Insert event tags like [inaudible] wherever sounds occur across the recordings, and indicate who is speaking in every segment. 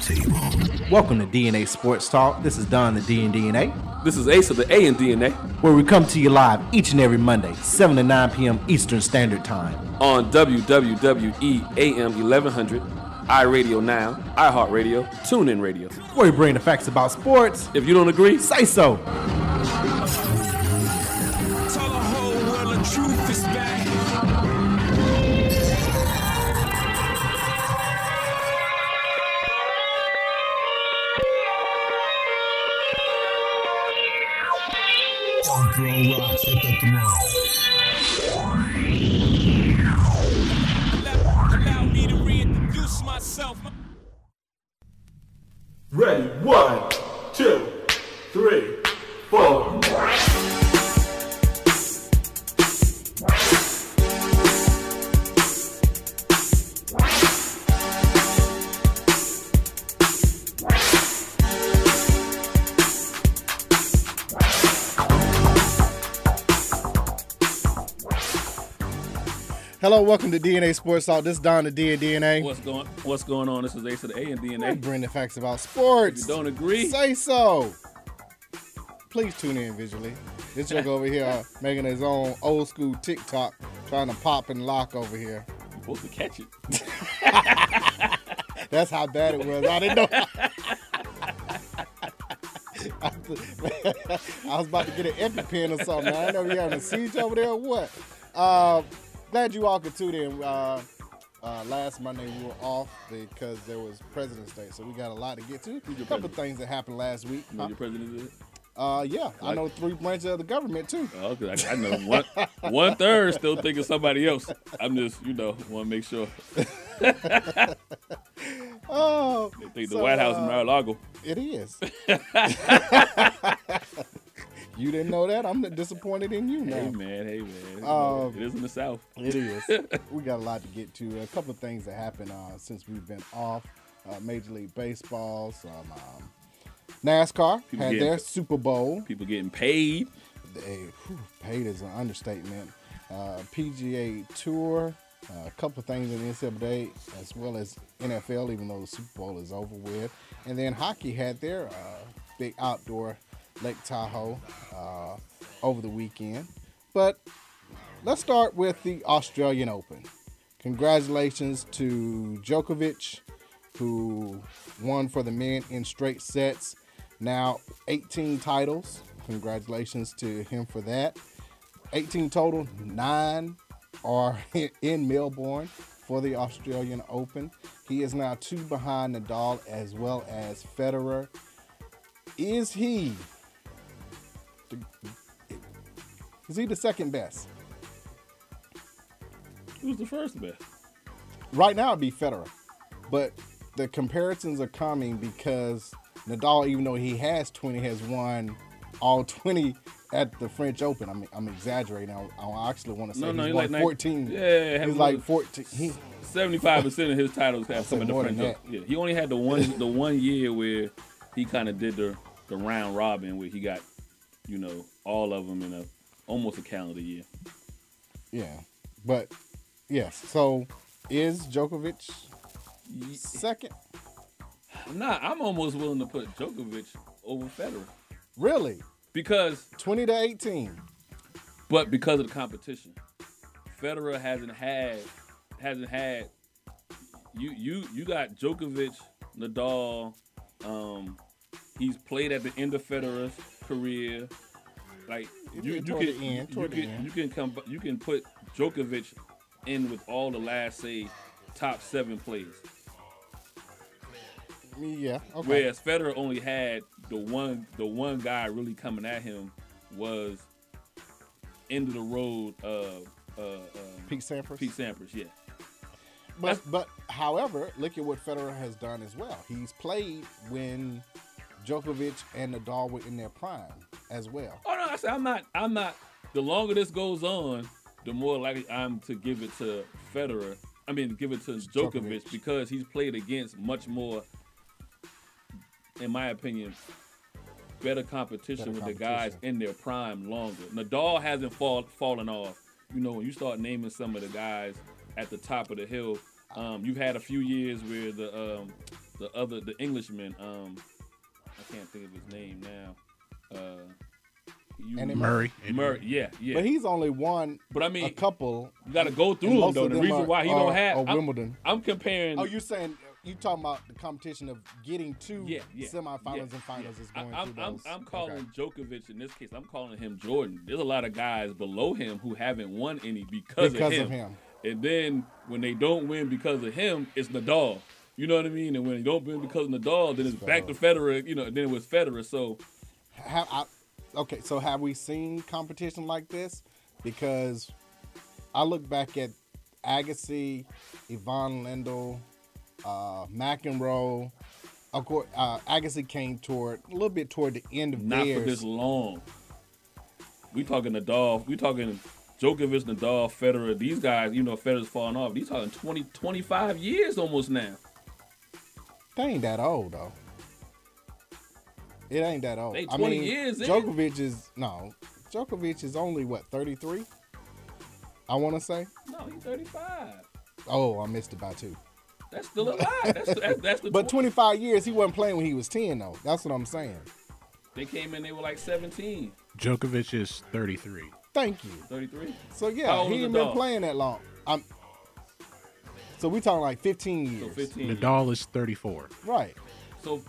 Speaker 1: table.
Speaker 2: Welcome to DNA Sports Talk. This is Don the D and DNA,
Speaker 3: This is Ace of the A in DNA
Speaker 2: where we come to you live each and every Monday, 7 to 9 p.m. Eastern Standard Time.
Speaker 3: on E WWWE AM 1100, iRadio Now, iHeartRadio, TuneIn Radio.
Speaker 2: Where we bring the facts about sports.
Speaker 3: If you don't agree,
Speaker 2: Say so.
Speaker 4: Tell the whole world the truth is back.
Speaker 1: Punk rock hit the throne.
Speaker 4: Allow- Allow me to reintroduce myself.
Speaker 5: Ready, one, two, three, four.
Speaker 6: Hello, welcome to DNA Sports Talk. This is Don the D and DNA.
Speaker 3: what's going what's going on? This is Ace of the A in
Speaker 6: We
Speaker 3: DNA.
Speaker 6: bring the facts about
Speaker 3: If
Speaker 6: sports.
Speaker 3: you don't agree,
Speaker 6: Say so. Please tune in visually. This joke over here
Speaker 3: [laughs]
Speaker 6: uh, making his own old school TikTok, trying to pop and lock over here.
Speaker 3: you're supposed to catch it.
Speaker 6: [laughs] That's how bad it was. I didn't know. I was about to get an EpiPen or something. I didn't know you having a siege over there or what. Uh, glad you all could tune in. Uh, uh, last Monday we were off because there was President's Day, so we got a lot to get to. A couple
Speaker 3: president?
Speaker 6: things that happened last week.
Speaker 3: You know your president is?
Speaker 6: Uh, yeah, I
Speaker 3: Like-
Speaker 6: know three branches of the government too.
Speaker 3: Oh, 'cause I, I know one one [laughs] third still thinking somebody else. I'm just, you know, want to make sure.
Speaker 6: [laughs] Oh,
Speaker 3: They think the
Speaker 6: so,
Speaker 3: White House
Speaker 6: uh,
Speaker 3: and Mar-a-Lago.
Speaker 6: It is. [laughs] you didn't know that? I'm disappointed in you now.
Speaker 3: Hey man, hey man. You know,
Speaker 6: Um,
Speaker 3: it is in the South.
Speaker 6: It is. [laughs] we got a lot to get to. A couple of things that happened uh, since we've been off. Uh, Major League Baseball, some um, NASCAR
Speaker 3: People
Speaker 6: had
Speaker 3: getting-
Speaker 6: their Super Bowl.
Speaker 3: People getting paid.
Speaker 6: They, whew, paid is an understatement. Uh, PGA Tour, uh, a couple of things in the NCAA, as well as NFL, even though the Super Bowl is over with. And then hockey had their uh, big outdoor Lake Tahoe uh, over the weekend. But let's start with the Australian Open. Congratulations to Djokovic, who won for the men in straight sets. Now 18 titles. Congratulations to him for that. 18 total, nine are [laughs] in Melbourne for the Australian Open. He is now two behind Nadal as well as Federer. Is he? Is he the second best?
Speaker 3: Who's the first best?
Speaker 6: right now it'd be Federer, but the comparisons are coming because Nadal, even though he has 20, has won all 20 at the French Open. I mean, I'm exaggerating. I, I actually want to say
Speaker 3: No, no,
Speaker 6: he's
Speaker 3: he's
Speaker 6: won
Speaker 3: like nine-
Speaker 6: 14.
Speaker 3: yeah, have
Speaker 6: he's
Speaker 3: a
Speaker 6: like
Speaker 3: little-
Speaker 6: 14. He,
Speaker 3: Seventy-five percent of his titles have some
Speaker 6: said
Speaker 3: of the
Speaker 6: more
Speaker 3: French.
Speaker 6: than
Speaker 3: Open. Yeah, he only had the one the one year where he kind of did the the round robin where he got you know all of them in a almost a calendar year.
Speaker 6: yeah, but yes. So is Djokovic
Speaker 3: Ye-
Speaker 6: second?
Speaker 3: Nah, I'm almost willing to put Djokovic over Federer
Speaker 6: Really?
Speaker 3: because
Speaker 6: 20 to 18.
Speaker 3: but because of the competition, Federer hasn't had hasn't had you you you got Djokovic, Nadal. Um, he's played at the end of Federer's career. Like you, you can
Speaker 6: Toward the end,
Speaker 3: you,
Speaker 6: toward the
Speaker 3: can
Speaker 6: end.
Speaker 3: you can come you can put Djokovic in with all the last say top seven players.
Speaker 6: Yeah. Okay.
Speaker 3: Whereas Federer only had the one the one guy really coming at him was end of the road uh uh, uh
Speaker 6: Pete Sampras.
Speaker 3: Pete Sampras, yeah.
Speaker 4: [laughs]
Speaker 6: But but however, look at what Federer has done as well. He's played when Djokovic and Nadal were in their prime as well.
Speaker 3: Oh no, I said I'm not. I'm not. The longer this goes on, the more likely I'm to give it to Federer. I mean, give it to Djokovic,
Speaker 6: Djokovic.
Speaker 3: because he's played against much more, in my opinion, better competition with
Speaker 6: Better
Speaker 3: the guys
Speaker 6: competition.
Speaker 3: in their prime longer. Nadal hasn't fall, fallen off. You know, when you start naming some of the guys at the top of the hill, um, you've had a few years where the um,
Speaker 4: the other the Englishman. Um, I can't think of his name now. Uh, you,
Speaker 6: Andy
Speaker 1: Murray.
Speaker 4: Murray. Yeah, yeah.
Speaker 6: But he's only won
Speaker 4: But I
Speaker 6: a
Speaker 4: mean,
Speaker 6: couple.
Speaker 4: you got to go
Speaker 6: and
Speaker 4: through them
Speaker 6: most
Speaker 4: though.
Speaker 6: of
Speaker 4: The
Speaker 6: them
Speaker 4: reason
Speaker 6: are-
Speaker 4: why he
Speaker 6: are-
Speaker 4: don't have
Speaker 6: are
Speaker 4: I'm-
Speaker 6: Wimbledon.
Speaker 4: I'm, comparing.
Speaker 6: Oh, you're saying you're talking about the competition of getting to
Speaker 4: yeah, yeah,
Speaker 6: semifinals
Speaker 4: yeah,
Speaker 6: and finals
Speaker 4: yeah.
Speaker 6: is going
Speaker 4: I, am
Speaker 6: through those.
Speaker 4: I'm, I'm calling
Speaker 6: Okay.
Speaker 4: Djokovic in this case. I'm calling him Jordan. There's a lot of guys below him who haven't won any because,
Speaker 6: Because
Speaker 4: of, him.
Speaker 6: of him.
Speaker 4: And then when they don't win because of him, it's Nadal. You know what I mean? And when they don't win because of Nadal, then it's back to Federer. You know, then it was Federer. So
Speaker 6: Have I, okay, so have we seen competition like this? Because I look back at Agassi, Yvonne Lendl, uh, McEnroe. Of course, uh, Agassi came toward a little bit toward the end of
Speaker 4: not for
Speaker 6: theirs.
Speaker 4: this long. We talking Nadal. We talking Djokovic, Nadal, Federer. These guys, you know, Federer's falling off. These talking 20, 25 years almost now.
Speaker 6: They ain't that old though. It ain't that old.
Speaker 4: They
Speaker 6: I
Speaker 4: 20
Speaker 6: mean,
Speaker 4: years in.
Speaker 6: Djokovic is no. Djokovic is only what thirty three. I want to say.
Speaker 4: No, he's 35.
Speaker 6: Oh, I missed it by two.
Speaker 4: That's still a lot. That's, that's, that's the
Speaker 6: But
Speaker 4: tw-
Speaker 6: twenty five years, he wasn't playing when he was ten though. That's what I'm saying.
Speaker 4: They came in, they were like 17,
Speaker 1: Djokovic is 33.
Speaker 6: Thank you.
Speaker 4: 33.
Speaker 6: So
Speaker 4: How
Speaker 6: yeah,
Speaker 4: old
Speaker 6: he
Speaker 4: is
Speaker 6: ain't
Speaker 4: the
Speaker 6: been
Speaker 4: dog?
Speaker 6: playing that long. I'm. So we talking like fifteen
Speaker 4: So
Speaker 6: years,
Speaker 4: 15.
Speaker 1: Nadal is 34.
Speaker 6: right?
Speaker 4: So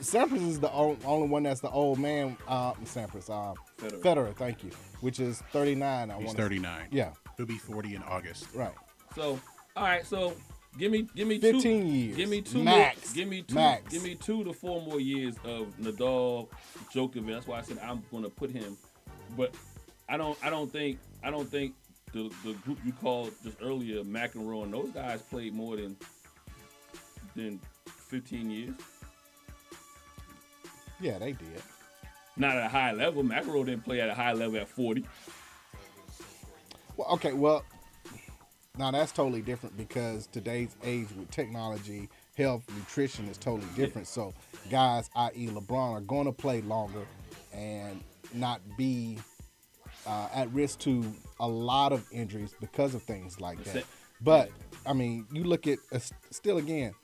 Speaker 6: Sampras is the on- only one that's the old man. Uh, Sampras, uh,
Speaker 4: Federer.
Speaker 6: Federer. Thank you. Which is thirty nine. I
Speaker 1: He's
Speaker 6: want.
Speaker 1: 39.
Speaker 6: Yeah.
Speaker 1: He'll be 40 in August.
Speaker 6: Right.
Speaker 4: So, all right. So, give me, give me
Speaker 6: 15
Speaker 4: two,
Speaker 6: years,
Speaker 4: Give me two
Speaker 6: max,
Speaker 4: More, give me two.
Speaker 6: max.
Speaker 4: Give me two to four more years of Nadal, Djokovic. That's why I said I'm gonna put him. But I don't, I don't think, I don't think the the group you called just earlier, McEnroe and those guys played more than than 15 years.
Speaker 6: Yeah, they did.
Speaker 4: Not at a high level. McEnroe didn't play at a high level at 40.
Speaker 6: Well, okay, well, now that's totally different because today's age with technology, health, nutrition is totally different. So guys, i.e., LeBron, are going to play longer and not be uh, at risk to a lot of injuries because of things like that.
Speaker 4: it.
Speaker 6: But I mean, you look at uh, s- still again.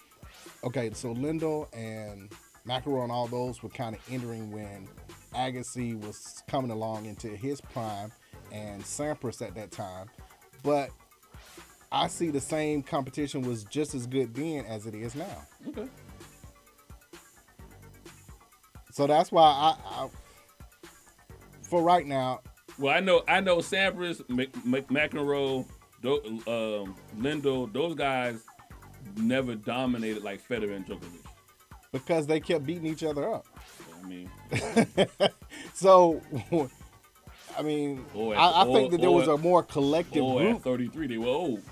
Speaker 6: Okay, so Lindell and McEnroe and all those were kind of entering when Agassi was coming along into his prime and Sampras at that time. But I see the same competition was just as good then as it is now.
Speaker 4: Okay.
Speaker 6: So that's why I, I for right now,
Speaker 4: Well, I know, I know Sampras, Mc, Mc, McEnroe, tho- um, Lindo, those guys never dominated like Federer and Djokovic.
Speaker 6: because they kept beating each other up.
Speaker 4: So, I mean,
Speaker 6: So, [laughs] I mean,
Speaker 4: Or at-
Speaker 6: I, I think
Speaker 4: or-
Speaker 6: that there was
Speaker 4: or-
Speaker 6: a more collective
Speaker 4: boy, at
Speaker 6: group.
Speaker 4: 33, they were old.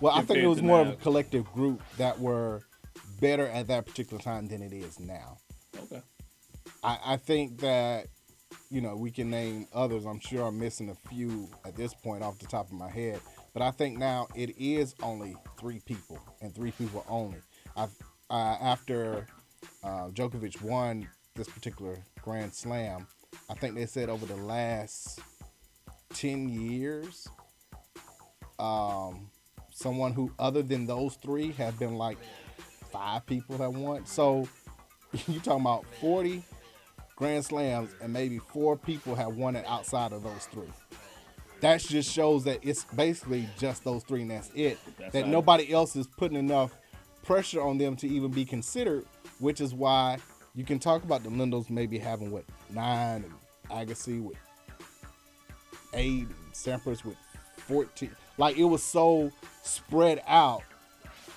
Speaker 6: Well, I think it was more of a
Speaker 4: Now.
Speaker 6: collective group that were better at that particular time than it is now.
Speaker 4: Okay.
Speaker 6: I, I think that you know we can name others. I'm sure I'm missing a few at this point off the top of my head, but I think now it is only three people and three people only. I uh, after uh, Djokovic won this particular Grand Slam, I think they said over the last ten years, um, someone who other than those three have been like five people that won. So [laughs] you talking about forty grand slams and maybe four people have won it outside of those three. That just shows that it's basically just those three and that's it.
Speaker 4: That's
Speaker 6: that
Speaker 4: how-
Speaker 6: nobody else is putting enough pressure on them to even be considered, which is why you can talk about the Lindos maybe having what nine and Agassi with eight and Sampras with fourteen. Like it was so spread out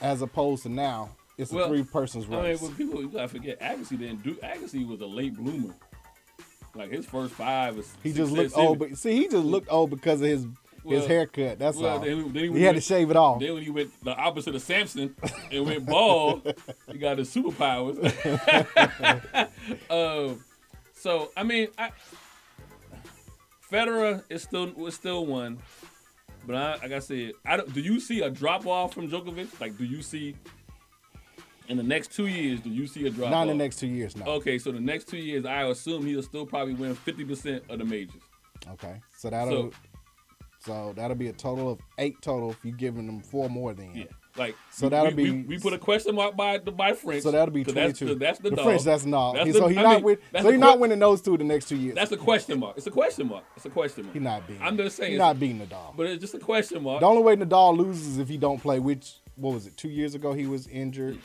Speaker 6: as opposed to now it's
Speaker 4: Well,
Speaker 6: a three person's
Speaker 4: I mean,
Speaker 6: race.
Speaker 4: well, people, you gotta forget, Agassi didn't do. Agassi was a late bloomer. Like his first five was.
Speaker 6: He
Speaker 4: six,
Speaker 6: just
Speaker 4: seven,
Speaker 6: looked old,
Speaker 4: seven.
Speaker 6: but see, he just looked old because of his his
Speaker 4: Well,
Speaker 6: haircut. That's
Speaker 4: well,
Speaker 6: all.
Speaker 4: then- then he
Speaker 6: he had to
Speaker 4: went-
Speaker 6: shave it off.
Speaker 4: Then when he went the opposite of Samson and went bald, he got his superpowers. [laughs] um, so I mean, I, Federer is still was still one, but I, like I said, I don't, do you see a drop off from Djokovic? Like, do you see in the next two years? Do you see a drop?
Speaker 6: Not
Speaker 4: off?
Speaker 6: in the next two years now. Okay,
Speaker 4: Okay, so the next two years, I assume he'll still probably win fifty percent of the majors.
Speaker 6: so that'll so, that'll be a total of eight total if you giving them four more. Then
Speaker 4: Yeah. Like
Speaker 6: So
Speaker 4: we-
Speaker 6: that'll
Speaker 4: we, we-
Speaker 6: be-
Speaker 4: we put a question mark by the by French.
Speaker 6: So that'll be
Speaker 4: 'cause
Speaker 6: twenty two.
Speaker 4: That's the, that's the, dog.
Speaker 6: French. That's not.
Speaker 4: That's
Speaker 6: he,
Speaker 4: the-
Speaker 6: so he's
Speaker 4: I
Speaker 6: not
Speaker 4: mean,
Speaker 6: win,
Speaker 4: that's
Speaker 6: So
Speaker 4: the
Speaker 6: he's not
Speaker 4: que-
Speaker 6: winning those two the next two years.
Speaker 4: That's a question mark. It's a question mark. It's a question mark.
Speaker 6: He's not beating.
Speaker 4: I'm just saying.
Speaker 6: He's
Speaker 4: it's-
Speaker 6: not beating Nadal.
Speaker 4: But it's just a question mark.
Speaker 6: The only way Nadal loses is if he don't play. Which what was it? Two years ago he was injured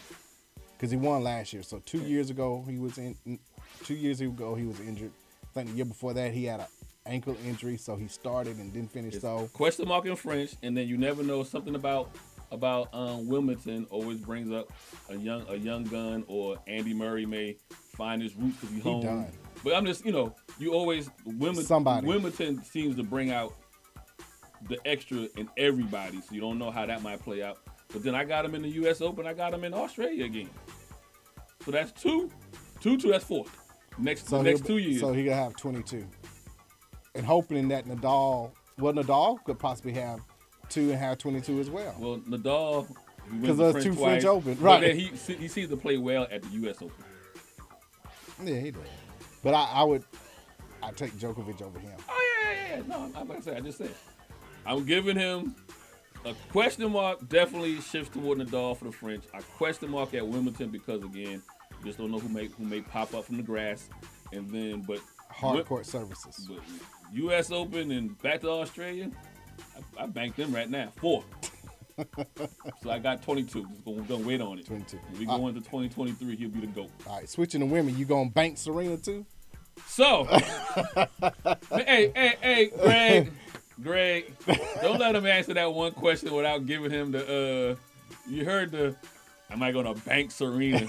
Speaker 6: because he won last year. So two years ago he was in. Two years ago he was injured. I think the year before that he had an ankle injury, so he started and didn't finish.
Speaker 4: It's
Speaker 6: So
Speaker 4: question mark in French, and then you never know something about about um, Wilmington always brings up a young a young gun or Andy Murray may find his roots because he's home.
Speaker 6: done.
Speaker 4: But I'm just you know you always Wilmington
Speaker 6: Somebody.
Speaker 4: Wilmington seems to bring out the extra in everybody, so you don't know how that might play out. But then I got him in the U.S. Open, I got him in Australia again. So that's two, two, two. That's four. Next,
Speaker 6: so
Speaker 4: the next two
Speaker 6: he'll-
Speaker 4: years.
Speaker 6: So he gonna have twenty two, and hoping that Nadal. Well, Nadal could possibly have two and have twenty two as well.
Speaker 4: Well, Nadal, he wins
Speaker 6: 'Cause
Speaker 4: the
Speaker 6: those two French
Speaker 4: twice,
Speaker 6: Open,
Speaker 4: but
Speaker 6: right.
Speaker 4: Then he se- he seems to play well at the U.S. Open.
Speaker 6: yeah, he did. But I, I would. I take Djokovic over him.
Speaker 4: Oh yeah, yeah, yeah. No, I'm, I'm like I said, I just said, I'm giving him a question mark. Definitely shifts toward Nadal for the French. I question mark at Wimbledon because again, you just don't know who may who may pop up from the grass, and then but
Speaker 6: Hard
Speaker 4: Wim-
Speaker 6: court services.
Speaker 4: but U.S. Open and back to Australia. I, I banked them right now
Speaker 6: [laughs]
Speaker 4: four. so I got 22. Just gonna, gonna wait on it.
Speaker 6: 22.
Speaker 4: When we go into 2023, he'll be the goat.
Speaker 6: All right, switching to women, you gonna bank Serena too?
Speaker 4: So, hey, hey, hey, Greg, Greg, don't let him answer that one question without giving him the. uh You heard the. Am I gonna bank Serena?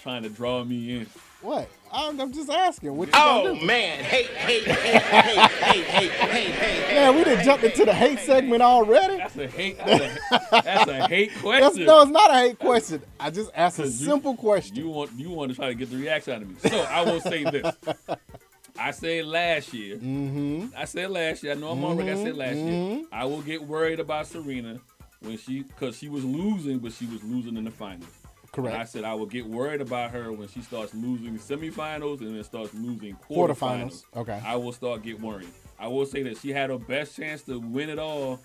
Speaker 4: trying to draw me in.
Speaker 6: What? I'm, I'm just asking. What you
Speaker 7: Oh
Speaker 6: gonna do?
Speaker 7: man, hey, hey, hey, hey, hey, hey, hey, hey, hey.
Speaker 6: Man, we done jumped into the hate segment already.
Speaker 4: That's a hate. That's a, that's a hate
Speaker 6: That's,
Speaker 4: question.
Speaker 6: no, it's not a hate question. I just asked a
Speaker 4: 'Cause you-
Speaker 6: simple question.
Speaker 4: You want you want to try to get the reaction out of me. So I will say this. I said last year.
Speaker 6: Mm-hmm.
Speaker 4: I said last year. I know I'm on record. I said last year. I will get worried about Serena when she because she was losing, but she was losing in the finals. And I
Speaker 6: Correct.
Speaker 4: said I will get worried about her when she starts losing semifinals and then starts losing quarterfinals.
Speaker 6: Quarterfinals. Okay.
Speaker 4: I will start get worried. I will say that she had her best chance to win it all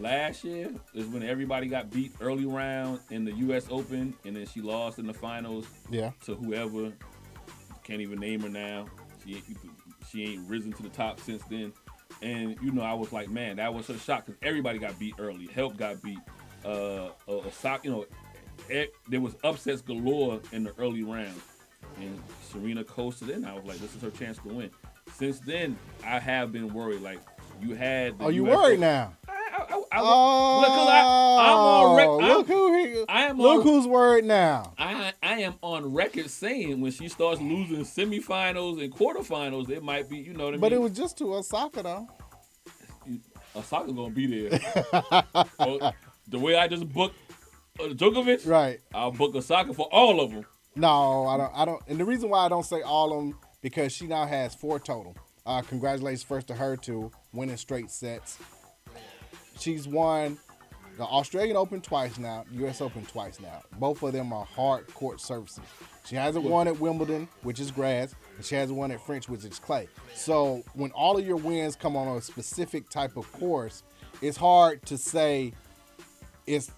Speaker 4: last year is when everybody got beat early round in the U.S. Open, and then she lost in the finals
Speaker 6: yeah.
Speaker 4: to whoever. Can't even name her now. She ain't, she ain't risen to the top since then. And you know, I was like, man, that was a shock because everybody got beat early. Help got beat. Uh, uh Osaka, you know, it, there was upsets galore in the early rounds, and Serena coasted in. I was like, this is her chance to win. Since then, I have been worried. Like, you had. The
Speaker 6: Are Oh, you
Speaker 4: US
Speaker 6: worried now?
Speaker 4: I, I, I,
Speaker 6: Oh,
Speaker 4: look, 'cause I, I'm on rec- I'm-
Speaker 6: look who he,
Speaker 4: I am
Speaker 6: Look
Speaker 4: on-
Speaker 6: who's worried now.
Speaker 4: I I am on record saying when she starts losing semifinals and quarterfinals, it might be you know what I
Speaker 6: But it
Speaker 4: mean.
Speaker 6: was just to Osaka though.
Speaker 4: Osaka's gonna be
Speaker 6: [laughs]
Speaker 4: there. Oh, the way I just booked uh, Djokovic,
Speaker 6: Right.
Speaker 4: I'll book Osaka for all of them.
Speaker 6: No, I don't. I don't. And the reason why I don't say all of them because she now has four total. Uh, congratulations first to her to winning straight sets. She's won the Australian Open twice now, U.S. Open twice now. Both of them are hard court services. She hasn't won at Wimbledon, which is grass, and she hasn't won at French, which is clay. So when all of your wins come on a specific type of course, it's hard to say it's.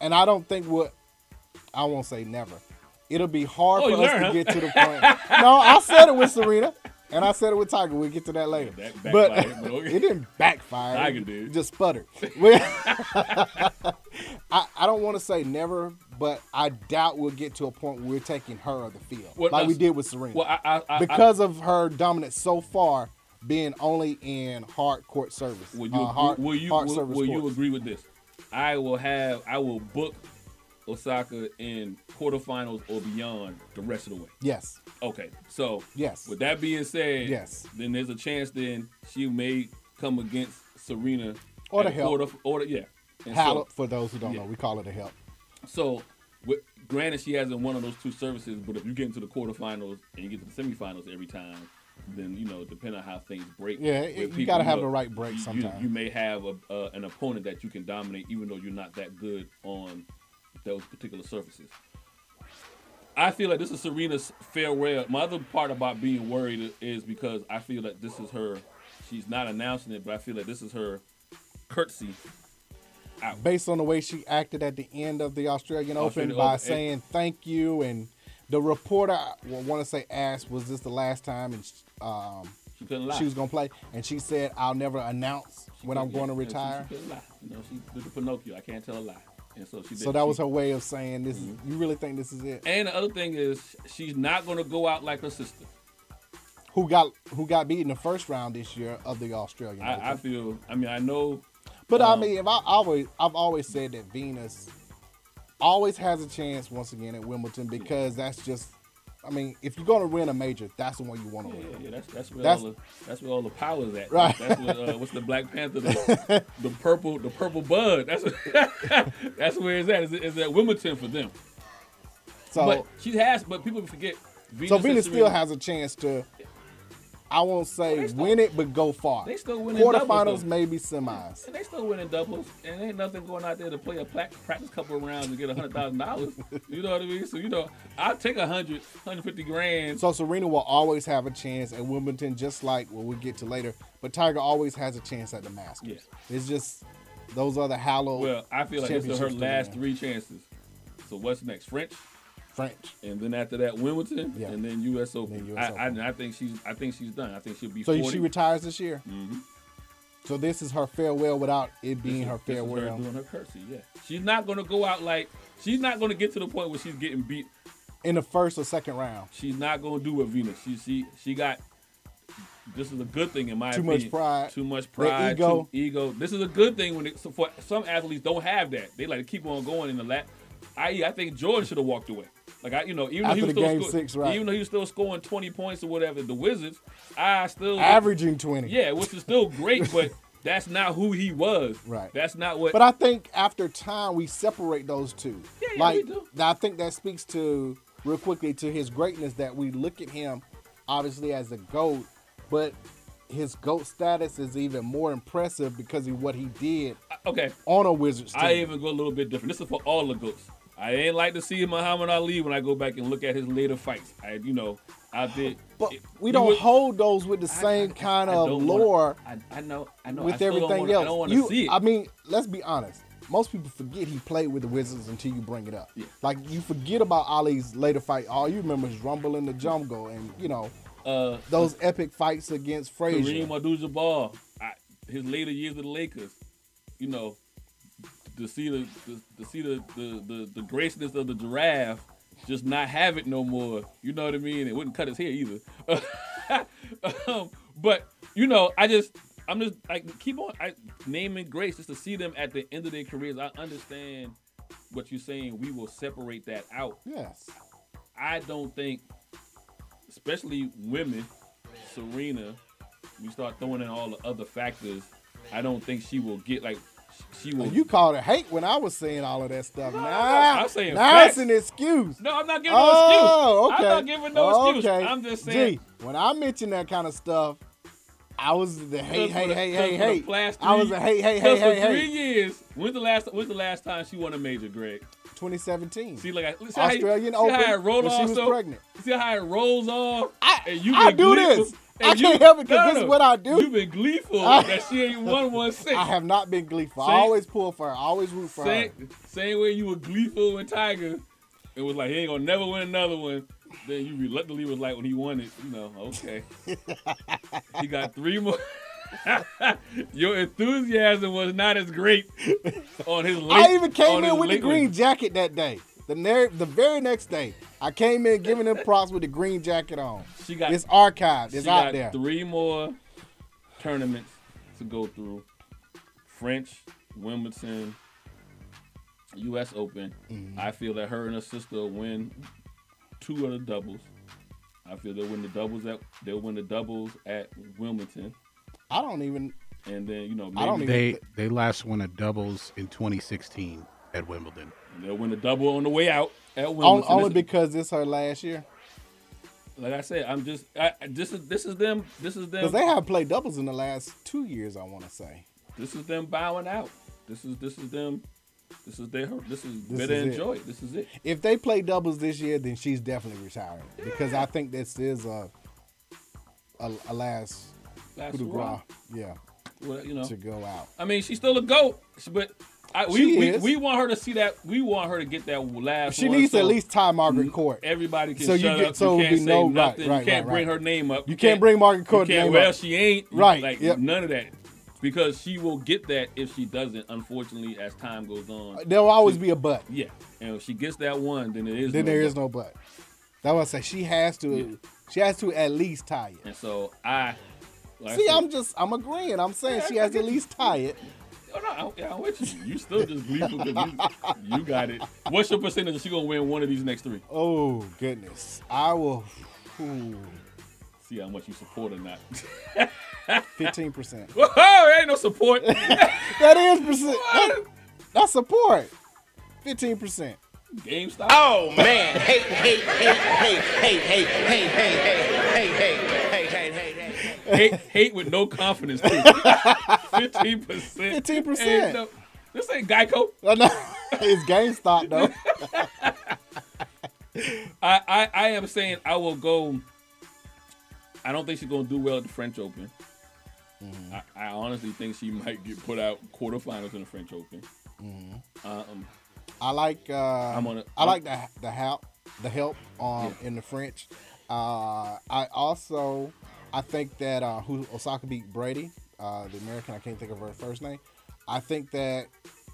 Speaker 6: And I don't think what I won't say never. It'll be
Speaker 4: Oh,
Speaker 6: hard for
Speaker 4: you
Speaker 6: us
Speaker 4: learned,
Speaker 6: to
Speaker 4: huh?
Speaker 6: get to the
Speaker 4: [laughs]
Speaker 6: point. no, I said it with Serena, and I said it with Tiger. We'll get to that later.
Speaker 4: That
Speaker 6: but
Speaker 4: backfired, but okay.
Speaker 6: [laughs] it didn't backfire.
Speaker 4: Tiger
Speaker 6: It
Speaker 4: did.
Speaker 6: Just sputtered. [laughs] Well, I, I don't want to say never, but I doubt we'll get to a point where we're taking her or the field
Speaker 4: Well,
Speaker 6: like we
Speaker 4: that's-
Speaker 6: did with Serena.
Speaker 4: Well, I I, I, I
Speaker 6: because of her dominance so far being only in hard court service.
Speaker 4: will you
Speaker 6: uh,
Speaker 4: agree-
Speaker 6: hard,
Speaker 4: will you
Speaker 6: hard
Speaker 4: will,
Speaker 6: service
Speaker 4: will you
Speaker 6: courts.
Speaker 4: agree with this? I will have I will book Osaka in quarterfinals or beyond the rest of the way.
Speaker 6: Yes.
Speaker 4: Okay, so
Speaker 6: Yes.
Speaker 4: With that being said,
Speaker 6: Yes.
Speaker 4: Then there's a chance then she may come against Serena
Speaker 6: Or the
Speaker 4: at
Speaker 6: help.
Speaker 4: Quarter, or the, yeah. And so,
Speaker 6: Hallop, for those who don't
Speaker 4: Yeah.
Speaker 6: know, we call it a help.
Speaker 4: so with, granted she hasn't won on those two services, but if you get into the quarterfinals and you get to the semifinals every time, then you know depending on how things break.
Speaker 6: Yeah,
Speaker 4: with
Speaker 6: it- you
Speaker 4: people,
Speaker 6: gotta have
Speaker 4: know,
Speaker 6: the right break
Speaker 4: you- you-
Speaker 6: sometime.
Speaker 4: You, may have a, uh, an opponent that you can dominate, even though you're not that good on those particular surfaces. I feel like this is Serena's farewell. My other part about being worried is because I feel like this is her. She's not announcing it, but I feel like this is her curtsy Out.
Speaker 6: based on the way she acted at the end of the Australian
Speaker 4: Australian
Speaker 6: Open
Speaker 4: Open.
Speaker 6: by
Speaker 4: eh.
Speaker 6: saying thank you. And the reporter, I want to say, asked, was this the last time? And um,
Speaker 4: She couldn't lie.
Speaker 6: she was going to play. And she said, I'll never announce
Speaker 4: She
Speaker 6: when I'm
Speaker 4: couldn't-
Speaker 6: going to
Speaker 4: yeah, she-
Speaker 6: retire.
Speaker 4: She, couldn't lie. You know, she did the Pinocchio. I can't tell a lie. And so she did.
Speaker 6: So that was
Speaker 4: she-
Speaker 6: her way of saying, this. Is, you really think this is it?
Speaker 4: And the other thing is, she's not gonna go out like her sister.
Speaker 6: Who got who got beat in the first round this year of the Australian Open?
Speaker 4: I, I feel. I mean, I know.
Speaker 6: But
Speaker 4: Um,
Speaker 6: I mean, if I always, I've always said that Venus always has a chance once again at Wimbledon because that's just, I mean, if you're gonna win a major, that's the one you want to
Speaker 4: Yeah,
Speaker 6: win.
Speaker 4: yeah, that's that's where
Speaker 6: That's-
Speaker 4: all the that's where all the power's at.
Speaker 6: Right.
Speaker 4: That's where, uh, what's the Black Panther, the, the purple the purple bud. That's [laughs] that's where it's at. It's, it's at Wilmington for them.
Speaker 6: So,
Speaker 4: but she has. But people forget. Venus
Speaker 6: so
Speaker 4: and
Speaker 6: Venus still
Speaker 4: Serena-
Speaker 6: has a chance to, I won't say
Speaker 4: They still-
Speaker 6: win it, but go far.
Speaker 4: they still winning doubles,
Speaker 6: quarterfinals,
Speaker 4: though.
Speaker 6: maybe semis.
Speaker 4: And they still winning doubles, and ain't nothing going out there to play a pla- practice couple of rounds and get a hundred thousand dollars. You know what I mean? So you know, I'll take a hundred, hundred fifty grand.
Speaker 6: So Serena will always have a chance at Wimbledon, just like what we get to later. But Tiger always has a chance at the Masters. It's just those other hallowed
Speaker 4: well, I feel like this is her
Speaker 6: championships to
Speaker 4: last
Speaker 6: win.
Speaker 4: three chances. So what's next? French,
Speaker 6: French.
Speaker 4: and then after that, Wimbledon,
Speaker 6: Yeah.
Speaker 4: and then U.S. Open.
Speaker 6: Then US
Speaker 4: I,
Speaker 6: Open.
Speaker 4: I, I think she's, I think she's done. I think she'll be.
Speaker 6: So
Speaker 4: 40.
Speaker 6: she retires this year. So this is her farewell without it
Speaker 4: Mm-hmm. This
Speaker 6: being
Speaker 4: is-
Speaker 6: her
Speaker 4: this is her
Speaker 6: farewell.
Speaker 4: doing her curtsy. Yeah, she's not gonna go out like she's not gonna get to the point where she's getting beat.
Speaker 6: in the first or second round.
Speaker 4: She's not gonna do what Venus. She she she got. This is a good thing in my
Speaker 6: Too much
Speaker 4: opinion.
Speaker 6: pride.
Speaker 4: Too much
Speaker 6: Their
Speaker 4: pride.
Speaker 6: ego.
Speaker 4: Too ego. This is a good thing when it, so for some athletes don't have that. They like to keep on going in the lap. I I think Jordan should have walked away. Like I, you know, even though
Speaker 6: After
Speaker 4: he was
Speaker 6: the
Speaker 4: still
Speaker 6: game
Speaker 4: sco-
Speaker 6: six, right.
Speaker 4: even though he was still scoring twenty points or whatever, the Wizards, I still
Speaker 6: Averaging 20.
Speaker 4: Yeah, which is still great, but that's not who he was.
Speaker 6: Right.
Speaker 4: That's not what.
Speaker 6: But I think after time we separate those two.
Speaker 4: Yeah, yeah,
Speaker 6: like
Speaker 4: we do.
Speaker 6: I think that speaks to real quickly to his greatness that we look at him obviously as a GOAT, but his GOAT status is even more impressive because of what he did
Speaker 4: okay,
Speaker 6: on a Wizards team.
Speaker 4: I even go a little bit different. This is for all the goats. I ain't like to see Muhammad Ali when I go back and look at his later fights. I, you know, I did.
Speaker 6: but
Speaker 4: it-
Speaker 6: we
Speaker 4: you
Speaker 6: don't
Speaker 4: would-
Speaker 6: hold those with the
Speaker 4: I-
Speaker 6: same
Speaker 4: I-
Speaker 6: kind
Speaker 4: I
Speaker 6: of
Speaker 4: don't wanna-
Speaker 6: lore.
Speaker 4: I, I know, I know. I
Speaker 6: with
Speaker 4: still don't
Speaker 6: everything
Speaker 4: wanna-
Speaker 6: else.
Speaker 4: I don't want
Speaker 6: you,
Speaker 4: to see it.
Speaker 6: I mean, let's be honest. Most people forget he played with the Wizards until you bring it up.
Speaker 4: Yeah.
Speaker 6: Like you forget about Ali's later fight. All you remember is Rumble in the Jungle, and you know
Speaker 4: uh,
Speaker 6: those epic fights against Frazier.
Speaker 4: Kareem Abdul-Jabbar, I, his later years of the Lakers, you know, to see the to, to see the the, the the graciousness of the giraffe, just not have it no more. You know what I mean? It wouldn't cut his hair either. [laughs] um, but you know, I just I'm just I keep on I, naming grace just to see them at the end of their careers. I understand what you're saying. We will separate that out.
Speaker 6: Yes,
Speaker 4: I don't think, especially women, Serena, we start throwing in all the other factors. I don't think she will get like sh- she will.
Speaker 6: Oh, you called it hate when I was saying all of that stuff.
Speaker 4: No, no,
Speaker 6: now,
Speaker 4: I'm saying
Speaker 6: now
Speaker 4: facts.
Speaker 6: it's an excuse.
Speaker 4: no, I'm not giving no
Speaker 6: Oh, okay.
Speaker 4: excuse. I'm not giving no excuse.
Speaker 6: Okay.
Speaker 4: I'm just saying.
Speaker 6: Gee, when I mentioned that kind of stuff, I was the hey,
Speaker 4: because for
Speaker 6: hey,
Speaker 4: the-
Speaker 6: hey,
Speaker 4: because
Speaker 6: hey,
Speaker 4: for the
Speaker 6: hey.
Speaker 4: past
Speaker 6: I
Speaker 4: three-
Speaker 6: was a hey, hey, hey,
Speaker 4: because
Speaker 6: hey,
Speaker 4: for three
Speaker 6: hey.
Speaker 4: years. When's the last? When's the last time she won a major, Greg?
Speaker 6: 2017.
Speaker 4: See, like I, see
Speaker 6: Australian
Speaker 4: how, you-
Speaker 6: Open
Speaker 4: See how it rolled
Speaker 6: when she
Speaker 4: off.
Speaker 6: was
Speaker 4: so-
Speaker 6: pregnant.
Speaker 4: See how it rolls off.
Speaker 6: I- I
Speaker 4: been
Speaker 6: do this. I
Speaker 4: and
Speaker 6: can't help it 'cause this is what I do.
Speaker 4: You've been gleeful
Speaker 6: I-
Speaker 4: that she ain't won one since.
Speaker 6: [laughs] I have not been gleeful. I
Speaker 4: Same-
Speaker 6: always pull for her. I always root for
Speaker 4: Same,
Speaker 6: her.
Speaker 4: same way you were gleeful with Tiger, it was like he ain't gonna never win another one. Then you reluctantly was like when he won it, you know,
Speaker 6: [laughs]
Speaker 4: okay. he got three more. [laughs] Your enthusiasm was not as great on his late.
Speaker 6: I even
Speaker 4: on
Speaker 6: came
Speaker 4: his
Speaker 6: in with the
Speaker 4: late win.
Speaker 6: green jacket that day. The ner- the very next day, I came in giving them props with the green jacket on.
Speaker 4: She got-
Speaker 6: it's archived.
Speaker 4: She
Speaker 6: It's
Speaker 4: got
Speaker 6: out there.
Speaker 4: three more tournaments to go through: French, Wimbledon, U.S. Open.
Speaker 6: Mm-hmm.
Speaker 4: I feel that her and her sister will win two of the doubles. I feel they'll win the doubles at they'll win the doubles at Wilmington,
Speaker 6: I don't even.
Speaker 4: and then you know
Speaker 6: I don't
Speaker 4: maybe
Speaker 1: They they last won a doubles in 2016 at Wimbledon.
Speaker 4: they'll win the double on the way out at
Speaker 6: on-
Speaker 4: Wilmington.
Speaker 6: only
Speaker 4: This-
Speaker 6: because it's her last year.
Speaker 4: like I said, I'm just I, I- this is this is them this is them
Speaker 6: Because they have played doubles in the last two years. I want to say.
Speaker 4: this is them bowing out. This is this is them. This is their. This is
Speaker 6: This
Speaker 4: better
Speaker 6: is it.
Speaker 4: enjoy it. This is it.
Speaker 6: If they play doubles this year, then she's definitely retiring because I think this is a a, a last
Speaker 4: Last
Speaker 6: coup de
Speaker 4: hurrah.
Speaker 6: grace. Yeah,
Speaker 4: Well, you know,
Speaker 6: to go out.
Speaker 4: I mean, she's still a goat, but I,
Speaker 6: She
Speaker 4: we, we,
Speaker 6: is.
Speaker 4: we want her to see that. We want her to get that last.
Speaker 6: She
Speaker 4: one,
Speaker 6: needs to
Speaker 4: so
Speaker 6: at least tie Margaret Court.
Speaker 4: Everybody can
Speaker 6: so you
Speaker 4: shut
Speaker 6: get-
Speaker 4: up.
Speaker 6: so
Speaker 4: you
Speaker 6: we
Speaker 4: can't say
Speaker 6: know- right,
Speaker 4: nothing.
Speaker 6: right,
Speaker 4: you can't
Speaker 6: right,
Speaker 4: bring
Speaker 6: right.
Speaker 4: her name up.
Speaker 6: You can't bring Margaret Court's
Speaker 4: You can't.
Speaker 6: name
Speaker 4: well,
Speaker 6: up.
Speaker 4: she ain't You-
Speaker 6: Right,
Speaker 4: Like
Speaker 6: yep.
Speaker 4: none of that, because she will get that if she doesn't. Unfortunately, as time goes on,
Speaker 6: There'll always be a but.
Speaker 4: yeah. And if she gets that one, then it is.
Speaker 6: Then
Speaker 4: no
Speaker 6: there
Speaker 4: more.
Speaker 6: is no but. That's what I say. She has to. She has to at least tie it.
Speaker 4: And so I. Like I
Speaker 6: See,
Speaker 4: said,
Speaker 6: I'm just. I'm agreeing. I'm saying she has to at least tie it.
Speaker 4: Oh, no, I'm, yeah, I'm with you. You still just gleeful 'cause you, you got it. What's your percentage? that She gonna win one of these next three.
Speaker 6: Oh goodness. I will.
Speaker 4: See how much you support or not. [laughs]
Speaker 6: Fifteen percent.
Speaker 4: Whoa, ain't no support. [laughs]
Speaker 6: [laughs] That is percent. that- that's support. Fifteen percent. [laughs]
Speaker 4: GameStop.
Speaker 7: Oh man. Hey, hey, hey, hey, hey, hey, hey, hey, hey, hey, hey, hey, hey, hey, hey.
Speaker 4: hate, hate with no
Speaker 7: [laughs]
Speaker 4: confidence. Fifteen percent.
Speaker 6: 15%.
Speaker 4: This ain't Geico.
Speaker 6: It's GameStop though.
Speaker 4: I, I, I am saying I will go. I don't think she's gonna do well at the French Open. I, I honestly think she might get put out quarterfinals in the French Open. Um,
Speaker 6: I like. Uh, I'm
Speaker 4: on it.
Speaker 6: I like the the help the help um, in the French. Uh, I also I think that uh, who Osaka beat Brady, uh, the American. I can't think of her first name. I think that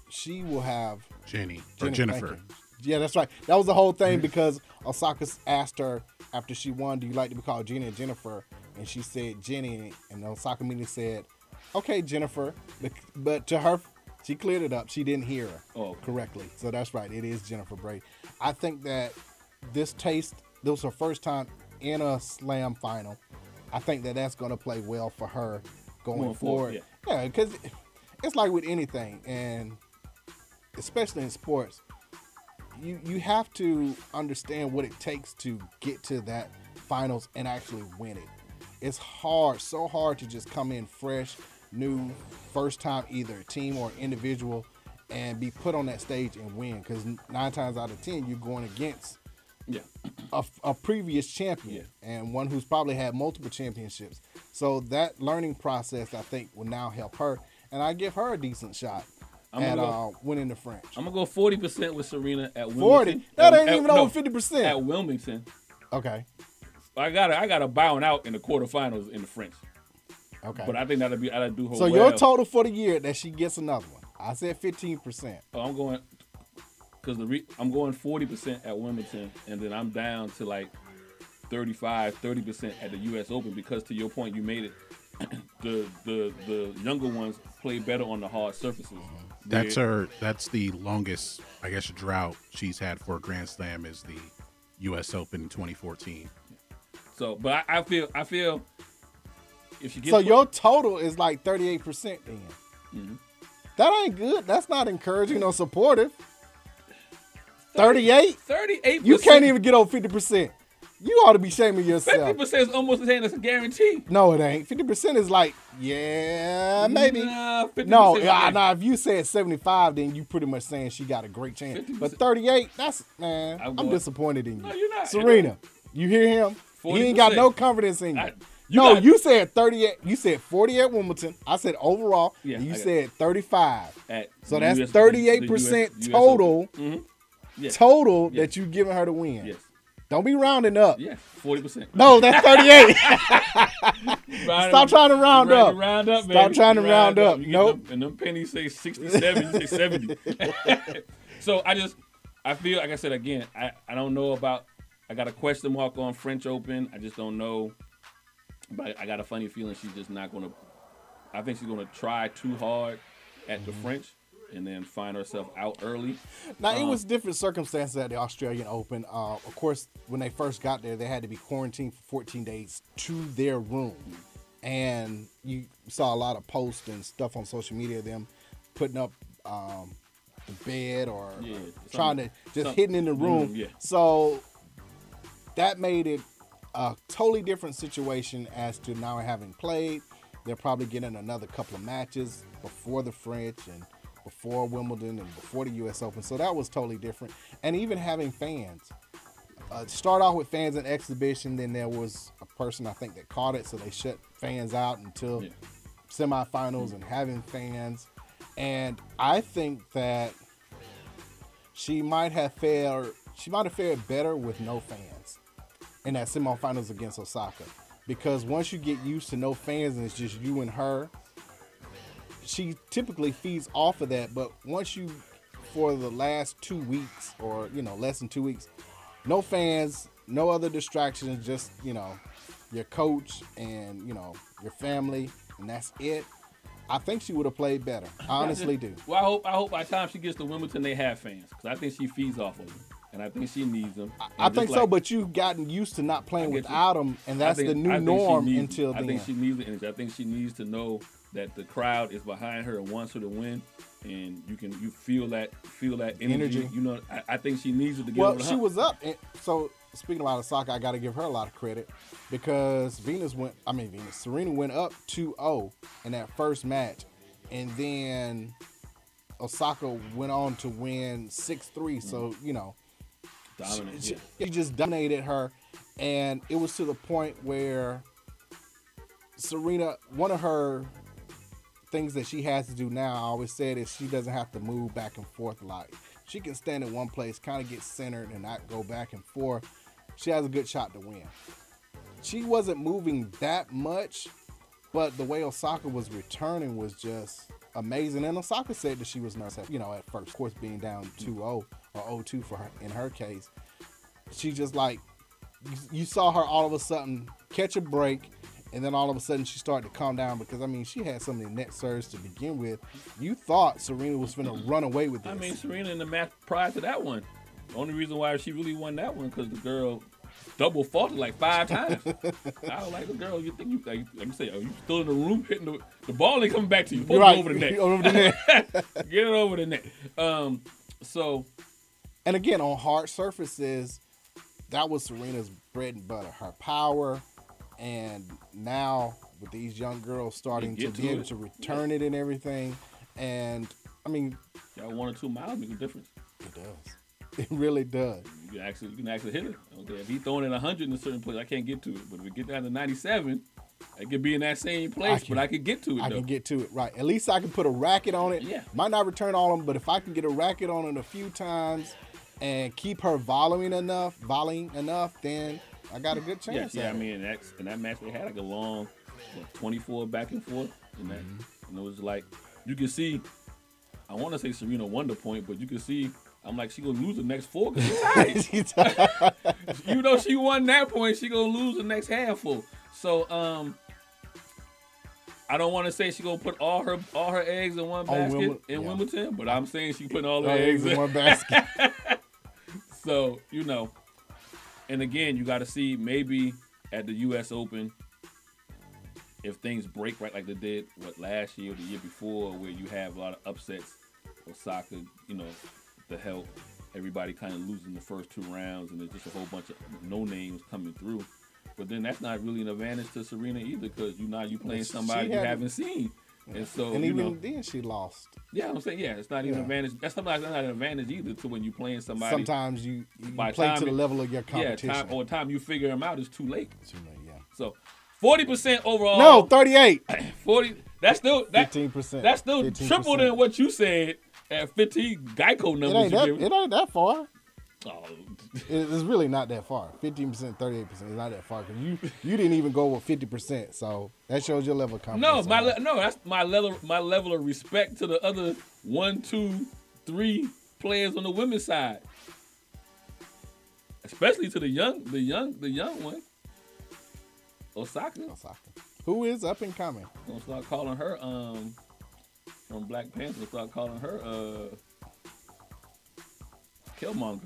Speaker 6: she will have
Speaker 1: Jenny or
Speaker 6: Jenny,
Speaker 1: Jennifer.
Speaker 6: thank you. Yeah, that's right. That was the whole thing because Osaka asked her after she won, "Do you like to be called Jenny or Jennifer?" And she said Jenny, and Osaka immediately said, "Okay, Jennifer." But, but to her, she cleared it up. She didn't hear her
Speaker 4: Oh.
Speaker 6: correctly. So that's right. It is Jennifer Brady. I think that this taste. This was her first time in a slam final. I think that that's going to play well for her going
Speaker 4: Going forward,
Speaker 6: forward. Yeah, because it's like with anything, and especially in sports, you you have to understand what it takes to get to that finals and actually win it. It's hard, so hard to just come in fresh, new, first time either a team or individual, and be put on that stage and win. Because nine times out of ten, you're going against
Speaker 4: yeah,
Speaker 6: a, a previous champion and one who's probably had multiple championships. So that learning process, I think, will now help her, and I give her a decent shot
Speaker 4: I'm
Speaker 6: at
Speaker 4: gonna go-
Speaker 6: uh, winning the French.
Speaker 4: I'm gonna go forty percent with Serena at Wilmington.
Speaker 6: Forty? That
Speaker 4: At-
Speaker 6: ain't
Speaker 4: at-
Speaker 6: even
Speaker 4: no,
Speaker 6: over fifty
Speaker 4: at
Speaker 6: percent.
Speaker 4: Wilmington.
Speaker 6: Okay,
Speaker 4: I got I got to bow out in the quarterfinals in the French,
Speaker 6: okay.
Speaker 4: but I think that'll be that'll do her.
Speaker 6: so
Speaker 4: well.
Speaker 6: your total for the year that she gets another one. I said fifteen percent.
Speaker 4: Oh, I'm going because the re- I'm going 40% at Wilmington, and then I'm down to like 35, 30% at the U.S. Open because to your point, you made it. [clears throat] the the the younger ones play better on the hard surfaces.
Speaker 6: Uh-huh.
Speaker 1: That's
Speaker 4: Where-
Speaker 1: her. That's the longest, I guess, drought she's had for a Grand Slam is the U.S. Open in 2014.
Speaker 4: So, but I, I feel I feel if she gets
Speaker 6: So your total is like thirty-eight percent. Then
Speaker 4: Mm-hmm.
Speaker 6: that ain't good. That's not encouraging or supportive. Thirty-eight.
Speaker 4: 38,
Speaker 6: You can't even get over fifty percent. You ought to be shaming yourself.
Speaker 4: 50% is almost saying it's a guarantee.
Speaker 6: No, it ain't. Fifty percent is like, yeah,
Speaker 4: Mm-hmm.
Speaker 6: maybe.
Speaker 4: Nah, 50%
Speaker 6: no,
Speaker 4: is
Speaker 6: nah,
Speaker 4: like-
Speaker 6: nah, if you said seventy-five, then you pretty much saying she got a great chance. But
Speaker 4: 50%.
Speaker 6: thirty-eight, that's man,
Speaker 4: I'm
Speaker 6: I'm,
Speaker 4: going-
Speaker 6: disappointed in you.
Speaker 4: No, you're not.
Speaker 6: Serena. You hear him? He ain't got
Speaker 4: 40%.
Speaker 6: no confidence in you.
Speaker 4: I- you
Speaker 6: no,
Speaker 4: got-
Speaker 6: you said thirty-eight. You said forty at Wilmington. I said overall.
Speaker 4: Yeah,
Speaker 6: and you
Speaker 4: I got
Speaker 6: said thirty-five.
Speaker 4: At
Speaker 6: So
Speaker 4: the
Speaker 6: that's
Speaker 4: US
Speaker 6: thirty-eight
Speaker 4: the
Speaker 6: percent
Speaker 4: US
Speaker 6: total.
Speaker 4: Mm-hmm. Yeah.
Speaker 6: Total
Speaker 4: Yeah.
Speaker 6: that you giving her to win.
Speaker 4: Yes.
Speaker 6: Don't be rounding up.
Speaker 4: Yes. 40%.
Speaker 6: No, that's
Speaker 4: [laughs]
Speaker 6: thirty-eight. Stop trying to round
Speaker 4: Round-
Speaker 6: up.
Speaker 4: Round up,
Speaker 6: Stop
Speaker 4: baby.
Speaker 6: trying to round up.
Speaker 4: You get
Speaker 6: Nope.
Speaker 4: them- and them pennies say 67, you say 70. [laughs] so I just, I feel, like I said again, I, I don't know about, I got a question mark on French Open. I just don't know. But I got a funny feeling she's just not going to, I think she's going to try too hard at the
Speaker 6: Mm-hmm.
Speaker 4: French and then find herself out early.
Speaker 6: Now
Speaker 4: Uh-huh.
Speaker 6: it was different circumstances at the Australian Open. Uh, of course, when they first got there, they had to be quarantined for 14 days to their room, and you saw a lot of posts and stuff on social media of them putting up um, the bed or
Speaker 4: Yeah,
Speaker 6: trying
Speaker 4: something-
Speaker 6: to just
Speaker 4: something-
Speaker 6: hidden in the room.
Speaker 4: Mm, yeah.
Speaker 6: So that made it a totally different situation as to now having played. They're probably getting another couple of matches before the French and before Wimbledon and before the U.S. Open. So that was totally different. And even having fans. Uh, start off with fans in exhibition, then there was a person I think that caught it, so they shut fans out until
Speaker 4: Yeah.
Speaker 6: semifinals and having fans. And I think that she might have fared she might have fared better with no fans in that semifinals against Osaka. Because once you get used to no fans and it's just you and her, she typically feeds off of that. But once you, for the last two weeks or you know less than two weeks, no fans, no other distractions, just you know your coach and you know your family, and that's it. I think she would have played better. I honestly do.
Speaker 4: Well, [laughs] I hope I hope by the time she gets to Wimbledon, they have fans because I think she feeds off of them, and I think she needs them. And
Speaker 6: I
Speaker 4: just
Speaker 6: think so,
Speaker 4: like-
Speaker 6: but you've gotten used to not playing
Speaker 4: get you.
Speaker 6: without them, and
Speaker 4: I
Speaker 6: that's
Speaker 4: think-
Speaker 6: the new
Speaker 4: I think she
Speaker 6: norm
Speaker 4: needs-
Speaker 6: until
Speaker 4: I
Speaker 6: then.
Speaker 4: think she needs the energy. I think she needs to know that the crowd is behind her and wants her to win, and you can you feel that feel that energy.
Speaker 6: Energy.
Speaker 4: You know, I, I think she needs it to get
Speaker 6: Well,
Speaker 4: over the
Speaker 6: she
Speaker 4: hump.
Speaker 6: was up. And so speaking about Osaka, I got to give her a lot of credit because Venus went. I mean, Venus Serena went up 2-0 in that first match, and then Osaka went on to win six three. So you know,
Speaker 4: dominant.
Speaker 6: she,
Speaker 4: yeah.
Speaker 6: she just dominated her, and it was to the point where Serena, one of her things that she has to do now, I always said is she doesn't have to move back and forth a lot. She can stand in one place, kind of get centered, and not go back and forth. She has a good shot to win. She wasn't moving that much, but the way Osaka was returning was just amazing. And Osaka said that she was nervous, at, you know, at first, of course, being down 2 0 or 0 2 for her in her case. She just like, you, you saw her all of a sudden catch a break, and then all of a sudden she started to calm down because, I mean, she had some of the net surge to begin with. You thought Serena was going to run away with this.
Speaker 4: I mean, Serena in the match prior to that one. The only reason why she really won that one because the girl double faulted like five times.
Speaker 6: [laughs]
Speaker 4: I was like, the girl, you think you like, like you say, oh, you still in the room hitting the, the ball ain't coming back to you. Poke
Speaker 6: [laughs]
Speaker 4: it
Speaker 6: You're right.
Speaker 4: over the net.
Speaker 6: Over the net.
Speaker 4: Get it over the net. Um, so
Speaker 6: And again, on hard surfaces, that was Serena's bread and butter, her power. And now with these young girls starting to
Speaker 4: get to
Speaker 6: be able
Speaker 4: it.
Speaker 6: to return it and everything. And I mean,
Speaker 4: y'all one or two miles make a difference.
Speaker 6: it does. [laughs] It really does.
Speaker 4: You can actually you can actually hit it. Okay, if he throwing in hundred in a certain place, I can't get to it. But if it get down to ninety seven, I could be in that same place,
Speaker 6: can-
Speaker 4: but I could get to it
Speaker 6: I
Speaker 4: though.
Speaker 6: can get to it. Right. At least I can put a racket on it.
Speaker 4: Yeah.
Speaker 6: Might not return all of them, but if I can get a racket on it a few times and keep her volleying enough, volleying enough, then I got a good
Speaker 4: Yeah,
Speaker 6: chance.
Speaker 4: yeah.
Speaker 6: at
Speaker 4: I
Speaker 6: it.
Speaker 4: mean, that's in that match they had like a long, what, 24 back and forth, and that,
Speaker 6: Mm-hmm.
Speaker 4: and it was like you can see. I want to say Serena won the point, but you can see I'm like she gonna lose the next four [laughs] because
Speaker 6: She's- [laughs]
Speaker 4: you know she won that point, she gonna lose the next handful. So um, I don't want to say she gonna put all her all her eggs in one
Speaker 6: On
Speaker 4: basket
Speaker 6: Wimbledon,
Speaker 4: in
Speaker 6: yeah.
Speaker 4: Wimbledon, but I'm saying she putting Oh, all her
Speaker 6: Her
Speaker 4: eggs in
Speaker 6: one
Speaker 4: [laughs]
Speaker 6: basket.
Speaker 4: so you know, and again, you got to see maybe at the U.S. Open if things break right like they did what last year, or the year before, where you have a lot of upsets. Osaka, you know, the help everybody kind of losing the first two rounds, and there's just a whole bunch of no names coming through. But then that's not really an advantage to Serena either, because you now you playing
Speaker 6: she
Speaker 4: somebody you
Speaker 6: had-
Speaker 4: haven't seen, and so
Speaker 6: and
Speaker 4: you
Speaker 6: even
Speaker 4: know,
Speaker 6: then, she lost.
Speaker 4: yeah, I'm saying yeah, it's not even
Speaker 6: Yeah.
Speaker 4: an advantage. That's sometimes not an advantage either to when you playing somebody
Speaker 6: Sometimes you, you
Speaker 4: by
Speaker 6: play
Speaker 4: time
Speaker 6: to the
Speaker 4: it-
Speaker 6: level of your competition.
Speaker 4: Yeah, time, or time you figure them out, it's too late.
Speaker 6: Too late, yeah.
Speaker 4: So, forty percent overall.
Speaker 6: No, 38.
Speaker 4: forty. That's still that,
Speaker 6: 15%,
Speaker 4: That's still
Speaker 6: 15%.
Speaker 4: triple than what you said at fifteen Geico
Speaker 6: It
Speaker 4: numbers.
Speaker 6: ain't, that,
Speaker 4: you
Speaker 6: it
Speaker 4: gave.
Speaker 6: ain't that far.
Speaker 4: Oh,
Speaker 6: It- It's really not that far. 15%, 38%. It's not that far. 'cause you, you didn't even go with 50%. So that shows your level of
Speaker 4: no,
Speaker 6: confidence.
Speaker 4: my
Speaker 6: on
Speaker 4: le-
Speaker 6: that.
Speaker 4: no, that's my level my level of respect to the other one, two, three players on the women's side, especially to the young, the young, the young one. Osaka.
Speaker 6: Osaka. Who is up and coming?
Speaker 4: gonna start calling her um from Black Panther. Gonna start calling her uh Killmonger.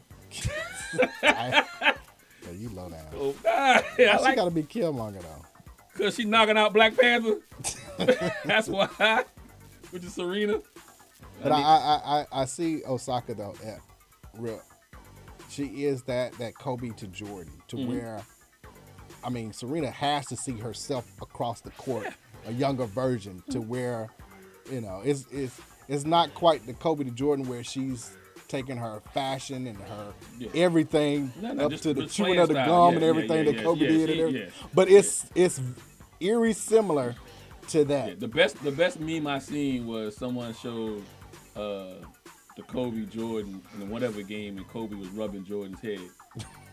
Speaker 6: I, yeah, you low down.
Speaker 4: Oh, [laughs] nah, I
Speaker 6: she
Speaker 4: like
Speaker 6: got to be Killmonger, though.
Speaker 4: because she knocking out Black Panther. [laughs] That's why. [laughs] Which is Serena.
Speaker 6: But I, I, I, I see Osaka, though, at real. She is that, that Kobe to Jordan, to
Speaker 4: Mm-hmm.
Speaker 6: where. I mean, Serena has to see herself across the court, a younger version,
Speaker 4: [laughs]
Speaker 6: to where, you know, it's it's it's not quite the Kobe to Jordan where she's taking her fashion and her
Speaker 4: Yeah.
Speaker 6: everything
Speaker 4: No, no,
Speaker 6: up
Speaker 4: just-
Speaker 6: to the
Speaker 4: just
Speaker 6: chewing
Speaker 4: playing
Speaker 6: of the
Speaker 4: style. Yeah,
Speaker 6: gum and
Speaker 4: yeah,
Speaker 6: everything
Speaker 4: yeah,
Speaker 6: that
Speaker 4: yeah,
Speaker 6: Kobe
Speaker 4: yeah,
Speaker 6: did,
Speaker 4: she-
Speaker 6: and everything.
Speaker 4: yeah.
Speaker 6: but it's it's eerie similar to
Speaker 4: Yeah,
Speaker 6: that.
Speaker 4: the best the best meme I seen was someone showed uh, the Kobe Jordan in the whatever game and Kobe was rubbing Jordan's head.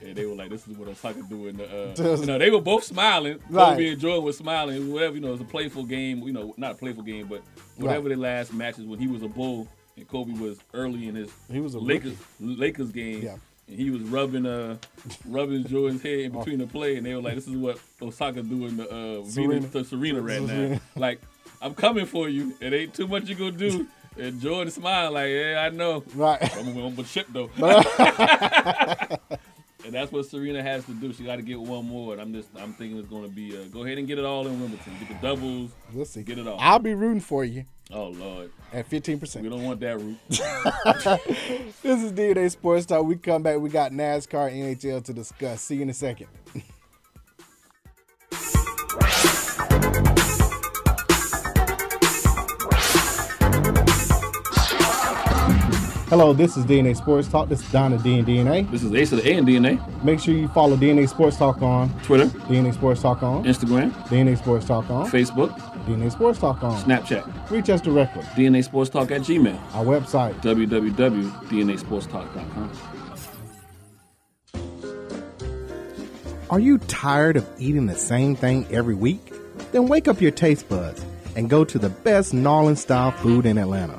Speaker 4: And they were like, "This is what a sucker do." And
Speaker 6: [laughs]
Speaker 4: the, uh, you know, they were both smiling. Kobe
Speaker 6: Right.
Speaker 4: and Jordan were smiling. Whatever you know, it was a playful game. You know, not a playful game, but whatever the last matches when he was a bull and Kobe was early in his
Speaker 6: He was a
Speaker 4: Lakers Lakers game.
Speaker 6: Yeah.
Speaker 4: And he was rubbing uh rubbing Jordan's head
Speaker 6: [laughs]
Speaker 4: in
Speaker 6: Oh.
Speaker 4: between the play, and they were like, "This is what Osaka doing the uh, Venus to Serena right now." Like, I'm coming for you. It ain't too much you gonna do. And Jordan smiled like, "Yeah, I know.
Speaker 6: Right. [laughs]
Speaker 4: I'm gonna, I'm gonna chip though." [laughs] and that's what Serena has to do. She got to get one more. And I'm just, I'm thinking it's gonna be, uh, go ahead and get it all in Wimbledon. Get the doubles.
Speaker 6: We'll see.
Speaker 4: Get it all.
Speaker 6: I'll be rooting for you
Speaker 4: Oh Lord,
Speaker 6: at 15%.
Speaker 4: we don't want that route.
Speaker 6: This is DNA Sports Talk. We come back. We got NASCAR and NHL to discuss. See you in a second. [laughs] Hello, this is DNA Sports Talk. This is Donna D and DNA.
Speaker 4: This is Ace of the A and DNA.
Speaker 6: Make sure you follow DNA Sports Talk on
Speaker 4: Twitter,
Speaker 6: DNA Sports Talk on
Speaker 4: Instagram,
Speaker 6: DNA Sports Talk on
Speaker 4: Facebook,
Speaker 6: DNA Sports Talk on.
Speaker 4: Snapchat,
Speaker 6: Reach us directly.
Speaker 4: DNA Sports Talk at Gmail.
Speaker 6: Our website.
Speaker 4: www.dnasportstalk.com.
Speaker 6: Are you tired of eating the same thing every week? Then wake up your taste buds and go to the best gnarling style food in Atlanta.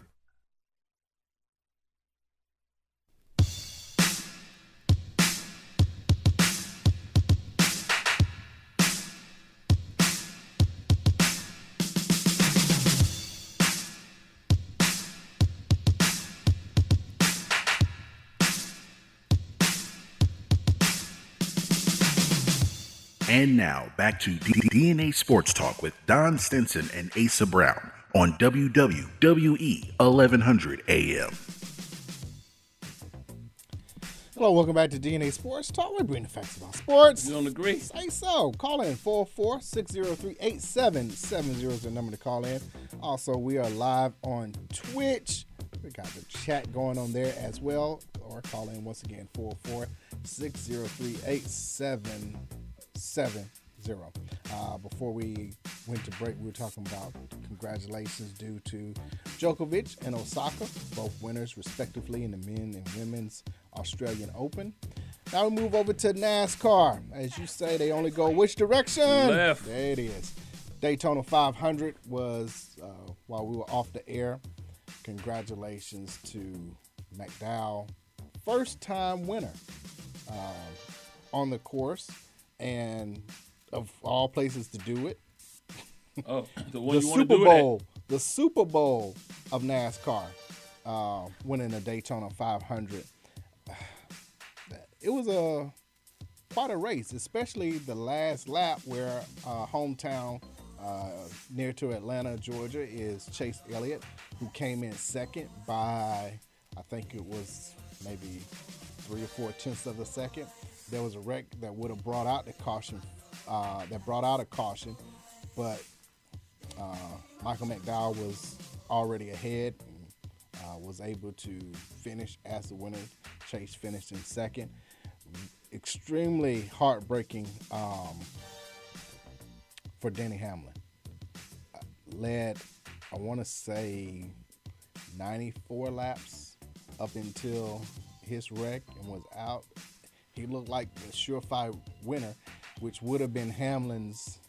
Speaker 5: And now back to D- D- DNA Sports Talk with Don Stinson and Asa Brown on E WWE 1100 AM.
Speaker 6: Hello, welcome back to DNA Sports Talk. We bring the facts about sports.
Speaker 4: You don't agree?
Speaker 6: Say so. Call in 446038770 is the number to call in. Also, we are live on Twitch. We got the chat going on there as well. Or call in once again 446038770. Uh, before we went to break, we were talking about congratulations due to Djokovic and Osaka, both winners respectively in the men and women's Australian Open. Now we move over to NASCAR. As you say, they only go which direction?
Speaker 4: Left.
Speaker 6: There it is. Daytona 500 was uh, while we were off the air. Congratulations to McDowell, first time winner um, on the course, and of all places to do it,
Speaker 4: Oh, the one
Speaker 6: the
Speaker 4: you want to
Speaker 6: Super
Speaker 4: do
Speaker 6: Bowl, the Super Bowl of NASCAR, uh, winning the Daytona 500. It was a quite a race, especially the last lap where uh, hometown uh, near to Atlanta, Georgia, is Chase Elliott, who came in second by I think it was maybe three or four tenths of a second. There was a wreck that would have brought out the caution, uh, that brought out a caution, but Michael McDowell was already ahead and uh, was able to finish as the winner. Chase finished in second. Extremely heartbreaking um, for Denny Hamlin. Uh, Led, I want to say, 94 laps up until his wreck and was out. He looked like the surefire winner, which would have been Hamlin's.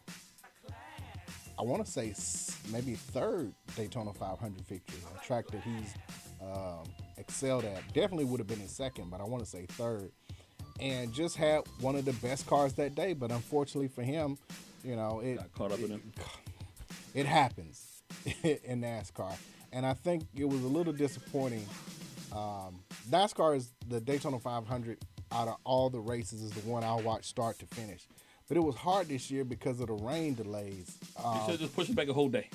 Speaker 6: I want to say s- maybe third Daytona 500 victory, a track that he's um, excelled at. Definitely would have been his second, but I want to say third. And just had one of the best cars that day, but unfortunately for him, you know, it
Speaker 4: caught up in
Speaker 6: it. It happens [laughs] in NASCAR, and I think it was a little disappointing. Um, NASCAR is the Daytona 500 out of all the races is the one I watch start to finish, but it was hard this year because of the rain delays.
Speaker 4: You
Speaker 6: Um,
Speaker 4: should just push it back a whole day.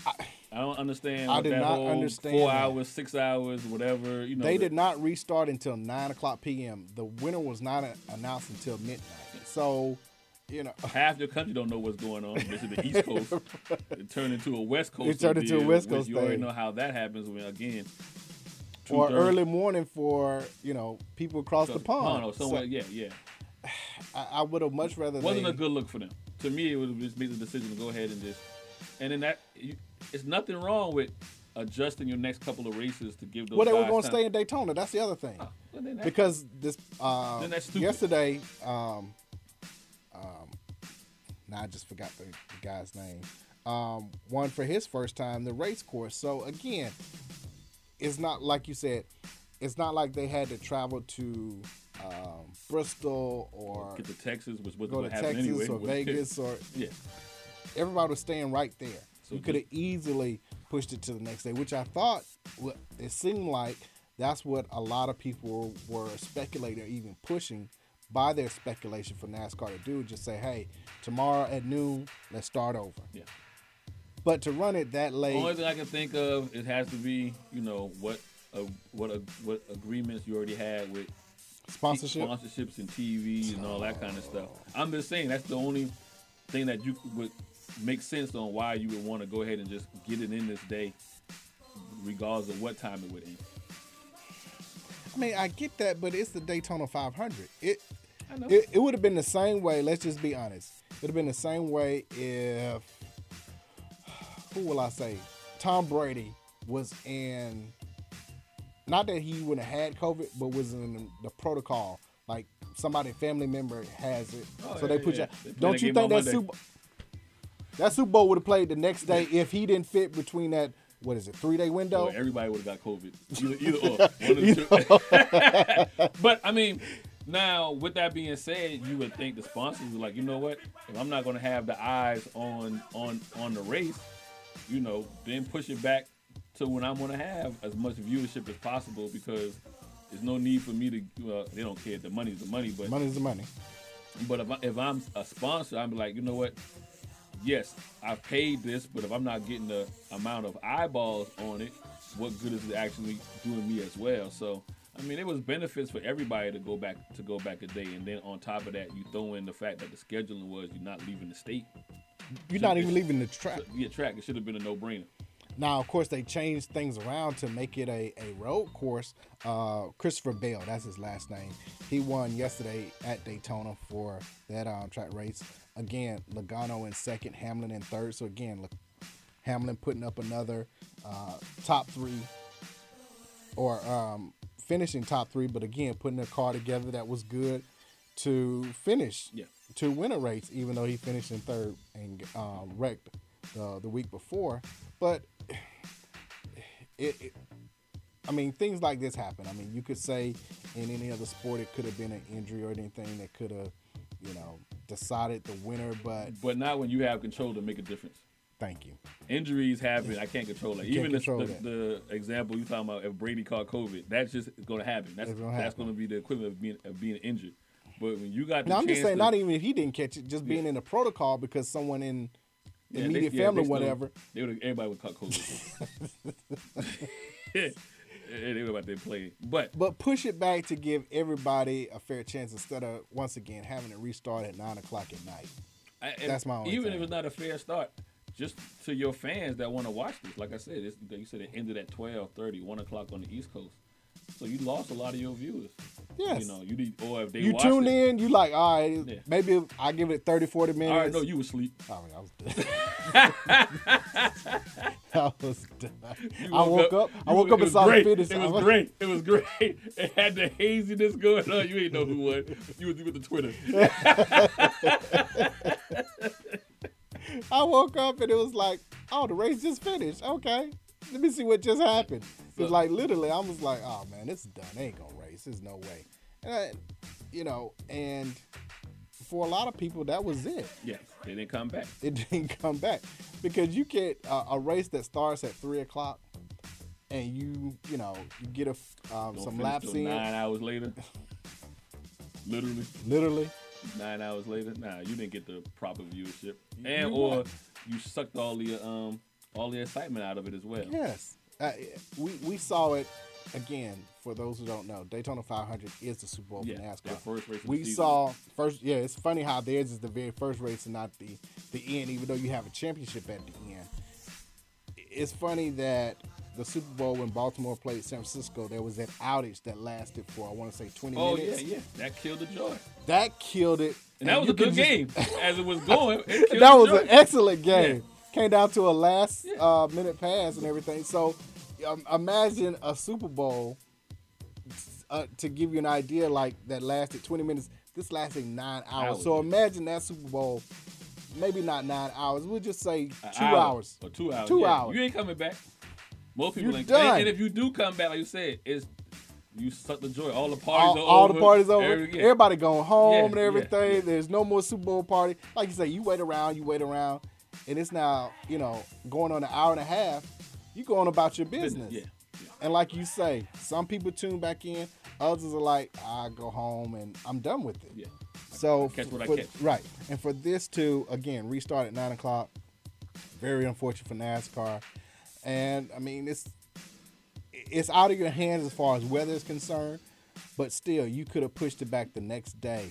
Speaker 4: I, don't understand.
Speaker 6: I
Speaker 4: what
Speaker 6: did
Speaker 4: that
Speaker 6: not
Speaker 4: whole
Speaker 6: understand
Speaker 4: Four
Speaker 6: that.
Speaker 4: hours, six hours, whatever. You know,
Speaker 6: they
Speaker 4: the-
Speaker 6: did not restart until 9 o'clock p.m. The winner was not a- announced until midnight. So, you know,
Speaker 4: half your country don't know what's going on. This is the
Speaker 6: [laughs]
Speaker 4: East Coast. it turned into a West Coast.
Speaker 6: It turned into a
Speaker 4: deal,
Speaker 6: West
Speaker 4: which
Speaker 6: Coast
Speaker 4: You already
Speaker 6: thing.
Speaker 4: know how that happens when again.
Speaker 6: or
Speaker 4: two-thirds-
Speaker 6: early morning for, you know, people across the pond.
Speaker 4: or
Speaker 6: So
Speaker 4: somewhere. yeah, yeah.
Speaker 6: I, I would have much rather
Speaker 4: Wasn't
Speaker 6: they-
Speaker 4: a good look for them. To me, it was just make the decision to go ahead and just, and then that you, it's nothing wrong with adjusting your next couple of races to give those.
Speaker 6: Well, they were
Speaker 4: guys
Speaker 6: going to
Speaker 4: time.
Speaker 6: stay in Daytona. That's the other thing.
Speaker 4: then that-
Speaker 6: because this uh,
Speaker 4: Then that's stupid.
Speaker 6: yesterday, um, um, now I just forgot the, the guy's name. Um, won for his first time the race course. So again, it's not like you said. It's not like they had to travel to um, Bristol or
Speaker 4: Get to Texas, which wasn't
Speaker 6: go
Speaker 4: going
Speaker 6: to
Speaker 4: to happen
Speaker 6: Texas
Speaker 4: anyway.
Speaker 6: or
Speaker 4: but- [laughs]
Speaker 6: Vegas or
Speaker 4: yeah.
Speaker 6: everybody was staying right there.
Speaker 4: So
Speaker 6: you could have easily pushed it to the next day, which I thought wa- it seemed like that's what a lot of people were speculating or even pushing by their speculation for NASCAR to do. Just say, hey, tomorrow at noon, let's start over.
Speaker 4: Yeah.
Speaker 6: But to run it that late,
Speaker 4: Only thing I can think of it has to be you know what uh, what uh, what agreements you already had with
Speaker 6: Sponsorship?
Speaker 4: sponsorships and TV and all that kind of stuff. I'm just saying that's the only thing that you would make sense on why you would want to go ahead and just get it in this day, regardless of what time it would end.
Speaker 6: I mean, I get that, but it's the Daytona 500. It it, it would have been the same way. Let's just be honest. It would have been the same way if who will I say? Tom Brady was in. Not that he would have had COVID, but was in the protocol. Like somebody, family member has it,
Speaker 4: Oh,
Speaker 6: so
Speaker 4: yeah,
Speaker 6: they put
Speaker 4: yeah. They
Speaker 6: you.
Speaker 4: play
Speaker 6: Don't
Speaker 4: that
Speaker 6: you
Speaker 4: game
Speaker 6: think
Speaker 4: on
Speaker 6: that
Speaker 4: Monday.
Speaker 6: Super that Super Bowl would have played the next day if he didn't fit between that what is it three day window?
Speaker 4: Boy, everybody would have got COVID. Either, either or. [laughs] One of the [laughs] two. but I mean, now with that being said, you would think the sponsors were like, you know what? If I'm not going to have the eyes on on on the race, you know, then push it back to when I'm going to have as much viewership as possible because there's no need for me to. Uh, they don't care. The money's the money, but
Speaker 6: Money's the money.
Speaker 4: but if, I, if I'm a sponsor, I'm like, you know what? Yes, I paid this, but if I'm not getting the amount of eyeballs on it, what good is it actually doing me as well? So, I mean, it was benefits for everybody to go back to go back a day, and then on top of that, you throw in the fact that the scheduling was you're not leaving the state.
Speaker 6: You're not even leaving the track.
Speaker 4: Yeah, track. It should have been a no-brainer.
Speaker 6: Now, of course, they changed things around to make it a, a road course. Uh, Christopher Bell, that's his last name. He won yesterday at Daytona for that um, track race. Again, Logano in second, Hamlin in third. So, again, look, Hamlin putting up another uh, top three or um, finishing top three, but again, putting a car together that was good to finish,
Speaker 4: Yeah.
Speaker 6: to win a race, even though he finished in third and um, wrecked the, the week before. But it, it, I mean, things like this happen. I mean, you could say in any other sport, it could have been an injury or anything that could have, you know, decided the winner, but
Speaker 4: But not when you have control to make a difference.
Speaker 6: thank you.
Speaker 4: Injuries happen. I can't control it.
Speaker 6: You
Speaker 4: Even
Speaker 6: can't
Speaker 4: this,
Speaker 6: control
Speaker 4: the, the example you talking about, if Brady caught COVID, that's just going to happen. That's
Speaker 6: It's gonna
Speaker 4: that's going to be the equivalent of being of being injured. But when you got the
Speaker 6: Now, I'm just
Speaker 4: chance
Speaker 6: saying,
Speaker 4: to-
Speaker 6: not even if he didn't catch it, just being in the protocol because someone in
Speaker 4: Yeah, they-
Speaker 6: immediate
Speaker 4: yeah,
Speaker 6: family,
Speaker 4: they still-
Speaker 6: whatever,
Speaker 4: [laughs] They would everybody would cut COVID.
Speaker 6: [laughs]
Speaker 4: yeah, [laughs] they were about to play. But
Speaker 6: but push it back to give everybody a fair chance instead of once again having it restart at nine o'clock at night.
Speaker 4: I- and
Speaker 6: That's my only
Speaker 4: even
Speaker 6: thing.
Speaker 4: if it's not a fair start, just to your fans that want to watch this. Like I said, it's, like you said it ended at 12, 1 o'clock on the East Coast. So you lost a lot of your viewers.
Speaker 6: Yes.
Speaker 4: You know, you need, or if they
Speaker 6: you
Speaker 4: watched
Speaker 6: tuned
Speaker 4: it,
Speaker 6: in, you like, all right,
Speaker 4: Yeah.
Speaker 6: maybe I give it 30, 40 minutes.
Speaker 4: [laughs] All right, no, you were asleep.
Speaker 6: I was I was done. [laughs]
Speaker 4: You
Speaker 6: I woke up. I
Speaker 4: you
Speaker 6: woke
Speaker 4: it
Speaker 6: up and
Speaker 4: was
Speaker 6: saw the
Speaker 4: great.
Speaker 6: finish.
Speaker 4: It
Speaker 6: I
Speaker 4: was great. It was great. [laughs] It had the haziness going on. You ain't know who won. You was with the
Speaker 6: [laughs]
Speaker 4: Twitter.
Speaker 6: I woke up and it was like, oh, the race just finished. Okay, let me see what just happened. It's like literally, I was like, oh man, it's done. They ain't gonna race. There's no way. And I, you know, and for a lot of people, that was it. [laughs]
Speaker 4: yes, they didn't come back.
Speaker 6: It didn't come back because you get uh, a race that starts at three o'clock, and you, you know, you get a f- um,
Speaker 4: Gonna
Speaker 6: some
Speaker 4: finish
Speaker 6: laps
Speaker 4: till
Speaker 6: in.
Speaker 4: Nine hours later. Literally.
Speaker 6: Literally.
Speaker 4: Nine hours later. Nah, you didn't get the proper viewership,
Speaker 6: You-
Speaker 4: and
Speaker 6: you
Speaker 4: or
Speaker 6: what?
Speaker 4: you sucked all the um all the excitement out of it as well.
Speaker 6: Yes. Uh, we, we saw it again. For those who don't know, Daytona 500 is the Super Bowl
Speaker 4: Yeah,
Speaker 6: for NASCAR.
Speaker 4: their first race of the
Speaker 6: we
Speaker 4: season.
Speaker 6: saw first. Yeah, it's funny how theirs is the very first race and not the the end, even though you have a championship at the end. It's funny that the Super Bowl when Baltimore played San Francisco, there was that outage that lasted for I want to say 20
Speaker 4: Oh yeah,
Speaker 6: minutes.
Speaker 4: yeah. That killed the joy.
Speaker 6: That killed it.
Speaker 4: And that was
Speaker 6: you
Speaker 4: a
Speaker 6: could
Speaker 4: good
Speaker 6: just-
Speaker 4: game
Speaker 6: [laughs]
Speaker 4: as it was going. It killed
Speaker 6: that
Speaker 4: the
Speaker 6: was
Speaker 4: joy.
Speaker 6: an excellent game.
Speaker 4: Yeah.
Speaker 6: Came down to a last uh, minute pass and everything. So um, imagine a Super Bowl uh, to give you an idea like that lasted 20 minutes. This lasted nine hours.
Speaker 4: Hours,
Speaker 6: so imagine that Super Bowl, maybe not nine hours. We'll just say two
Speaker 4: An hour
Speaker 6: hours.
Speaker 4: Or two hours.
Speaker 6: Two
Speaker 4: yeah.
Speaker 6: hours.
Speaker 4: You ain't coming back. Most people
Speaker 6: You're
Speaker 4: ain't.
Speaker 6: done.
Speaker 4: And, and if you do come back, like you said, it's you suck the joy. All the parties
Speaker 6: all,
Speaker 4: are
Speaker 6: all
Speaker 4: over.
Speaker 6: the parties over.
Speaker 4: Every- yeah.
Speaker 6: Everybody going home
Speaker 4: Yeah,
Speaker 6: and
Speaker 4: yeah,
Speaker 6: everything. There's no more Super Bowl party. Like you say, you wait around, you wait around, and it's now you know going on an hour and a half. You going about your business.
Speaker 4: Yeah,
Speaker 6: And like you say, some people tune back in. Others are like, I go home and I'm done with it.
Speaker 4: Yeah.
Speaker 6: So
Speaker 4: Catch what I
Speaker 6: for-
Speaker 4: catch.
Speaker 6: right, and for this to again restart at nine o'clock, very unfortunate for NASCAR, and I mean it's it's out of your hands as far as weather is concerned, but still you could have pushed it back the next day.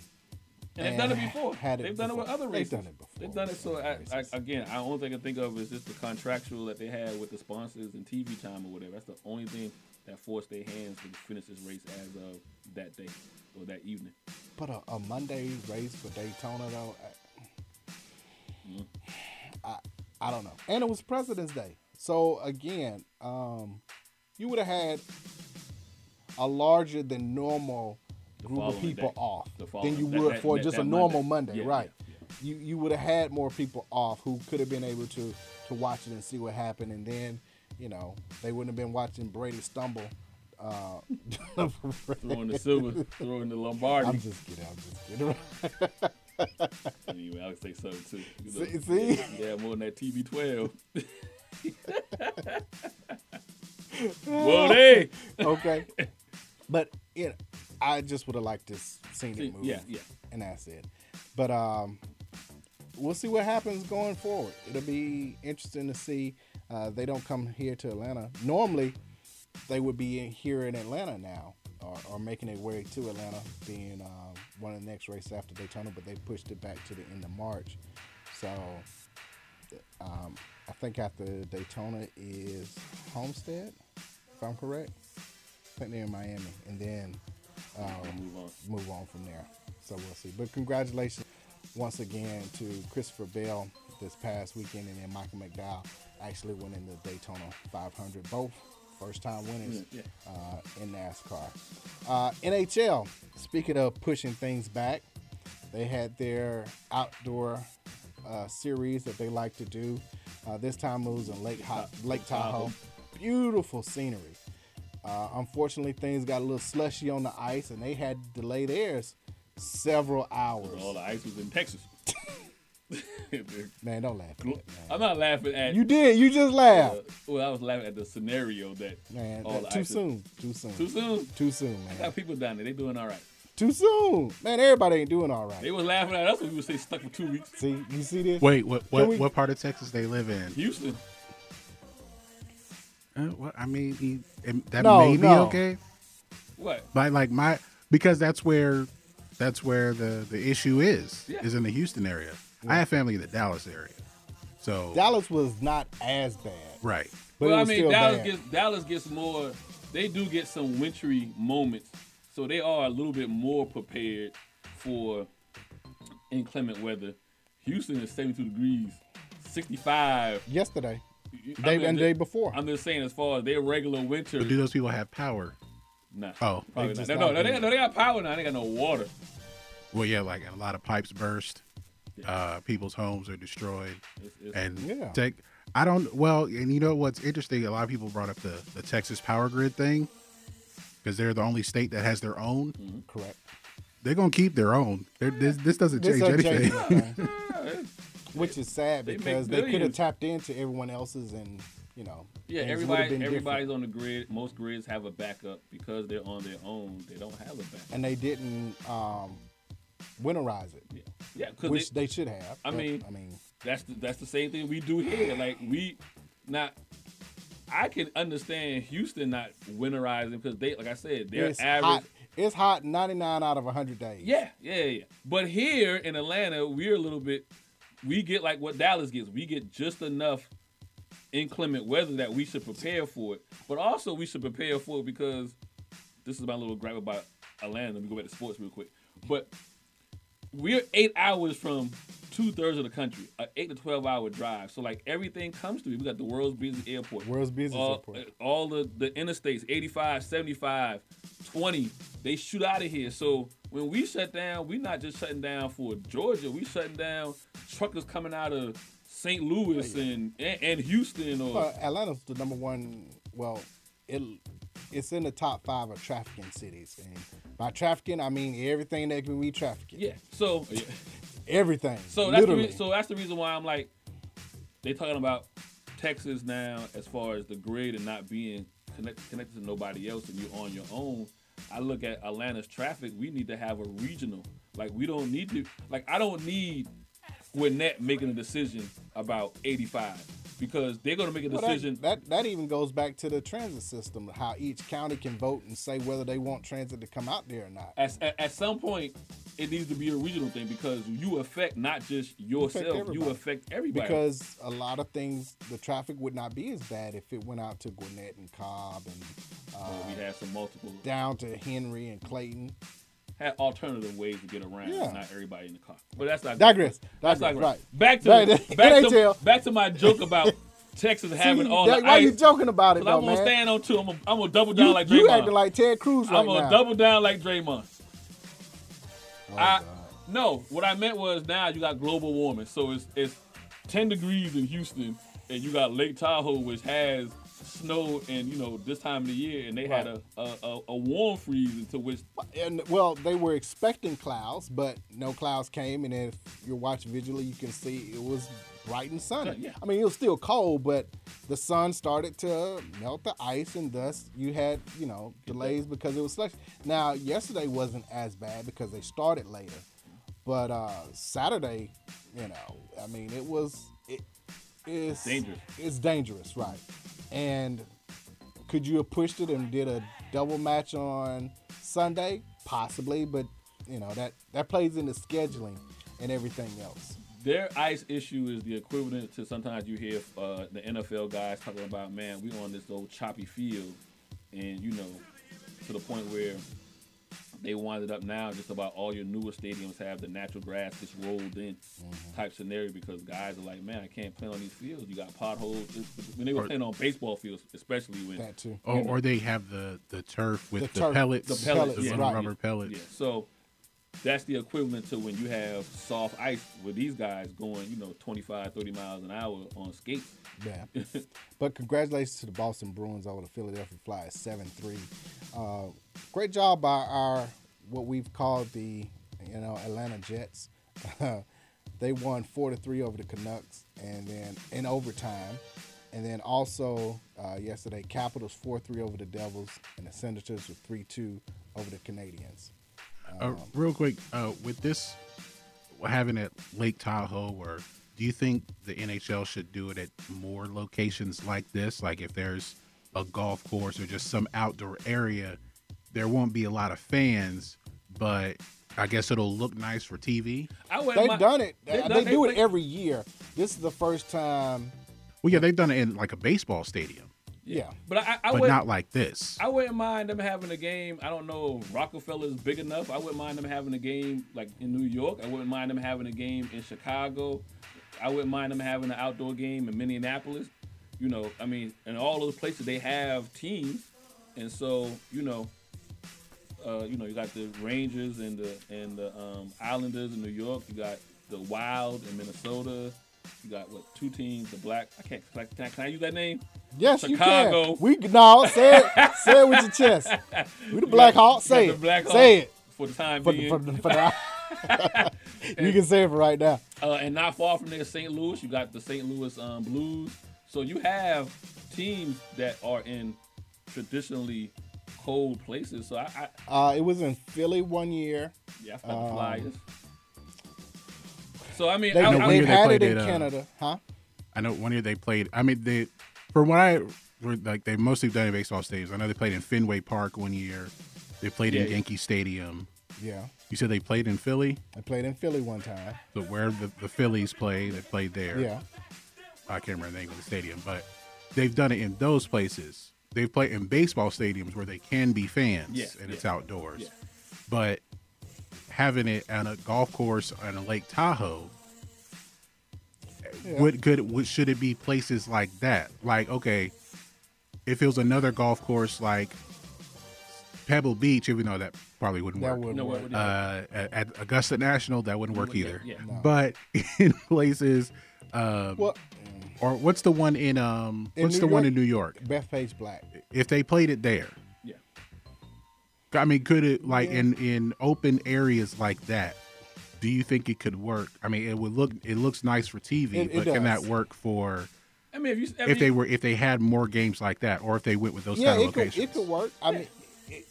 Speaker 4: And they've done it
Speaker 6: and
Speaker 4: before.
Speaker 6: had it
Speaker 4: they've done it with
Speaker 6: before.
Speaker 4: other
Speaker 6: They've
Speaker 4: races.
Speaker 6: done it before.
Speaker 4: They've done it. So I, I, again, I only thing I think of is just the contractual that they had with the sponsors and TV time or whatever. That's the only thing that forced their hands to finish this race as of that day or that evening.
Speaker 6: But a, a Monday race for Daytona though, I, I I don't know. And it was President's Day, so again, um, you would have had a larger than normal group of
Speaker 4: following
Speaker 6: people
Speaker 4: day.
Speaker 6: off
Speaker 4: The
Speaker 6: than
Speaker 4: following-
Speaker 6: you
Speaker 4: that-
Speaker 6: would
Speaker 4: that-
Speaker 6: for
Speaker 4: that-
Speaker 6: just
Speaker 4: that
Speaker 6: a normal Monday,
Speaker 4: Monday. Yeah,
Speaker 6: right? You you would have had more people off who could have been able to to watch it and see what happened, and then you know they wouldn't have been watching Brady stumble. Uh,
Speaker 4: Throwing the
Speaker 6: [laughs]
Speaker 4: silver, throwing the Lombardi.
Speaker 6: I'm just kidding. I'm just kidding.
Speaker 4: anyway, I would say so too. You
Speaker 6: See- [laughs] see?
Speaker 4: Yeah, more than that
Speaker 6: [laughs]
Speaker 4: TB12. Whoa, they. [laughs]
Speaker 6: okay. But you know, I just would have liked to s- seen
Speaker 4: See,
Speaker 6: it move.
Speaker 4: yeah, yeah.
Speaker 6: And that's it. But um, we'll see what happens going forward. It'll be interesting to see. Uh, they don't come here to Atlanta. Normally, they would be in here in Atlanta now, or, or making their way to Atlanta, being uh, one of the next races after Daytona. But they pushed it back to the end of March. So um, I think after Daytona is Homestead, if I'm correct. I think they're in Miami, and then um, move on from there. So we'll see. But congratulations once again to Christopher Bell this past weekend, and then Michael McDowell actually winning the Daytona 500, both first time winners
Speaker 4: Yeah,
Speaker 6: Uh, in NASCAR. Uh, NHL. Speaking of pushing things back, they had their outdoor uh, series that they like to do. Uh, this time it was in Lake Ho- Lake Tahoe. Beautiful scenery. Uh, unfortunately, things got a little slushy on the ice, and they had delayed theirs several hours.
Speaker 4: All the ice was in Texas. [laughs]
Speaker 6: Man, don't laugh.
Speaker 4: I'm not laughing at
Speaker 6: You did. You just laughed.
Speaker 4: Uh, well, I was laughing at the scenario that
Speaker 6: Man,
Speaker 4: all
Speaker 6: that-
Speaker 4: the
Speaker 6: too
Speaker 4: ice is-
Speaker 6: soon. Too soon.
Speaker 4: Too soon.
Speaker 6: Too soon,
Speaker 4: I
Speaker 6: man.
Speaker 4: got people down there. They doing all right.
Speaker 6: Too soon. Man, everybody ain't doing all right.
Speaker 4: They was laughing at us when we would say stuck for two weeks.
Speaker 6: See, you see this?
Speaker 1: Wait, what
Speaker 6: Can
Speaker 1: what,
Speaker 6: we-
Speaker 1: what part of Texas they live in?
Speaker 4: Houston.
Speaker 1: Uh, what, I mean, he- um, that
Speaker 6: No,
Speaker 1: may be
Speaker 6: no.
Speaker 1: okay.
Speaker 4: What?
Speaker 1: But like my because that's where that's where the the issue is
Speaker 6: Yeah.
Speaker 1: is in the Houston area. I have family in the Dallas area, so
Speaker 6: Dallas was not as bad,
Speaker 1: right.
Speaker 6: but
Speaker 4: well,
Speaker 6: it was
Speaker 4: I mean,
Speaker 6: still
Speaker 4: Dallas
Speaker 6: bad.
Speaker 4: gets Dallas gets more. They do get some wintry moments, so they are a little bit more prepared for inclement weather. Houston is 72 degrees, 65
Speaker 6: Yesterday, Day- and day before.
Speaker 4: I'm just saying, as far as their regular winter,
Speaker 1: But do those people have power?
Speaker 4: Nah.
Speaker 1: Oh.
Speaker 4: probably not. No, no, they, got- no, they got power now. They got no water.
Speaker 1: Well, yeah, like a lot of pipes burst, uh, people's homes are destroyed, and
Speaker 4: Yeah.
Speaker 1: tech. I don't. Well, and you know what's interesting? A lot of people brought up the the Texas power grid thing because they're the only state that has their own.
Speaker 6: Correct.
Speaker 1: They're gonna keep their own. They're, this this doesn't
Speaker 6: This
Speaker 1: change
Speaker 6: doesn't
Speaker 1: anything.
Speaker 6: change
Speaker 4: [laughs]
Speaker 6: Which is sad
Speaker 4: They make
Speaker 6: because they could have
Speaker 4: billions.
Speaker 6: tapped into everyone else's and, you know.
Speaker 4: Yeah,
Speaker 6: things would've
Speaker 4: everybody,
Speaker 6: been different.
Speaker 4: everybody's on the grid. Most grids have a backup because they're on their own. They don't have a backup.
Speaker 6: And they didn't um, winterize it.
Speaker 4: Yeah, 'cause
Speaker 6: Which they should have.
Speaker 4: I
Speaker 6: That-
Speaker 4: mean,
Speaker 6: I mean,
Speaker 4: that's the, that's the same thing we do here. Like we, not. I can understand Houston not winterizing because they, like I said, they're
Speaker 6: it's
Speaker 4: average.
Speaker 6: hot. It's hot 99 out of 100 days.
Speaker 4: Yeah, yeah, yeah, yeah. But here in Atlanta, we're a little bit. We get like what Dallas gets. We get just enough inclement weather that we should prepare for it. But also, we should prepare for it because this is my little gripe about Atlanta. Let me go back to sports real quick. But we're eight hours from two thirds of the country, an eight to twelve hour drive. So like everything comes to me. We got the world's busiest airport.
Speaker 6: World's busiest
Speaker 4: all,
Speaker 6: airport.
Speaker 4: uh, All the the interstates, 85, 75, 20, they shoot out of here. So when we shut down, we're not just shutting down for Georgia. We shutting down truckers coming out of St. Louis and, and and Houston or
Speaker 6: Well, Uh, Atlanta's the number one. Well, it it's in the top five of trafficking cities. And by trafficking, I mean everything that can be trafficking.
Speaker 4: yeah. So
Speaker 6: Everything.
Speaker 4: So that's the
Speaker 6: literally.
Speaker 4: re- so that's the reason why I'm like, they talking about Texas now as far as the grid and not being connect, connected to nobody else and you're on your own. I look at Atlanta's traffic. We need to have a regional. Like we don't need to. Like I don't need Gwinnett making a decision about 85 because they're gonna make a
Speaker 6: Well,
Speaker 4: decision.
Speaker 6: that, that that even goes back to the transit system, how each county can vote and say whether they want transit to come out there or not.
Speaker 4: at, at, at some point, it needs to be a regional thing because you affect not just yourself. You
Speaker 6: everybody.
Speaker 4: affect everybody.
Speaker 6: Because a lot of things, the traffic would not be as bad if it went out to Gwinnett and Cobb and uh,
Speaker 4: Well, we had some multiple
Speaker 6: down to Henry and Clayton.
Speaker 4: had alternative ways to get around.
Speaker 6: Yeah.
Speaker 4: Not everybody in the car. But that's not
Speaker 6: Digress.
Speaker 4: That's not
Speaker 6: Digress,
Speaker 4: right.
Speaker 6: right.
Speaker 4: Back to
Speaker 6: Right.
Speaker 4: back to
Speaker 6: NHL.
Speaker 4: back to my joke
Speaker 6: [laughs]
Speaker 4: about Texas having
Speaker 6: See,
Speaker 4: all
Speaker 6: that-
Speaker 4: the
Speaker 6: why you
Speaker 4: ice.
Speaker 6: joking about it,
Speaker 4: But I'm
Speaker 6: though,
Speaker 4: gonna
Speaker 6: man?
Speaker 4: stand on two. I'm gonna, I'm gonna double down like Draymond.
Speaker 6: you acting like Ted Cruz right
Speaker 4: I'm gonna
Speaker 6: now. Oh,
Speaker 4: double down like Draymond. I no. What I meant was now you got global warming, so it's it's 10 degrees in Houston, and you got Lake Tahoe, which has snow, and you know this time of the year, and they had a a, a, a warm freeze into which
Speaker 6: and well, they were expecting clouds, but no clouds came. And if you watch visually, you can see it was bright and sunny.
Speaker 4: Yeah, yeah.
Speaker 6: I mean, it was still cold, but the sun started to melt the ice, and thus you had you know delays because it was slush. Now, yesterday wasn't as bad because they started later, but uh, Saturday, you know, I mean, it was it is
Speaker 4: Dangerous.
Speaker 6: It's dangerous, right? And could you have pushed it and did a double match on Sunday? Possibly, but you know that that plays into scheduling and everything else.
Speaker 4: Their ice issue is the equivalent to sometimes you hear uh, the NFL guys talking about, man, we on this old choppy field, and you know, to the point where they wind it up now. Just about all your newer stadiums have the natural grass just rolled in
Speaker 6: Mm-hmm.
Speaker 4: type scenario because guys are like, man, I can't play on these fields. You got potholes. It's- When they were
Speaker 1: Or-
Speaker 4: playing on baseball fields, especially when
Speaker 6: That too.
Speaker 1: Or, or they have the the turf with
Speaker 4: The
Speaker 1: the,
Speaker 4: turf.
Speaker 1: pellets,
Speaker 4: The pellets,
Speaker 1: the
Speaker 4: yeah.
Speaker 1: little
Speaker 4: Right.
Speaker 1: rubber pellets.
Speaker 4: Yeah. So that's the equivalent to when you have soft ice with these guys going, you know, 25, 30 miles an hour on skates.
Speaker 6: Yeah. [laughs] but congratulations to the Boston Bruins over the Philadelphia Flyers, seven three. Uh, great job by our what we've called the you know Atlanta Jets. [laughs] they won four to three over the Canucks, and then in overtime, and then also uh, yesterday Capitals four three over the Devils, and the Senators were three two over the Canadians.
Speaker 1: Uh,
Speaker 4: Um,
Speaker 1: real quick, uh, with this having at Lake Tahoe, or do you think the NHL should do it at more locations like this? Like if there's a golf course or just some outdoor area, there won't be a lot of fans, but I guess it'll look nice for TV.
Speaker 4: I
Speaker 6: They've done it. They, they do it every year. This is the first time.
Speaker 1: Well, yeah, they've done it in like a baseball stadium,
Speaker 6: Yeah,
Speaker 4: But I, I, I
Speaker 1: but
Speaker 4: wouldn't-
Speaker 1: not like this.
Speaker 4: I wouldn't mind them having a game. I don't know if Rockefeller's big enough. I wouldn't mind them having a game like in New York. I wouldn't mind them having a game in Chicago. I wouldn't mind them having an outdoor game in Minneapolis. you know, I mean, in all those places they have teams, and so you know, uh, you know, you got the Rangers and the and the um, Islanders in New York. You got the Wild in Minnesota. You got what two teams? The Black. I can't. Black, can, I, can I use that name?
Speaker 6: Yes,
Speaker 4: Chicago.
Speaker 6: you can. We no say it, say it with your chest. We the Black Hawk.
Speaker 4: You got
Speaker 6: Say
Speaker 4: the
Speaker 6: it.
Speaker 4: Black
Speaker 6: say
Speaker 4: Hawks
Speaker 6: it.
Speaker 4: for the time
Speaker 6: For the-
Speaker 4: being.
Speaker 6: for the- for the- you can say it for right now.
Speaker 4: Uh, and not far from there, St. Louis. You got the St. Louis um, Blues. So you have teams that are in traditionally cold places. So I, I
Speaker 6: Uh, it was in Philly one year.
Speaker 4: yeah, I felt the
Speaker 6: Um,
Speaker 4: Flyers. So I mean,
Speaker 6: They-
Speaker 4: I,
Speaker 6: No,
Speaker 4: I,
Speaker 6: we-
Speaker 1: year they
Speaker 6: had
Speaker 1: played
Speaker 6: it in
Speaker 1: uh,
Speaker 6: Canada, huh?
Speaker 1: I know one year they played. I mean, they from what I were like, they mostly done at baseball stadiums. I know they played in Fenway Park one year. They played in
Speaker 6: Yeah.
Speaker 1: Yankee Stadium.
Speaker 6: Yeah.
Speaker 1: You said they played in Philly,
Speaker 6: I played in Philly one time.
Speaker 1: but where the, the Phillies play, they played there.
Speaker 6: Yeah.
Speaker 1: I can't remember the name of the stadium, but they've done it in those places. They've played in baseball stadiums where they can be fans
Speaker 4: Yeah,
Speaker 1: and it's
Speaker 4: yeah,
Speaker 1: outdoors.
Speaker 4: yeah.
Speaker 1: But having it on a golf course on a Lake Tahoe,
Speaker 6: Yeah.
Speaker 1: what good what should it be places like that? Like, okay, if it was another golf course like Pebble Beach, even though that probably wouldn't
Speaker 6: That
Speaker 1: work.
Speaker 6: wouldn't No, work. it wouldn't
Speaker 1: Uh, at at Augusta National, that wouldn't work
Speaker 4: wouldn't-
Speaker 1: either.
Speaker 4: yeah, yeah.
Speaker 6: No.
Speaker 1: But [laughs] in places, um,
Speaker 6: Well,
Speaker 1: or what's the one in um,
Speaker 6: In
Speaker 1: what's
Speaker 6: New
Speaker 1: the one
Speaker 6: York?
Speaker 1: in New York?
Speaker 6: Bethpage Black.
Speaker 1: If they played it there,
Speaker 4: Yeah.
Speaker 1: I mean, could it like
Speaker 6: Yeah.
Speaker 1: in in open areas like that? Do you think it could work? I mean, it would look it looks nice for TV,
Speaker 6: It- it
Speaker 1: but can that
Speaker 6: does.
Speaker 1: work for
Speaker 4: I mean, if you I
Speaker 1: if
Speaker 4: mean,
Speaker 1: they were if they had more games like that, or if they went with those
Speaker 6: yeah,
Speaker 1: kind of
Speaker 6: it could,
Speaker 1: locations?
Speaker 6: it could work. I mean, it,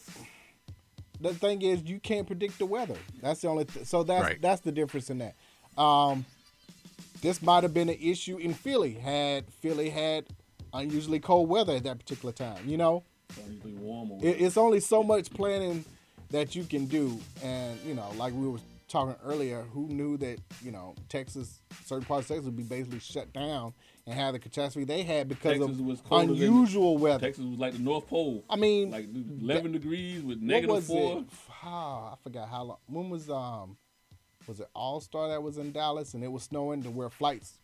Speaker 6: the thing is, you can't predict the weather. That's the only. Th- so that's
Speaker 1: Right.
Speaker 6: that's the difference in that. Um, this might have been an issue in Philly had Philly had unusually cold weather at that particular time. You know,
Speaker 4: It's usually warm or
Speaker 6: it, it's only so much planning that you can do, and you know, like we were talking earlier, who knew that you know Texas, certain parts of Texas would be basically shut down and have the catastrophe they had because
Speaker 4: Texas
Speaker 6: of
Speaker 4: was colder than-
Speaker 6: unusual weather.
Speaker 4: Texas was like the North Pole.
Speaker 6: I mean,
Speaker 4: like 11 degrees with
Speaker 6: What
Speaker 4: negative
Speaker 6: was
Speaker 4: four.
Speaker 6: it? Ah, I forgot how long. When was um, was it All Star that was in Dallas and it was snowing to where flights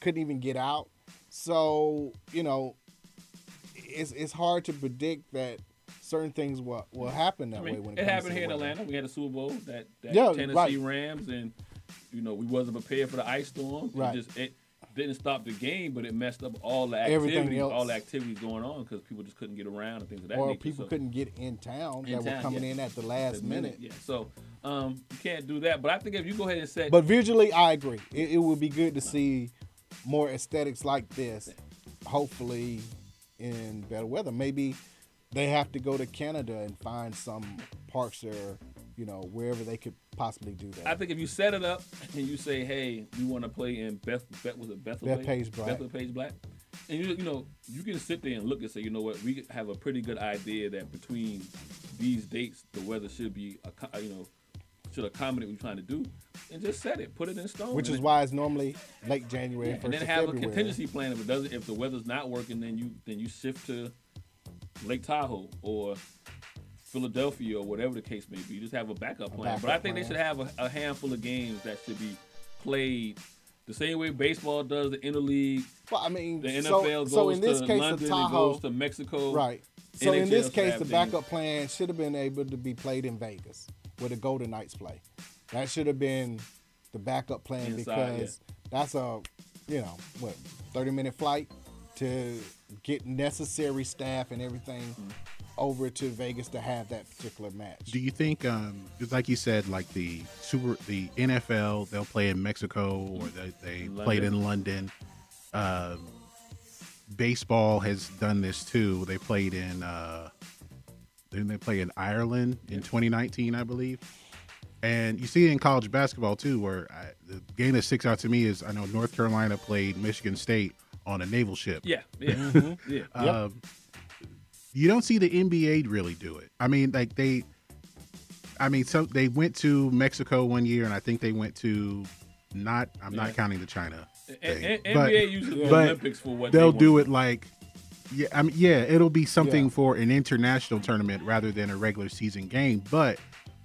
Speaker 6: couldn't even get out. So you know, it's it's hard to predict that certain things will will happen that
Speaker 4: I mean,
Speaker 6: way when it,
Speaker 4: it
Speaker 6: comes
Speaker 4: happened
Speaker 6: to
Speaker 4: here in
Speaker 6: weather.
Speaker 4: Atlanta. We had a Super Bowl that, that
Speaker 6: Yeah,
Speaker 4: Tennessee
Speaker 6: right.
Speaker 4: Rams, and you know we wasn't prepared for the ice storm.
Speaker 6: Right.
Speaker 4: It just it didn't stop the game, but it messed up all the
Speaker 6: Everything
Speaker 4: activities, all
Speaker 6: else.
Speaker 4: the activities going on because people just couldn't get around and things of that
Speaker 6: Or
Speaker 4: nature.
Speaker 6: people
Speaker 4: So-
Speaker 6: couldn't get in town
Speaker 4: In
Speaker 6: that were
Speaker 4: town,
Speaker 6: coming
Speaker 4: yeah.
Speaker 6: in at the last
Speaker 4: the
Speaker 6: minute.
Speaker 4: Yeah. So um, you can't do that. But I think if you go ahead and set,
Speaker 6: But visually, I agree. It, it would be good to see more aesthetics like this, hopefully in better weather. Maybe they have to go to Canada and find some parks or, you know, wherever they could possibly do that.
Speaker 4: I think if you set it up and you say, "Hey, we want to play in Beth, Beth was it Bethel
Speaker 6: Bethpage Black.
Speaker 4: Bethel Page Black," and you you know you can sit there and look and say, "You know what? We have a pretty good idea that between these dates, the weather should be acco- you know should accommodate what you're trying to do, and just set it, put it in stone,
Speaker 6: Which
Speaker 4: and
Speaker 6: is
Speaker 4: it-
Speaker 6: why it's normally late January,
Speaker 4: Yeah,
Speaker 6: first
Speaker 4: and then
Speaker 6: of
Speaker 4: have
Speaker 6: February.
Speaker 4: a contingency plan if it doesn't if the weather's not working then you then you shift to Lake Tahoe or Philadelphia or whatever the case may be. You just have a backup plan. but I
Speaker 6: backup
Speaker 4: think they
Speaker 6: plan.
Speaker 4: should have a, a handful of games that should be played the same way baseball does the interleague.
Speaker 6: Well, I mean,
Speaker 4: The
Speaker 6: so-
Speaker 4: NFL
Speaker 6: so
Speaker 4: goes
Speaker 6: in this
Speaker 4: to
Speaker 6: case, the
Speaker 4: London, it
Speaker 6: Tahoe-
Speaker 4: goes to Mexico.
Speaker 6: Right. So in
Speaker 4: NHL
Speaker 6: this
Speaker 4: should
Speaker 6: case,
Speaker 4: have
Speaker 6: the
Speaker 4: things.
Speaker 6: backup plan should have been able to be played in Vegas, where the Golden Knights play. That should have been the backup plan
Speaker 4: Inside,
Speaker 6: because that's a, you know, what thirty minute flight to get necessary staff and everything over to Vegas to have that particular match.
Speaker 1: Do you think, um, 'cause like you said, like the super the NFL, they'll play in Mexico or they, they played in London. Um, baseball has done this too. They played in uh, didn't they play in Ireland in 2019, I believe. And you see it in college basketball too, where I, the game that sticks out to me is I know North Carolina played Michigan State on a naval ship.
Speaker 4: Yeah, yeah, [laughs] yeah.
Speaker 1: Um, You don't see the NBA really do it. I mean, like they, I mean, so they went to Mexico one year, and I think they went to not. I'm
Speaker 4: Yeah.
Speaker 1: not counting the China.
Speaker 4: A-
Speaker 1: thing,
Speaker 4: a-
Speaker 1: but-
Speaker 4: NBA uses the
Speaker 1: but
Speaker 4: Olympics for what they
Speaker 1: they'll
Speaker 4: want.
Speaker 1: do it like. Yeah, I mean, yeah, it'll be something for an international tournament rather than a regular season game. But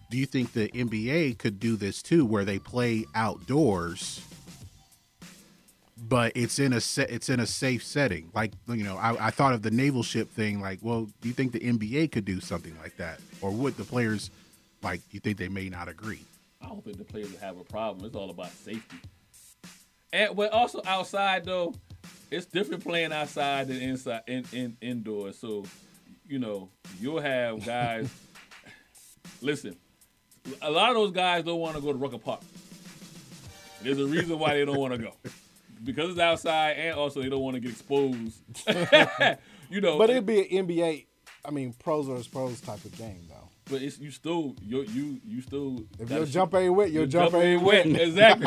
Speaker 1: do you think the NBA could do this too, where they play outdoors? but it's in a set it's in a safe setting like you know I, I thought of the naval ship thing like well do you think the nba could do something like that or would the players like you think they may not agree
Speaker 4: I don't think the players would have a problem. It's all about safety. And but also outside though, it's different playing outside than inside in, in indoors. So, you know, you'll have guys [laughs] listen, a lot of those guys don't want to go to Rucker Park. There's a reason why they don't want to go. Because it's outside and also they don't want to get exposed. [laughs] you know,
Speaker 6: but it'd be an NBA. I mean, pros versus pros type of game though.
Speaker 4: But it's you still you you you still.
Speaker 6: If
Speaker 4: gotta
Speaker 6: your
Speaker 4: shoot-
Speaker 6: jump ain't wet, your jump [laughs] ain't wet.
Speaker 4: Exactly.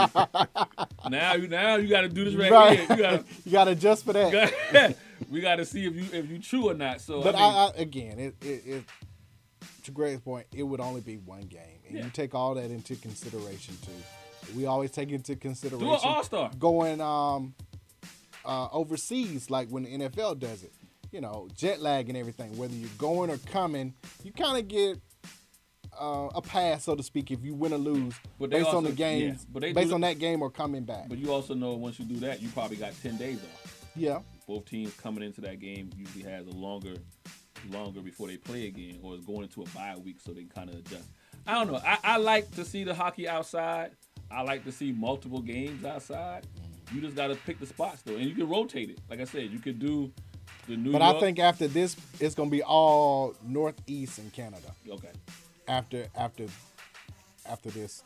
Speaker 4: now you now you got to do this right,
Speaker 6: Right.
Speaker 4: here. You got
Speaker 6: [laughs] You got to adjust for that.
Speaker 4: to [laughs] we got to see if you if you true or not. So
Speaker 6: but
Speaker 4: I
Speaker 6: I,
Speaker 4: mean,
Speaker 6: I, again, it, it, it to Greg's point, it would only be one game, and
Speaker 4: Yeah.
Speaker 6: you take all that into consideration too. We always take into consideration
Speaker 4: All-Star.
Speaker 6: going um, uh, overseas, like when the NFL does it. You know, jet lag and everything. Whether you're going or coming, you kind of get uh, a pass, so to speak, if you win or lose
Speaker 4: But they
Speaker 6: based on
Speaker 4: also-
Speaker 6: the games,
Speaker 4: yeah, but they
Speaker 6: based
Speaker 4: do-
Speaker 6: on that game or coming back.
Speaker 4: but you also know once you do that, you probably got ten days off.
Speaker 6: Yeah.
Speaker 4: Both teams coming into that game usually has a longer longer before they play again, or is going into a bye week so they can kind of adjust. I don't know. I, I like to see the hockey outside. I like to see multiple games outside. You just got to pick the spots though, and you can rotate it. Like I said, you could do the New
Speaker 6: But
Speaker 4: York.
Speaker 6: I think after this, it's gonna be all northeast and Canada.
Speaker 4: Okay.
Speaker 6: After after after this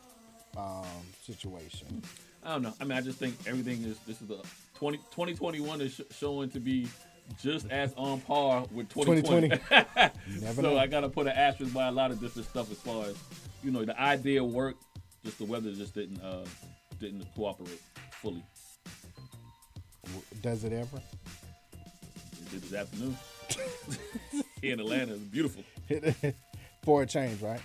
Speaker 6: um, situation,
Speaker 4: I don't know. I mean, I just think everything is. This is the 20, 2021 is sh- showing to be just as on par with 2020. [laughs]
Speaker 6: 2020. You never
Speaker 4: so
Speaker 6: know.
Speaker 4: I gotta put an asterisk by a lot of different stuff as far as you know the idea worked. Just the weather just didn't uh didn't cooperate fully.
Speaker 6: W- does it ever?
Speaker 4: It did this
Speaker 6: [laughs]
Speaker 4: afternoon here in Atlanta. It's beautiful.
Speaker 6: For a change, right?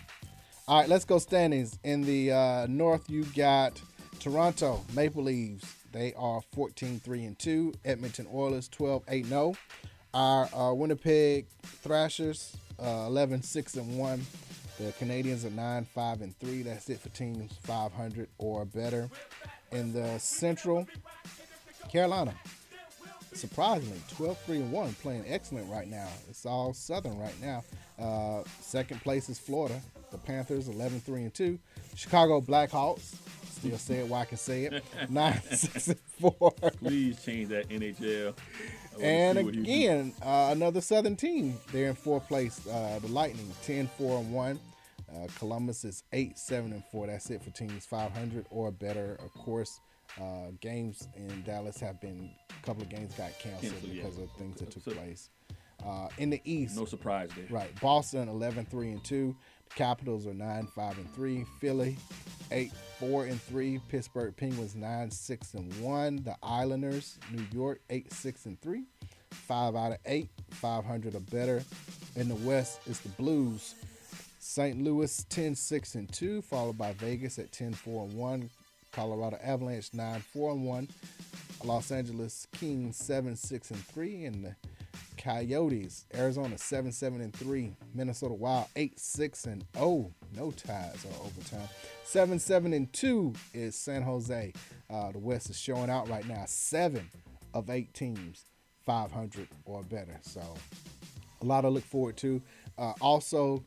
Speaker 6: All right, let's go standings. In the uh, north, you got Toronto Maple Leafs. They are 14 3 and 2. Edmonton Oilers 12 8 0. oh. Our uh, Winnipeg Thrashers uh, 11 6 and 1. The Canadians are 9 5 and 3. That's it for teams 500 or better. In the central, Carolina surprisingly 12 3 and 1 playing excellent right now it's all southern right now uh, second place is florida the panthers 11 3 and 2 chicago blackhawks still say it why i can say it [laughs] 9 6 and 4
Speaker 4: Please change that NHL. I wanna
Speaker 6: and
Speaker 4: see what you do.
Speaker 6: again uh, another southern team they're in fourth place uh, the lightning 10 4 and 1 uh, Columbus is 8, 7, and 4. That's it for teams 500 or better. Of course, uh, games in Dallas have been, a couple of games got canceled,
Speaker 4: Canceled, yeah.
Speaker 6: because of things that took place. Uh, in the East,
Speaker 4: No surprise there.
Speaker 6: right, Boston 11, 3, and 2. The Capitals are 9, 5, and 3. Philly 8, 4, and 3. Pittsburgh Penguins 9, 6, and 1. The Islanders, New York 8, 6, and 3. 5 out of 8, 500 or better. In the West, it's the Blues St. Louis 10 6 and 2, followed by Vegas at 10 4 and 1, Colorado Avalanche 9 4 and 1, Los Angeles Kings 7 6 and 3, and the Coyotes, Arizona 7 7 and 3, Minnesota Wild 8 6 and 0, no ties or overtime. 7 7 and 2 is San Jose. Uh, the West is showing out right now, 7 of 8 teams, 500 or better. So a lot to look forward to. Uh, also,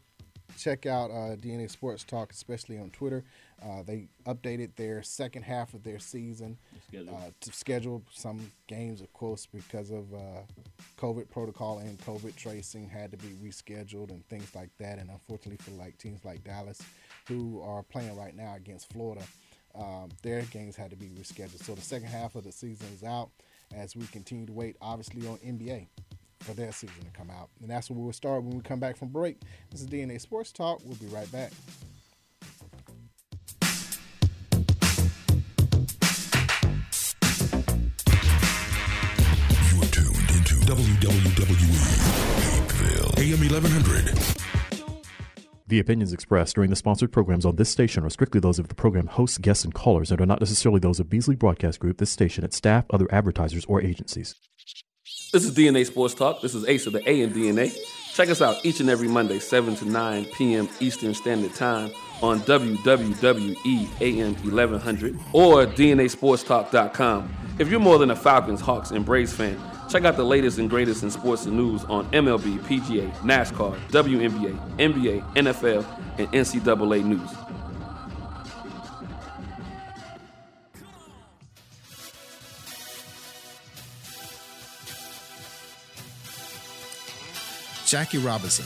Speaker 6: check out uh, DNA Sports Talk, especially on Twitter. Uh, they updated their second half of their season
Speaker 4: Schedule.
Speaker 6: uh, to schedule some games, of course, because of uh, COVID protocol and COVID tracing had to be rescheduled and things like that. And unfortunately, for like teams like Dallas, who are playing right now against Florida, um, their games had to be rescheduled. So the second half of the season is out as we continue to wait, obviously, on NBA for their season to come out. And that's where we'll start when we come back from break. This is DNA Sports Talk. We'll be right back.
Speaker 8: AM 1100.
Speaker 9: The opinions expressed during the sponsored programs on this station are strictly those of the program hosts, guests, and callers and are not necessarily those of Beasley Broadcast Group, this station, its staff, other advertisers, or agencies.
Speaker 3: This is DNA Sports Talk. This is Ace of the A and DNA. Check us out each and every Monday, 7 to 9 p.m. Eastern Standard Time on E www.am1100 or dnasportstalk.com. If you're more than a Falcons, Hawks, and Braves fan, check out the latest and greatest in sports and news on MLB, PGA, NASCAR, WNBA, NBA, NFL, and NCAA news.
Speaker 10: Jackie Robinson.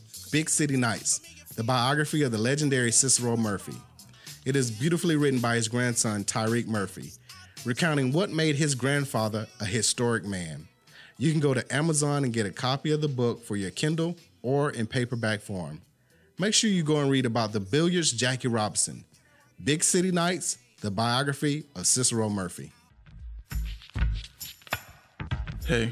Speaker 10: Big City Nights, the biography of the legendary Cicero Murphy. It is beautifully written by his grandson, Tyreek Murphy, recounting what made his grandfather a historic man. You can go to Amazon and get a copy of the book for your Kindle or in paperback form. Make sure you go and read about the billiards Jackie Robinson, Big City Nights, the biography of Cicero Murphy.
Speaker 11: Hey,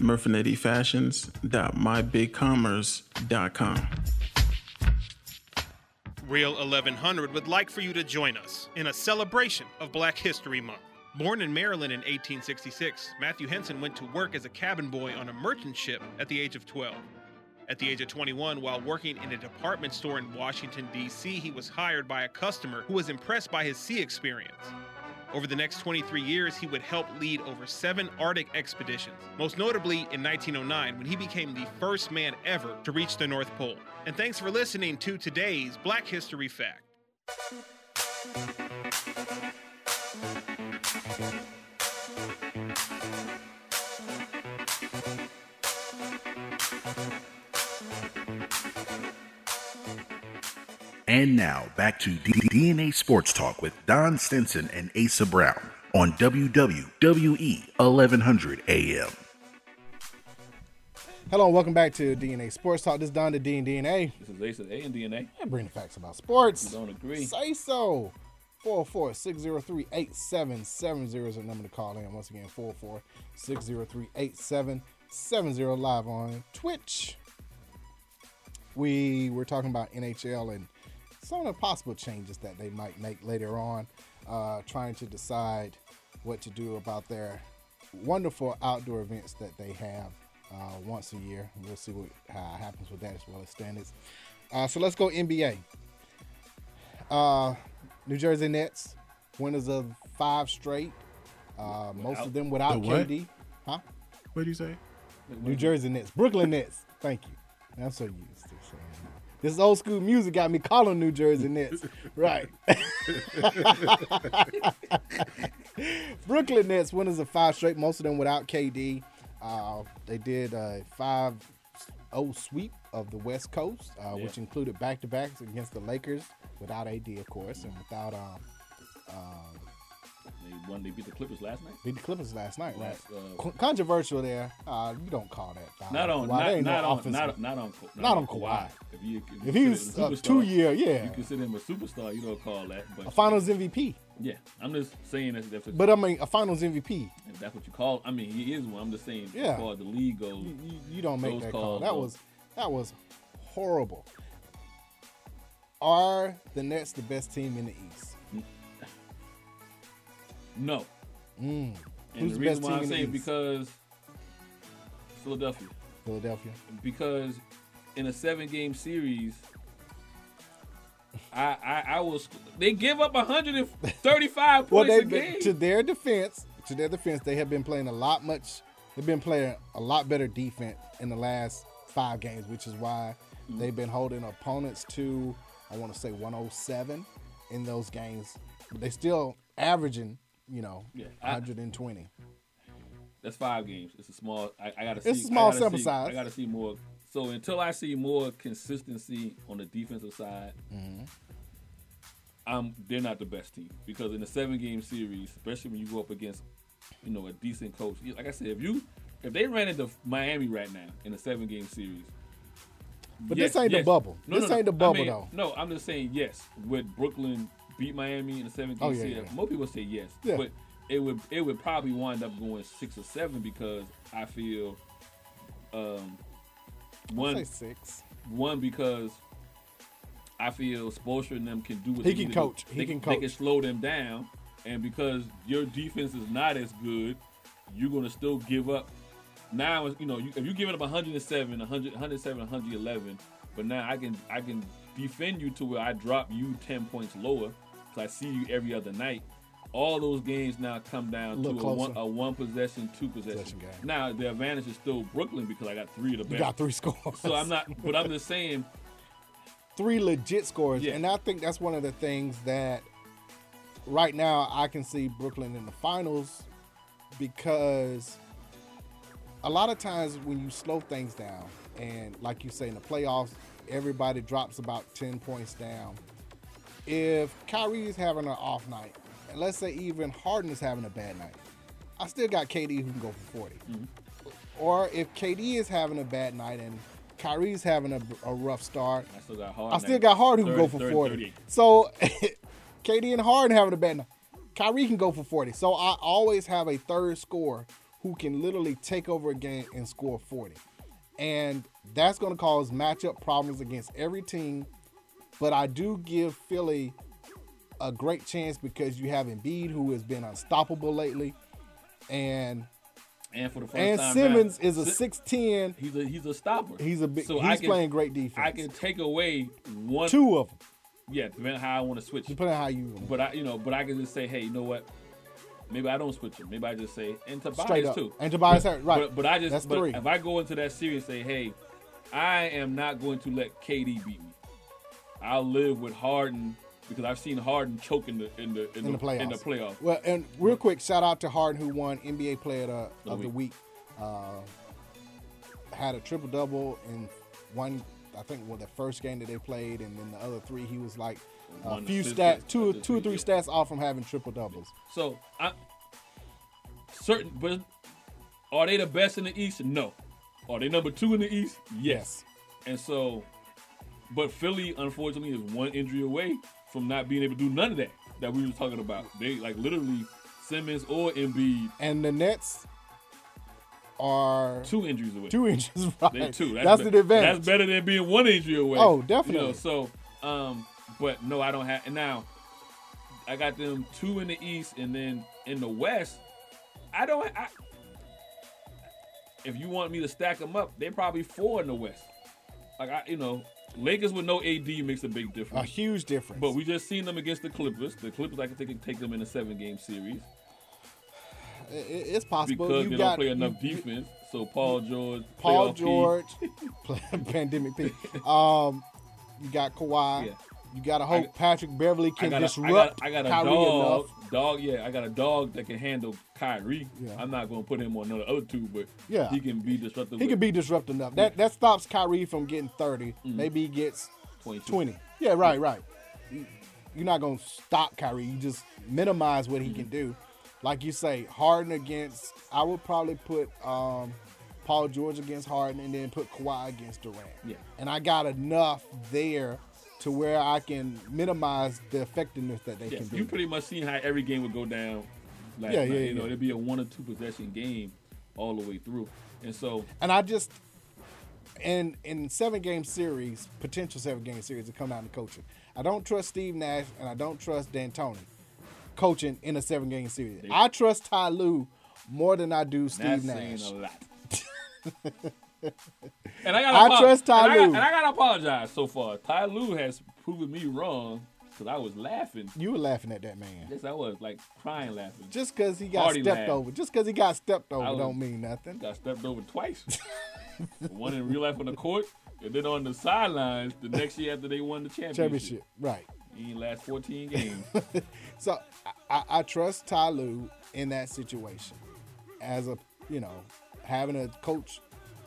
Speaker 11: murfinettifashions.mybigcommerce.com.
Speaker 6: Real 1100 would like for you to join us in a celebration of Black History Month. Born in Maryland in 1866, Matthew Henson went to work as a cabin boy on a merchant ship at the age of 12. At the age of 21, while working in a department store in Washington, D.C., he was hired by a customer who was impressed by his sea experience. Over the next 23 years, he would help lead over seven Arctic expeditions, most notably in 1909 when he became the first man ever to reach the North Pole. And thanks for listening to today's Black History Fact.
Speaker 1: And now back to D- DNA Sports Talk with Don Stinson and Asa Brown on WWE 1100 AM.
Speaker 2: Hello, and welcome back to DNA Sports Talk. This is Don the D and DNA.
Speaker 4: This is Ace of A and DNA.
Speaker 2: I bring the facts about sports.
Speaker 4: You don't agree.
Speaker 2: Say so. 404 603 8770 is the number to call in. Once again, 404 603 8770 live on Twitch. We were talking about NHL and some of the possible changes that they might make later on, uh, trying to decide what to do about their wonderful outdoor events that they have uh, once a year. We'll see what how it happens with that as well as standards. Uh, so let's go NBA. Uh, New Jersey Nets, winners of five straight, uh, most of them without
Speaker 12: The what?
Speaker 2: KD. Huh?
Speaker 12: What do you say?
Speaker 2: New Jersey Nets, Brooklyn Nets. Thank you. I'm so used to saying that. This old school music got me calling New Jersey Nets. right. [laughs] Brooklyn Nets winners of five straight, most of them without KD. Uh, they did a 5 0 sweep of the West Coast,
Speaker 13: Yeah.
Speaker 2: uh, which included back to backs against the Lakers without AD, of course, and without. Um, uh,
Speaker 4: They won. They beat the Clippers last night.
Speaker 2: beat the Clippers last night, right?
Speaker 4: Last, uh,
Speaker 2: Con- controversial there. Uh, you don't call that foul.
Speaker 4: Not on,
Speaker 2: Why, there
Speaker 4: not,
Speaker 2: ain't no
Speaker 4: not, on
Speaker 2: offense.
Speaker 4: not, not on, Ka-
Speaker 2: Not on Kawhi.
Speaker 4: If, you, if,
Speaker 2: If
Speaker 4: you
Speaker 2: he
Speaker 4: consider
Speaker 2: was
Speaker 4: him
Speaker 2: a two-year, yeah.
Speaker 4: You consider him a superstar, you don't call that. But
Speaker 2: A Finals MVP,
Speaker 4: yeah, I'm just saying that. That's
Speaker 2: but I mean a Finals MVP.
Speaker 4: if that's what you call. I mean, he is one. I'm just saying,
Speaker 2: Yeah.
Speaker 4: as far as the league goes,
Speaker 2: You, you- you don't make
Speaker 4: those
Speaker 2: that call.
Speaker 4: calls
Speaker 2: That
Speaker 4: go-
Speaker 2: was that was horrible. Are the Nets the best team in the East?
Speaker 4: no.
Speaker 2: Mm.
Speaker 4: And
Speaker 2: Who's
Speaker 4: the
Speaker 2: the
Speaker 4: reason
Speaker 2: best
Speaker 4: why
Speaker 2: team
Speaker 4: I'm
Speaker 2: in the
Speaker 4: saying
Speaker 2: East?
Speaker 4: because Philadelphia.
Speaker 2: Philadelphia.
Speaker 4: because in a seven game series, I I, I will. sc- They give up 135 points
Speaker 2: Well,
Speaker 4: a
Speaker 2: they've
Speaker 4: game.
Speaker 2: been, to their defense, to their defense, they have been playing a lot much. They've been playing a lot better defense in the last five games, which is why
Speaker 4: Mm.
Speaker 2: they've been holding opponents to I want to say 107 in those games. But they still averaging, you know,
Speaker 4: Yeah, I-
Speaker 2: 120.
Speaker 4: That's five games. It's a small. I, I gotta
Speaker 6: It's
Speaker 4: see.
Speaker 6: a small
Speaker 4: I gotta
Speaker 6: sample
Speaker 4: see-
Speaker 6: size.
Speaker 4: I gotta see more. So until I see more consistency on the defensive side,
Speaker 6: Mm-hmm.
Speaker 4: I'm they're not the best team because in a seven game series, especially when you go up against, you know, a decent coach. you- Like I said, if you if they ran into Miami right now in a seven game series,
Speaker 6: But this ain't the bubble. This ain't the
Speaker 4: I
Speaker 6: bubble,
Speaker 4: mean,
Speaker 6: though.
Speaker 4: No, I'm just saying yes. Would Brooklyn beat Miami in a seven game
Speaker 6: Oh, yeah,
Speaker 4: series?
Speaker 6: yeah.
Speaker 4: Most people say yes,
Speaker 6: Yeah.
Speaker 4: but it would it would probably wind up going six or seven because I feel um one
Speaker 6: say six.
Speaker 4: one because I feel Spoelstra and them can do what they
Speaker 6: He can
Speaker 4: need to do.
Speaker 6: coach. He
Speaker 4: they,
Speaker 6: can
Speaker 4: They can
Speaker 6: coach.
Speaker 4: slow them down, and because your defense is not as good, you're gonna still give up. Now, you know, you, if you're giving up 107, 100, 107, 111, but now I can I can defend you to where I drop you 10 points lower because I see you every other night. All those games now come down to
Speaker 6: Look
Speaker 4: a one,
Speaker 6: closer.
Speaker 4: a one possession, two possession. game. Now the advantage is still Brooklyn because I got three of the best.
Speaker 6: You got three scores.
Speaker 4: So I'm not, but I'm just saying
Speaker 6: three legit scores. And I think that's one of the things that right now I can see Brooklyn in the finals because a lot of times when you slow things down, and like you say in the playoffs, everybody drops about 10 points down. If Kyrie is having an off night, and let's say even Harden is having a bad night, I still got KD who can go for 40. Or if KD is having a bad night and Kyrie's having a, a rough start,
Speaker 4: I still got hard.
Speaker 6: I still got Harden who can go for 40. So [laughs] KD and Harden having a bad night. Kyrie can go for 40. So I always have a third scorer who can literally take over a game and score 40. And that's going to cause matchup problems against every team. But I do give Philly a great chance because you have Embiid, who has been unstoppable lately. And
Speaker 4: And for the first
Speaker 6: and
Speaker 4: time,
Speaker 6: Simmons
Speaker 4: now,
Speaker 6: is a
Speaker 4: Si-
Speaker 6: six ten.
Speaker 4: He's a he's a stopper.
Speaker 6: He's a big.
Speaker 4: So I
Speaker 6: he's
Speaker 4: can-
Speaker 6: playing great defense.
Speaker 4: I can take away one,
Speaker 6: Two of them.
Speaker 4: Yeah, depending on how I want to switch.
Speaker 6: Depending on how you.
Speaker 4: But I, you know, but I can just say, hey, you know what? Maybe I don't switch him. Maybe I just say and Tobias
Speaker 6: Straight up.
Speaker 4: too.
Speaker 6: And Tobias
Speaker 4: but,
Speaker 6: Harris, right.
Speaker 4: But, but I just
Speaker 6: That's
Speaker 4: but
Speaker 6: three.
Speaker 4: if I go into that series and say, hey, I am not going to let KD beat me. I'll live with Harden because I've seen Harden choke in the in the in,
Speaker 6: in the playoffs.
Speaker 4: In the playoffs.
Speaker 6: Well, and real quick, shout out to Harden who won NBA Player of the, of the Week. Uh, had a triple double in one, I think, well, the first game that they played, and then the other three, he was like a
Speaker 4: One
Speaker 6: few
Speaker 4: assist,
Speaker 6: stats, two,
Speaker 4: assist,
Speaker 6: two or three stats off from having triple doubles.
Speaker 4: So I certain, but are they the best in the East? No. Are they number two in the East? Yes. And so, but Philly unfortunately is one injury away from not being able to do none of that that we were talking about. They like literally Simmons or Embiid.
Speaker 6: And the Nets are
Speaker 4: two injuries away.
Speaker 6: Two [laughs] injuries, right?
Speaker 4: They two.
Speaker 6: That's,
Speaker 4: be-
Speaker 6: the advantage.
Speaker 4: That's better than being one injury away.
Speaker 6: Oh, definitely.
Speaker 4: You know, so, um, but no, I don't have. And now, I got them two in the East, and then in the West, I don't. I, if you want me to stack them up, they're probably four in the West. Like I, you know, Lakers with no AD makes a big difference.
Speaker 6: a huge difference.
Speaker 4: But we just seen them against the Clippers. The Clippers, I can think, can take them in a seven-game series
Speaker 6: I- I- it's possible.
Speaker 4: because
Speaker 6: you
Speaker 4: they
Speaker 6: got
Speaker 4: don't play
Speaker 6: you-
Speaker 4: enough defense. So Paul George,
Speaker 6: Paul
Speaker 4: playoff P, [laughs]
Speaker 6: George, pandemic P. Um, you got Kawhi. You got to hope Patrick Beverly
Speaker 4: I
Speaker 6: can
Speaker 4: got a, I
Speaker 6: disrupt
Speaker 4: got, I got a
Speaker 6: Kyrie
Speaker 4: dog.
Speaker 6: enough.
Speaker 4: Dog, yeah, I got a dog that can handle Kyrie. I'm not gonna put him on the other two, but
Speaker 6: Yeah.
Speaker 4: he can be disruptive.
Speaker 6: He
Speaker 4: with-
Speaker 6: can be disruptive enough. That that stops Kyrie from getting 30.
Speaker 4: Mm.
Speaker 6: Maybe he gets
Speaker 4: 22.
Speaker 6: 20. Yeah, right, right. You- You're not going to stop Kyrie. You just minimize what he
Speaker 4: Mm-hmm.
Speaker 6: can do. Like you say, Harden against, I would probably put um, Paul George against Harden and then put Kawhi against Durant.
Speaker 4: Yeah.
Speaker 6: And I got enough there to where I can minimize the effectiveness that they
Speaker 4: Yeah,
Speaker 6: can do.
Speaker 4: you pretty much seen how every game would go down. Last
Speaker 6: Yeah,
Speaker 4: night.
Speaker 6: yeah,
Speaker 4: you know,
Speaker 6: yeah.
Speaker 4: it'd be a one or two possession game all the way through, and so
Speaker 6: And I just and in seven game series, potential seven game series to come down to coaching. I don't trust Steve Nash and I don't trust D'Antoni coaching in a seven game series. I trust Ty Lue more than I do Steve
Speaker 4: that's saying
Speaker 6: Nash.
Speaker 4: a lot.
Speaker 6: And
Speaker 4: [laughs] And I gotta apo-
Speaker 6: trust Ty
Speaker 4: and I got-
Speaker 6: Lue.
Speaker 4: And I gotta apologize so far. Ty Lue has proven me wrong because I was laughing.
Speaker 6: you were laughing at that man.
Speaker 4: Yes, I was like crying laughing.
Speaker 6: Just because he got
Speaker 4: Party
Speaker 6: stepped
Speaker 4: laugh.
Speaker 6: over, just because he got stepped over,
Speaker 4: I was-
Speaker 6: don't mean nothing.
Speaker 4: Got stepped over twice. [laughs] One in real life on the court, and then on the sidelines the next year after they won the championship.
Speaker 6: Championship, right?
Speaker 4: He last 14 games.
Speaker 6: So I, I, I trust Ty Lue in that situation as a you know, having a coach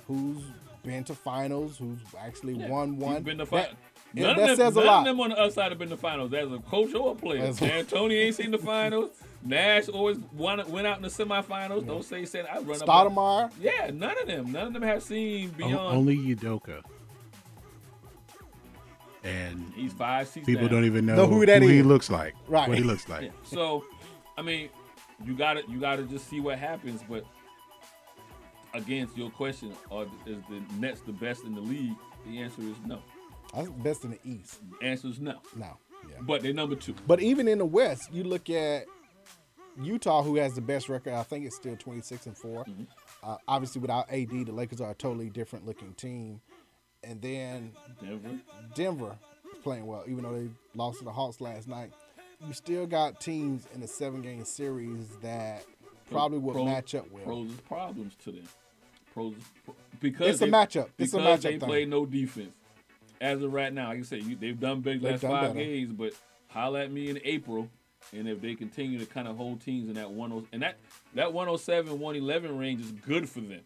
Speaker 6: who's been to finals, who's actually
Speaker 4: Yeah,
Speaker 6: won
Speaker 4: he's
Speaker 6: one.
Speaker 4: Been to
Speaker 6: that-
Speaker 4: fi-
Speaker 6: it-
Speaker 4: none
Speaker 6: that
Speaker 4: of them,
Speaker 6: says a
Speaker 4: none
Speaker 6: lot.
Speaker 4: of them on the other side have been to finals as a coach or a player.
Speaker 6: That's-
Speaker 4: Man, Tony ain't seen the finals. Nash always won, went out in the semifinals. Don't say he said I run
Speaker 6: Stoudemire?
Speaker 4: up. Yeah, none of them. None of them have seen
Speaker 1: O-
Speaker 4: beyond.
Speaker 1: only Udoka. And
Speaker 4: He's five, six.
Speaker 1: people
Speaker 4: down.
Speaker 1: don't even know, who, he looks like.
Speaker 4: Right.
Speaker 1: What he looks like.
Speaker 4: Yeah. So, I mean, you gotta you gotta just see what happens. But again, to your question, are, is the Nets the best in the league? The answer is no.
Speaker 6: That's best in the East.
Speaker 4: Answer is no.
Speaker 6: No. Yeah.
Speaker 4: But they're number two.
Speaker 6: But even in the West, you look at Utah, who has the best record. I think it's still 26 and 4. Uh, obviously, without AD, the Lakers are a totally different looking team. And then
Speaker 4: Denver.
Speaker 6: Denver is playing well, even though they lost to the Hawks last night. You still got teams in a seven game series that probably will
Speaker 4: Pros-
Speaker 6: match up well.
Speaker 4: Pros is problems to them. Pros is- because
Speaker 6: It's a
Speaker 4: they-
Speaker 6: matchup. It's a
Speaker 4: because
Speaker 6: matchup
Speaker 4: They
Speaker 6: thing.
Speaker 4: play no defense as of right now. Like you say, you, they've done big
Speaker 6: They've
Speaker 4: last
Speaker 6: done
Speaker 4: five
Speaker 6: better.
Speaker 4: games, but holla at me in April, and if they continue to kind of hold teams in that one oh, and that that 107 111 range is good for them.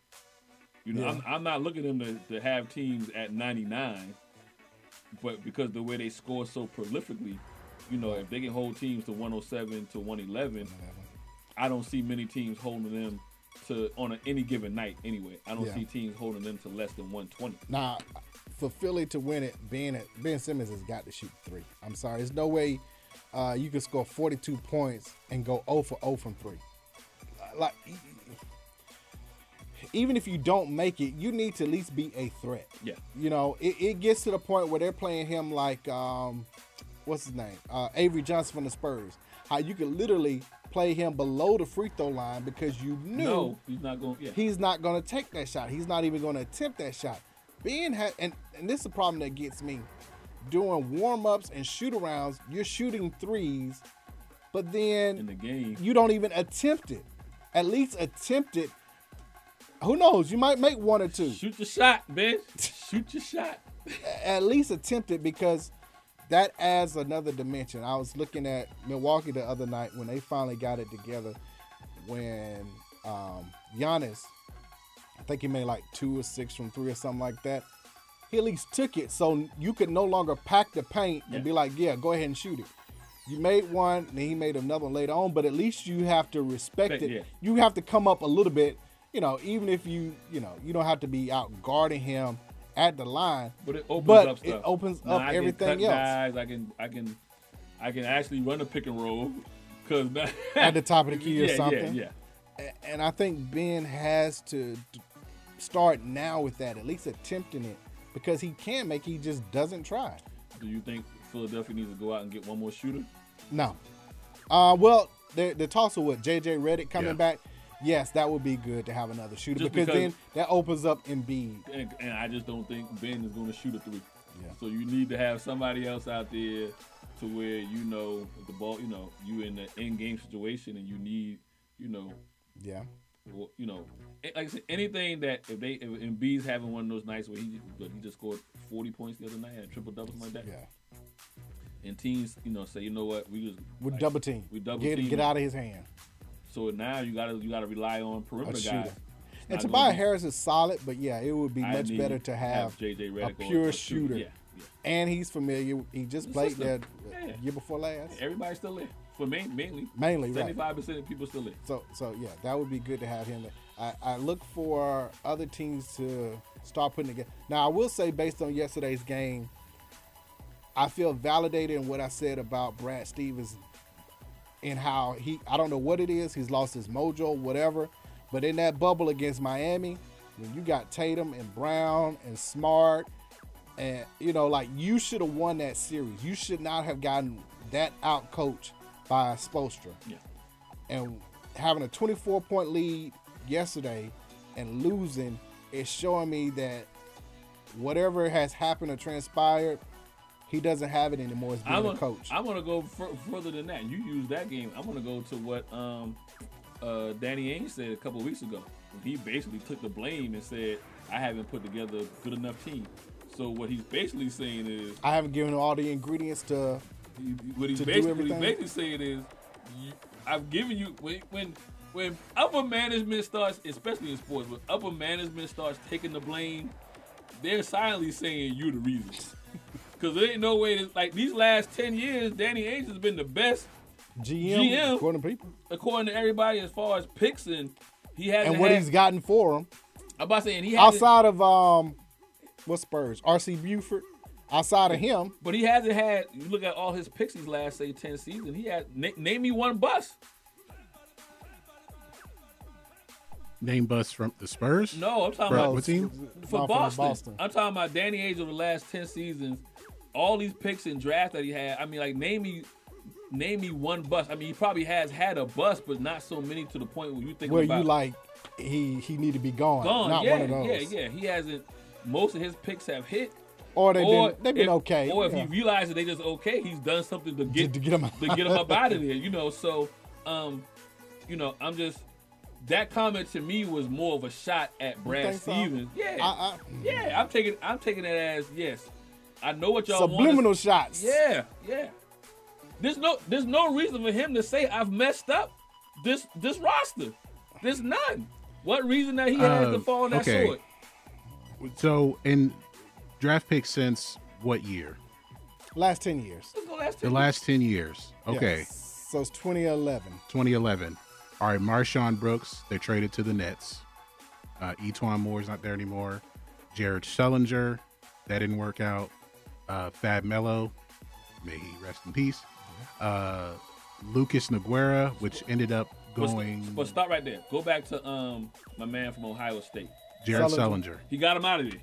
Speaker 4: You know,
Speaker 6: Yeah.
Speaker 4: I'm, I'm not looking at them to, to have teams at 99, but because the way they score so prolifically, you know, if they can hold teams to 107 to 111, I don't see many teams holding them to on a, any given night. Anyway, I don't
Speaker 6: Yeah.
Speaker 4: see teams holding them to less than 120.
Speaker 6: Now, for Philly to win it, Ben Ben Simmons has got to shoot three. I'm sorry, there's no way uh, you can score 42 points and go 0 for 0 from three. Uh, Like, e- even if you don't make it, you need to at least be a threat.
Speaker 4: Yeah.
Speaker 6: You know, it, it gets to the point where they're playing him like, um, what's his name, uh, Avery Johnson from the Spurs. How you could literally play him below the free throw line because you knew
Speaker 4: No, he's not going. Yeah,
Speaker 6: he's not going to take that shot. He's not even going to attempt that shot. Ben had, and, and this is the problem that gets me. Doing warm ups and shoot arounds, you're shooting threes, but then in
Speaker 4: the game
Speaker 6: you don't even attempt it. At least attempt it. Who knows? You might make one or two.
Speaker 4: Shoot your shot, Ben. Shoot your shot.
Speaker 6: At least attempt it because that adds another dimension. I was looking at Milwaukee the other night when they finally got it together. When um, Giannis, I think he made like two or six from three or something like that. He at least took it, so you could no longer pack the paint and be like, "Yeah, go ahead and shoot it." You made one, and he made another one later on. But at least you have to respect
Speaker 4: Yeah.
Speaker 6: it. You have to come up a little bit, you know. Even if you, you know, you don't have to be out guarding him at the line.
Speaker 4: But it opens
Speaker 6: But
Speaker 4: up
Speaker 6: it
Speaker 4: stuff.
Speaker 6: opens
Speaker 4: Now,
Speaker 6: up
Speaker 4: I can
Speaker 6: everything
Speaker 4: cut
Speaker 6: else.
Speaker 4: Guys, I can I can I can actually run a pick and roll because
Speaker 6: at the top of the key
Speaker 4: [laughs]
Speaker 6: or
Speaker 4: yeah, yeah,
Speaker 6: something.
Speaker 4: Yeah,
Speaker 6: A- And I think Ben has to d- start now with that, at least attempting it, because he can make. He just doesn't try.
Speaker 4: Do you think Philadelphia needs to go out and get one more shooter?
Speaker 6: No. Uh, well, the the toss with JJ Reddick coming
Speaker 4: Yeah.
Speaker 6: back. Yes, that would be good to have another shooter
Speaker 4: Just
Speaker 6: because,
Speaker 4: because-
Speaker 6: then that opens up Embiid.
Speaker 4: And, and I just don't think Ben is going to shoot a three. So you need to have somebody else out there to where you know if the ball, you know, you in the end game situation and you need, you know,
Speaker 6: Yeah.
Speaker 4: well, you know, a- like I said, anything that if they if Embiid's having one of those nights where he but he just scored forty points the other night, had a triple double something like that. Yeah. And teams, you know, say you know what we just
Speaker 6: We double team.
Speaker 4: We double
Speaker 6: get,
Speaker 4: team.
Speaker 6: Get
Speaker 4: him.
Speaker 6: out of his hand.
Speaker 4: So now you gotta you gotta rely on
Speaker 6: A
Speaker 4: perimeter
Speaker 6: shooter.
Speaker 4: guys. It's not
Speaker 6: And
Speaker 4: gonna
Speaker 6: Tobiah
Speaker 4: be-
Speaker 6: Harris is solid, but yeah, it would be
Speaker 4: I
Speaker 6: much
Speaker 4: need
Speaker 6: better to have,
Speaker 4: have JJ
Speaker 6: a
Speaker 4: Redick or-
Speaker 6: pure
Speaker 4: or shoot-
Speaker 6: shooter.
Speaker 4: yeah,
Speaker 6: And he's familiar. He just played there
Speaker 4: system. Yeah.
Speaker 6: year before last.
Speaker 4: Everybody's still in. For main, mainly.
Speaker 6: Mainly, right.
Speaker 4: seventy five percent of people still in.
Speaker 6: So, so yeah, that would be good to have him. I, I look for other teams to start putting together. Now, I will say, based on yesterday's game, I feel validated in what I said about Brad Stevens and how he. I don't know what it is. He's lost his mojo, whatever. But in that bubble against Miami, when you got Tatum and Brown and Smart, and you know, like you should have won that series. You should not have gotten that out coached by Spolstra
Speaker 4: Yeah.
Speaker 6: and having a 24 point lead yesterday and losing is showing me that whatever has happened or transpired, he doesn't have it anymore as being
Speaker 4: I'm
Speaker 6: a coach.
Speaker 4: I want to go fur- further than that. You use that game. I want to go to what um, uh, Danny Ainge said a couple weeks ago. He basically took the blame and said, "I haven't put together a good enough team." So what he's basically saying is,
Speaker 6: I haven't given him all the ingredients to
Speaker 4: what he's
Speaker 6: to do
Speaker 4: basically, what he's
Speaker 6: everything.
Speaker 4: basically saying is, you, I've given you when, when when upper management starts, especially in sports, when upper management starts taking the blame, they're silently saying you the
Speaker 6: [laughs]
Speaker 4: reason. Because there ain't no way. that- like these last ten years, Danny Ainge has been the best
Speaker 6: GM,
Speaker 4: GM
Speaker 6: according to people,
Speaker 4: according to everybody, as far as picks and he hasn't.
Speaker 6: and what
Speaker 4: had-
Speaker 6: he's gotten for him.
Speaker 4: I'm about saying he hasn't,
Speaker 6: outside of um, what Spurs? R.C. Buford. Outside of him,
Speaker 4: but he hasn't had. You look at all his picks these last say ten seasons. He had na- name me one bust.
Speaker 1: Name bus from the Spurs.
Speaker 4: No, I'm talking
Speaker 1: For
Speaker 4: about
Speaker 1: what team?
Speaker 4: for Boston. I'm talking about Danny Ainge over the last ten seasons. All these picks and draft that he had. I mean, like name me, name me one bust. I mean, he probably has had a bust, but not so many to the point where you think
Speaker 6: where
Speaker 4: about
Speaker 6: you like he he need to be gone,
Speaker 4: gone.
Speaker 6: not
Speaker 4: yeah,
Speaker 6: one of those.
Speaker 4: yeah, yeah. He hasn't. Most of his picks have hit.
Speaker 6: Or they've been- they've been
Speaker 4: if-
Speaker 6: okay,
Speaker 4: Or if he
Speaker 6: yeah.
Speaker 4: realizes they just okay, he's done something to get
Speaker 6: to get 'em
Speaker 4: to get him up
Speaker 6: [laughs]
Speaker 4: out of there. You know, so um, you know, I'm just that comment to me was more of a shot at Brad
Speaker 6: think so?
Speaker 4: Stevens. Yeah,
Speaker 6: I- hmm.
Speaker 4: yeah. I'm taking I'm taking that as yes. I know what y'all
Speaker 6: Subliminal
Speaker 4: want.
Speaker 6: shots.
Speaker 4: Yeah, yeah. There's no there's no reason for him to say I've messed up this this roster. There's none. What reason that he has to
Speaker 1: Um,
Speaker 4: fall on that
Speaker 1: okay.
Speaker 4: sword?
Speaker 1: So in draft pick since what year?
Speaker 6: Last ten years.
Speaker 1: The last ten years. Okay.
Speaker 6: Yes. So it's 2011.
Speaker 1: 2011. All right, Marshawn Brooks, they traded to the Nets. Uh, Etwan Moore's not there anymore. Jared Shellinger, that didn't work out. Uh, Fab Mello, may he rest in peace. Uh, Lucas Noguera, which ended up
Speaker 4: But-
Speaker 1: going
Speaker 4: But, stop right there. Go back to um my man from Ohio State.
Speaker 1: Jared Selinger.
Speaker 4: He got him out of there.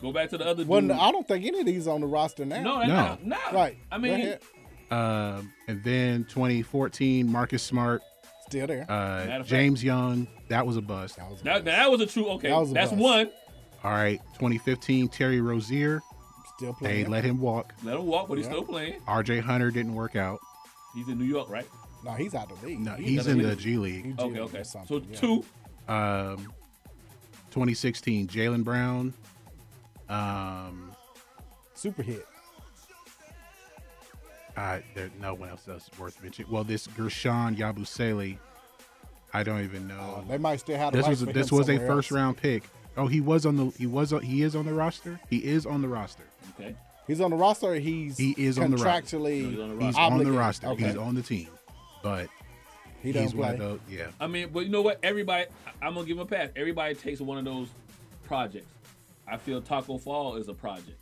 Speaker 4: Go back to the other
Speaker 6: Well,
Speaker 4: dude.
Speaker 6: no, I don't think any of these on the roster now.
Speaker 4: No, they're
Speaker 1: No.
Speaker 4: not. No.
Speaker 6: Right.
Speaker 4: I mean,
Speaker 6: They're
Speaker 1: Um, and then 2014, Marcus Smart.
Speaker 6: Still there.
Speaker 1: Uh,
Speaker 4: of fact-
Speaker 1: James Young, that was a bust. That was
Speaker 4: now, now that was a true okay.
Speaker 1: That was a
Speaker 4: That's
Speaker 1: bust.
Speaker 4: one.
Speaker 1: All right, 2015, Terry Rozier.
Speaker 6: Still
Speaker 1: They let him walk.
Speaker 4: Let him walk, but he's still playing.
Speaker 1: RJ Hunter didn't work out.
Speaker 4: He's in New York, right?
Speaker 6: No, he's out the league.
Speaker 1: No, he's in the G League.
Speaker 4: Okay, okay. So two.
Speaker 1: Um, 2016, Jalen Brown. Um,
Speaker 6: Super hit.
Speaker 1: Uh, there, no one else that's worth mentioning. Well, this Gershon Yabusele, I don't even know.
Speaker 6: Uh, They might still have.
Speaker 1: this was this was a first round pick. Oh, he was on the he was on, he is on the roster. He is on the roster.
Speaker 4: Okay.
Speaker 6: He's on the roster. Or he's
Speaker 1: He is on the roster.
Speaker 6: contractually
Speaker 1: He's on the
Speaker 6: obligated?
Speaker 1: roster.
Speaker 6: Okay.
Speaker 1: He's on the team, but
Speaker 6: He
Speaker 1: he's
Speaker 6: don't
Speaker 1: one of
Speaker 6: play.
Speaker 1: those. Yeah.
Speaker 4: I mean, but you know what? Everybody, I- I'm gonna give him a pass. Everybody takes one of those projects. I feel Taco Fall is a project,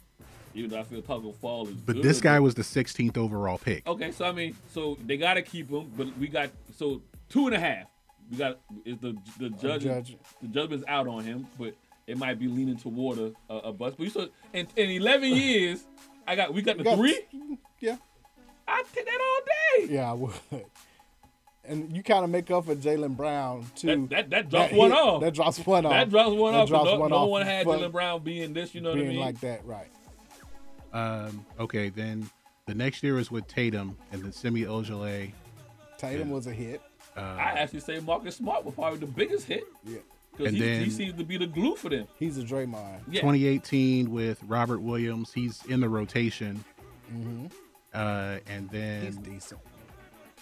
Speaker 4: even though I feel Taco Fall is.
Speaker 1: But
Speaker 4: good, Oh.
Speaker 1: this guy was the 16th overall pick.
Speaker 4: Okay, so I mean, so they gotta keep him, but we got so two and a half. We got is the the judge,
Speaker 6: judge.
Speaker 4: the judgment's out on him, but it might be leaning toward a, a, a bust. But you saw in, in
Speaker 6: [laughs]
Speaker 4: 11 years, I got we got the
Speaker 6: got-
Speaker 4: three.
Speaker 6: Yeah.
Speaker 4: I take that all day.
Speaker 6: Yeah, I would. And you kind of make up for Jalen Brown too.
Speaker 4: That- that drops one off.
Speaker 6: That drops one off.
Speaker 4: That drops one
Speaker 6: That
Speaker 4: off. 'cause
Speaker 6: drops
Speaker 4: no
Speaker 6: one
Speaker 4: no
Speaker 6: off
Speaker 4: one had
Speaker 6: for
Speaker 4: Dylan Brown being this. You know what I
Speaker 6: being
Speaker 4: mean?
Speaker 6: like that, right?
Speaker 1: Um, okay, then the next year is with Tatum and then Semi Ojale.
Speaker 6: Tatum was a hit.
Speaker 4: I actually say Marcus Smart was probably the biggest hit.
Speaker 6: Yeah.
Speaker 4: Because
Speaker 1: And
Speaker 4: he, he
Speaker 1: then-
Speaker 4: seems to be the glue for them.
Speaker 6: He's a Draymond.
Speaker 4: Yeah.
Speaker 1: 2018 with Robert Williams. He's in the rotation.
Speaker 4: Mm-hmm.
Speaker 1: Uh, and then
Speaker 6: He's decent.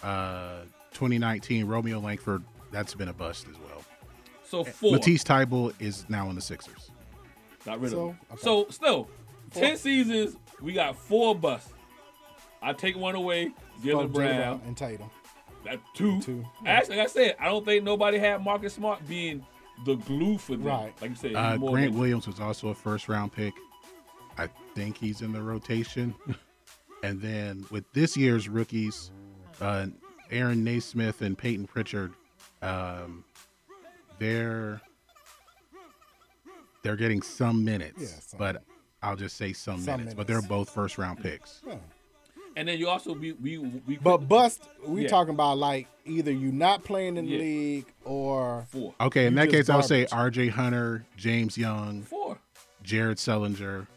Speaker 1: Uh, 2019 Romeo Langford. That's been a bust as well. Eh,
Speaker 4: So four.
Speaker 1: Matisse Tybel is now in the Sixers.
Speaker 4: Got rid
Speaker 1: So,
Speaker 4: of him. So still,
Speaker 1: Four.
Speaker 4: ten seasons, we got four busts. I take one away,
Speaker 6: Oh,
Speaker 4: Jalen
Speaker 6: Jaylen
Speaker 4: Brown.
Speaker 6: and Tatum.
Speaker 4: That two. Actually, like I said, I don't think nobody had Marcus Smart being the glue for them.
Speaker 6: Right.
Speaker 4: Like you said, he's
Speaker 1: Uh,
Speaker 4: more
Speaker 1: Grant
Speaker 4: than-
Speaker 1: Williams was also a first round pick. I think he's in the rotation. and then with this year's rookies, uh, Aaron Naismith and Peyton Pritchard, um, they're they're getting some minutes,
Speaker 6: Yeah, some.
Speaker 1: but I'll just say some,
Speaker 6: Some
Speaker 1: minutes, But they're both first round picks.
Speaker 4: and then you also we we we
Speaker 6: But bust, we
Speaker 4: Yeah.
Speaker 6: talking about like either you not playing in the
Speaker 4: Yeah.
Speaker 6: league or
Speaker 4: four.
Speaker 1: Okay, in that case, I'll say R.J. Hunter, James Young,
Speaker 4: Four.
Speaker 1: Jared Sellinger.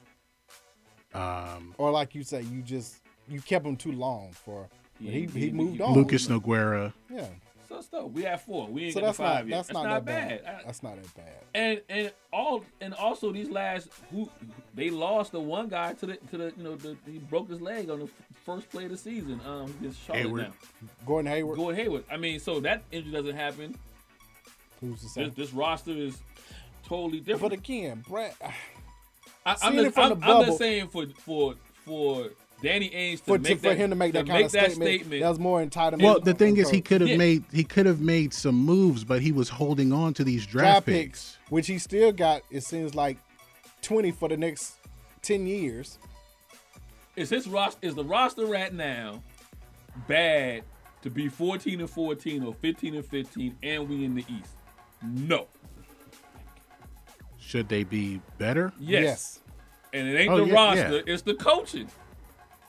Speaker 1: Um,
Speaker 6: or like you say, you just you kept him too long for. but
Speaker 4: Yeah, he-
Speaker 6: he, he,
Speaker 4: he-
Speaker 6: moved
Speaker 4: he-
Speaker 6: on.
Speaker 1: Lucas Noguera.
Speaker 6: Yeah.
Speaker 4: So it's dope. We have four. We ain't
Speaker 6: so
Speaker 4: got
Speaker 6: that's
Speaker 4: five
Speaker 6: not
Speaker 4: yet.
Speaker 6: that's, not, that bad. That's not that bad.
Speaker 4: And and all and also these last who they lost the one guy to the to the you know the, he broke his leg on the f- first play of the season. Um, against Charlotte
Speaker 6: Hayward.
Speaker 4: now.
Speaker 6: Gordon Hayward.
Speaker 4: Gordon Hayward. I mean, so that injury doesn't happen.
Speaker 6: Who's to say?
Speaker 4: This, this roster is totally different.
Speaker 6: But again, Brad, [sighs]
Speaker 4: I, I'm,
Speaker 6: seeing it
Speaker 4: just,
Speaker 6: from
Speaker 4: I'm,
Speaker 6: the
Speaker 4: I'm
Speaker 6: bubble-
Speaker 4: just saying for for for Danny Ainge to
Speaker 6: for, to,
Speaker 4: make
Speaker 6: for
Speaker 4: that,
Speaker 6: him to make that kind of statement, that was more entitlement.
Speaker 1: Well, the thing is, he could have
Speaker 6: Yeah.
Speaker 1: made he could have made some moves, but he was holding on to these draft, picks.
Speaker 6: which he still got. It seems like twenty for the next ten years.
Speaker 4: is his roster is the roster right now bad to be 14 and 14 or 15 and 15 and we in the East? No.
Speaker 1: Should they be better?
Speaker 4: Yes. And it ain't
Speaker 1: Oh,
Speaker 4: the
Speaker 1: yeah,
Speaker 4: roster, it's the coaching.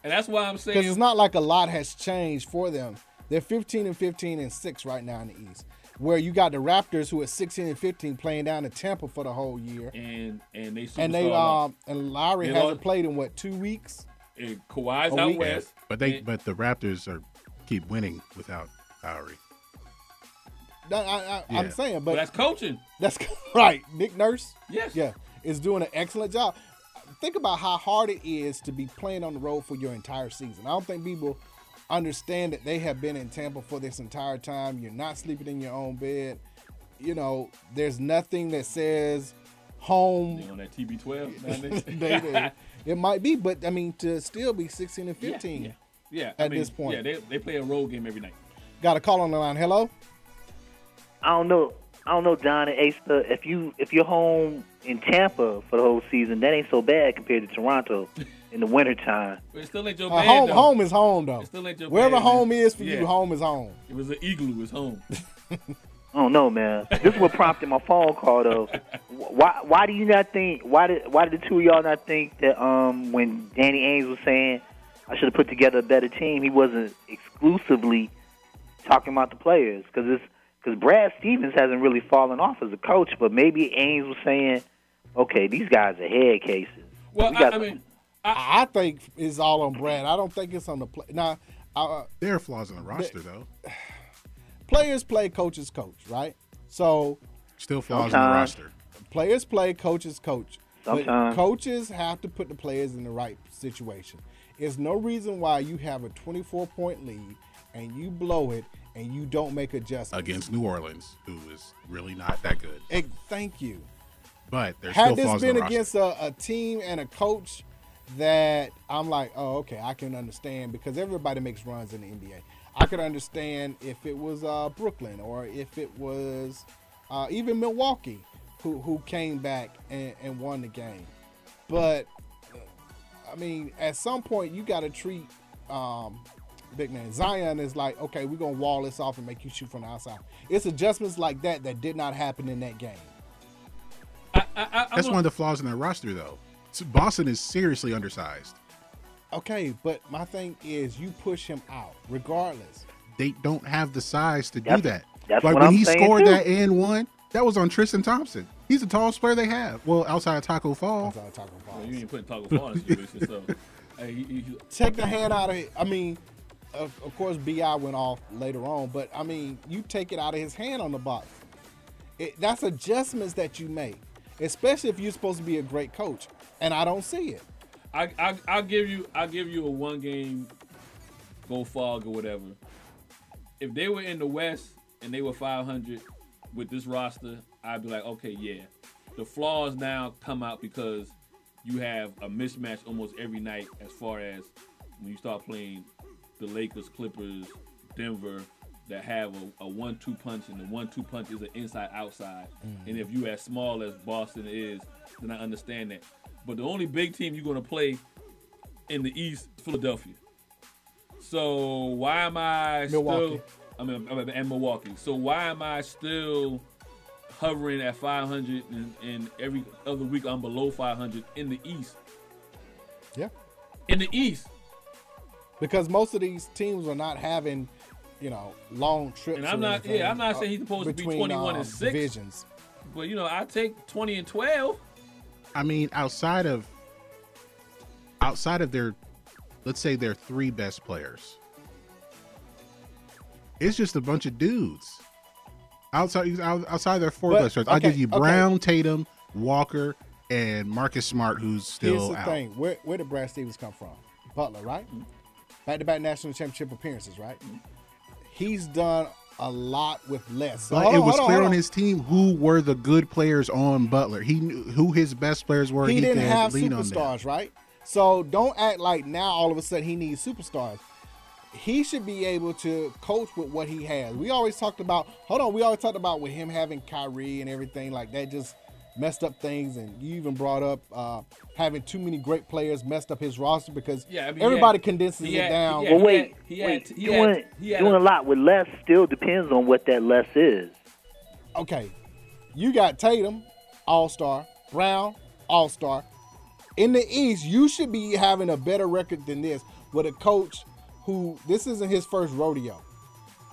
Speaker 4: And that's why I'm
Speaker 6: Because
Speaker 4: saying
Speaker 6: it's not like a lot has changed for them. They're 15 and 15 and 6 right now in the East. Where you got the Raptors who are 16 and 15 playing down in Tampa for the whole year.
Speaker 4: and and they
Speaker 6: and they
Speaker 4: superstar lost.
Speaker 6: um and Lowry
Speaker 4: They
Speaker 6: hasn't
Speaker 4: lost.
Speaker 6: played in what, 2 weeks?
Speaker 4: and Kawhi's
Speaker 6: a
Speaker 4: out
Speaker 6: week-
Speaker 4: west.
Speaker 1: But they
Speaker 4: and-
Speaker 1: but the Raptors are keep winning without Lowry.
Speaker 6: No, I, I,
Speaker 1: Yeah.
Speaker 6: am saying, but
Speaker 1: But that's
Speaker 4: coaching.
Speaker 6: That's [laughs] right, Nick Nurse.
Speaker 4: Yes.
Speaker 6: Yeah, is doing an excellent job. Think about how hard it is to be playing on the road for your entire season. I don't think people understand that they have been in Tampa for this entire time. You're not sleeping in your own bed. You know, there's nothing that says home.
Speaker 4: They on that TB12.
Speaker 6: [laughs] They- they- it might be, but I mean, to still be 16 and
Speaker 4: [laughs] Yeah,
Speaker 6: 15
Speaker 4: Yeah. yeah. I
Speaker 6: at
Speaker 4: mean,
Speaker 6: this point.
Speaker 4: Yeah, they, they play a road game every night.
Speaker 6: Got a call on the line. Hello?
Speaker 11: I don't know. I don't know, John and Asta. If you if you're home in Tampa for the whole season, that ain't so bad compared to Toronto in the wintertime.
Speaker 4: But it still ain't your
Speaker 6: Uh,
Speaker 4: band,
Speaker 6: home,
Speaker 4: though.
Speaker 6: home is home, though.
Speaker 4: It still ain't your
Speaker 6: Wherever
Speaker 4: band,
Speaker 6: home
Speaker 4: man.
Speaker 6: is for
Speaker 4: Yeah.
Speaker 6: you, home is home.
Speaker 4: It was an igloo. It's home.
Speaker 11: I don't know, man. This is what prompted my phone call though. Why why do you not think why did why did the two of y'all not think that um when Danny Ainge was saying I should have put together a better team, he wasn't exclusively talking about the players because it's because Brad Stevens hasn't really fallen off as a coach, but maybe Ainge was saying, okay, these guys are head cases.
Speaker 4: Well,
Speaker 11: We got-
Speaker 4: mean,
Speaker 6: I, I think it's all on Brad. I don't think it's on the play. Now, uh,
Speaker 1: there are flaws in the roster, though.
Speaker 6: Players play, coaches coach, right? So
Speaker 1: Still flaws
Speaker 6: Sometimes.
Speaker 1: in the roster.
Speaker 6: players play, coaches coach. But
Speaker 1: Sometimes.
Speaker 6: coaches have to put the players in the right situation. There's no reason why you have a 24 point lead and you blow it and you don't make adjustments.
Speaker 1: against New Orleans, who is really not that good.
Speaker 6: It, thank you.
Speaker 1: But there's still
Speaker 6: Had this
Speaker 1: flaws in
Speaker 6: been
Speaker 1: the roster.
Speaker 6: against a, a team and a coach that I'm like, oh, okay, I can understand because everybody makes runs in the NBA. I could understand if it was uh, Brooklyn or if it was uh, even Milwaukee who, who came back and, and won the game. But, uh, I mean, at some point, you got to treat um, big man Zion is like, okay, we're going to wall this off and make you shoot from the outside. It's adjustments like that that did not happen in that game.
Speaker 1: That's one of the flaws in their roster, though. So Boston is seriously undersized.
Speaker 6: Okay, but my thing is you push him out regardless.
Speaker 1: They don't have the size to do
Speaker 6: That's-
Speaker 1: that.
Speaker 6: that's
Speaker 1: like
Speaker 6: what
Speaker 1: when
Speaker 6: I'm
Speaker 1: he
Speaker 6: saying,
Speaker 1: scored
Speaker 6: too.
Speaker 1: that and one, that was on Tristan Thompson. He's the tallest player they have. Well, outside of Taco Fall.
Speaker 4: Well, Oh, you ain't putting Taco Fall in the situation, so. [laughs] Hey, he, he,
Speaker 6: Take the hand out of it. I mean, of, of course, Bi went off later on, but I mean, you take it out of his hand on the box. It, that's adjustments that you make, especially if you're supposed to be a great coach, and I don't see it.
Speaker 4: I, I I'll give you I'll give you a one game go fog or whatever. If they were in the West and they were 500 with this roster, I'd be like, okay, yeah. The flaws now come out because you have a mismatch almost every night as far as when you start playing the Lakers, Clippers, Denver that have a, a one-two punch and the one-two punch is an inside-outside.
Speaker 14: Mhm.
Speaker 4: And if you as small as Boston is, then I understand that. But the only big team you're going to play in the East, Philadelphia. So why am I
Speaker 6: Milwaukee.
Speaker 4: still? I mean, I mean, and Milwaukee. So why am I still hovering at 500 and, and every other week I'm below 500 in the East?
Speaker 6: Yeah.
Speaker 4: In the East.
Speaker 6: Because most of these teams are not having, you know, long trips.
Speaker 4: And I'm
Speaker 6: or
Speaker 4: not- yeah,
Speaker 6: anything,
Speaker 4: I'm not
Speaker 6: uh,
Speaker 4: saying he's supposed to be
Speaker 6: between,
Speaker 4: 21 and
Speaker 6: um,
Speaker 4: six.
Speaker 6: Divisions.
Speaker 4: But you know, I take 20 and 12.
Speaker 1: I mean, outside of outside of their let's say their three best players, It's just a bunch of dudes outside outside their four
Speaker 2: But-
Speaker 1: plus shirts. I
Speaker 2: okay,
Speaker 1: give you
Speaker 2: okay.
Speaker 1: Brown, Tatum, Walker, and Marcus Smart, who's
Speaker 2: Here's
Speaker 1: still
Speaker 2: the
Speaker 1: out.
Speaker 2: thing. Where, where did Brad Stevens come from? Butler, right? Back to back national championship appearances, right? He's done a lot with less. So
Speaker 1: But
Speaker 2: hold
Speaker 1: Uh, it
Speaker 2: on,
Speaker 1: was
Speaker 2: hold on,
Speaker 1: clear
Speaker 2: hold
Speaker 1: on his team who were the good players on Butler. He knew who his best players were.
Speaker 2: He didn't
Speaker 1: could
Speaker 2: have
Speaker 1: lean on them.
Speaker 2: superstars, right? So don't act like now all of a sudden he needs superstars. He should be able to coach with what he has. We always talked about, hold on, we always talked about with him having Kyrie and everything like that just messed up things. And you even brought up uh, having too many great players messed up his roster because
Speaker 4: Yeah, I mean, he
Speaker 2: everybody
Speaker 4: had-
Speaker 2: condenses
Speaker 4: he
Speaker 2: it
Speaker 4: had-
Speaker 2: down.
Speaker 4: he
Speaker 5: Well, wait,
Speaker 4: he had-
Speaker 5: wait.
Speaker 4: he had-
Speaker 5: doing
Speaker 4: he had
Speaker 5: doing
Speaker 4: a-
Speaker 5: a lot with less still depends on what that less is.
Speaker 2: okay, you got Tatum, All Star, Brown, All Star. In the East, you should be having a better record than this with a coach who this isn't his first rodeo.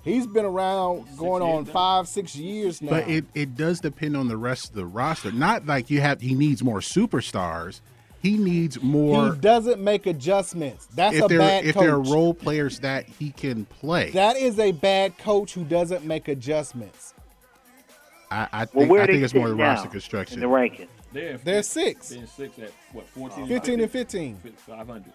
Speaker 2: He's been around going on five, six years now.
Speaker 1: But it, it does depend on the rest of the roster. Not like you have he needs more superstars. He needs more
Speaker 2: he doesn't make adjustments. That's
Speaker 1: if
Speaker 2: a
Speaker 1: there
Speaker 2: bad
Speaker 1: if
Speaker 2: coach.
Speaker 1: there are role players that he can play.
Speaker 2: that is a bad coach who doesn't make adjustments.
Speaker 1: I, I think,
Speaker 2: Well, where
Speaker 1: I
Speaker 2: they
Speaker 1: think it's more the
Speaker 2: sit
Speaker 1: roster
Speaker 2: now
Speaker 1: construction.
Speaker 2: in the rankings?
Speaker 4: They're,
Speaker 2: They're six.
Speaker 4: They're [laughs] six at what? 14
Speaker 2: 15 and 15.
Speaker 6: Oh.
Speaker 4: 500.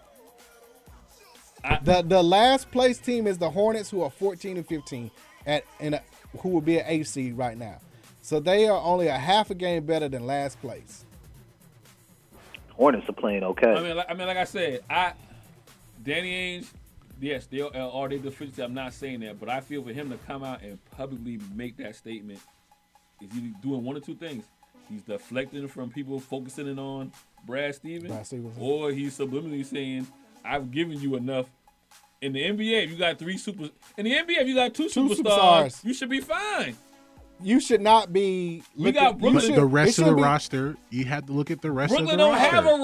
Speaker 2: the the last place team is the Hornets, who are 14 and 15 at and uh, who will be an eighth seed right now. So they are only a half a game better than last place.
Speaker 5: Hornets are playing okay.
Speaker 4: I mean, like, I mean, like I said, I Danny Ainge, yes, they are, are they deficiency. I'm not saying that, but I feel for him to come out and publicly make that statement is either doing one or two things. He's deflecting from people focusing in on Brad Stevens,
Speaker 2: Brad Stevens.
Speaker 4: or he's subliminally saying, "I've given you enough." In the NBA, if you got three super, in the NBA, if you got two,
Speaker 2: Two
Speaker 4: superstars,
Speaker 2: superstars.
Speaker 4: you should be fine.
Speaker 2: You should not be.
Speaker 4: We
Speaker 2: you
Speaker 4: got Brooklyn-
Speaker 1: But
Speaker 2: should-
Speaker 1: the
Speaker 2: it
Speaker 1: rest of
Speaker 2: should
Speaker 1: the
Speaker 2: be-
Speaker 1: roster, you have to look at the rest
Speaker 4: Brooklyn
Speaker 1: of the
Speaker 4: don't
Speaker 1: roster.
Speaker 4: have a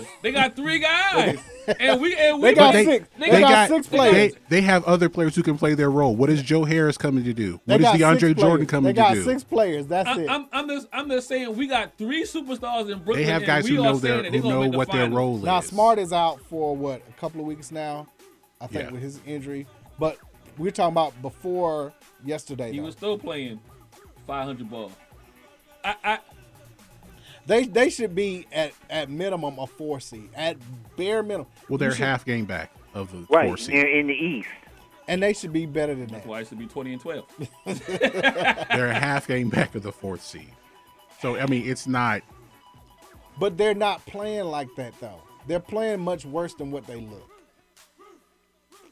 Speaker 4: roster. They
Speaker 2: [laughs]
Speaker 4: got three guys, and we and we
Speaker 2: They got
Speaker 4: they-
Speaker 2: six.
Speaker 4: They,
Speaker 2: They got
Speaker 4: got,
Speaker 2: six players.
Speaker 1: They, they have other players who can play their role. What is Joe Harris coming to do?
Speaker 2: They
Speaker 1: What is
Speaker 2: got six
Speaker 1: DeAndre Jordan
Speaker 2: players.
Speaker 1: coming
Speaker 2: They got
Speaker 1: to do?
Speaker 2: six players. That's
Speaker 4: I'm,
Speaker 2: it.
Speaker 4: I'm, I'm just I'm just saying we got three superstars in Brooklyn.
Speaker 1: They have guys
Speaker 4: and we
Speaker 1: who
Speaker 4: are
Speaker 1: know
Speaker 4: saying
Speaker 1: their-
Speaker 4: that they're
Speaker 1: who
Speaker 4: gonna
Speaker 1: know
Speaker 4: make the
Speaker 1: what their
Speaker 4: finals.
Speaker 1: role
Speaker 2: now Smart is out for what a couple of weeks now, I think
Speaker 4: Yeah.
Speaker 2: with his injury. But we're talking about before yesterday.
Speaker 4: He
Speaker 2: though.
Speaker 4: was still playing 500 ball. I, I
Speaker 2: They they should be at at minimum a four seed at bare minimum.
Speaker 1: Well, they're
Speaker 2: You should-
Speaker 1: half game back of the four seed.
Speaker 5: in the East.
Speaker 2: And they should be better than that.
Speaker 4: why it should be 20 and 12.
Speaker 1: they're a half game back of the fourth seed. So I mean, it's not.
Speaker 2: But they're not playing like that though. They're playing much worse than what they look.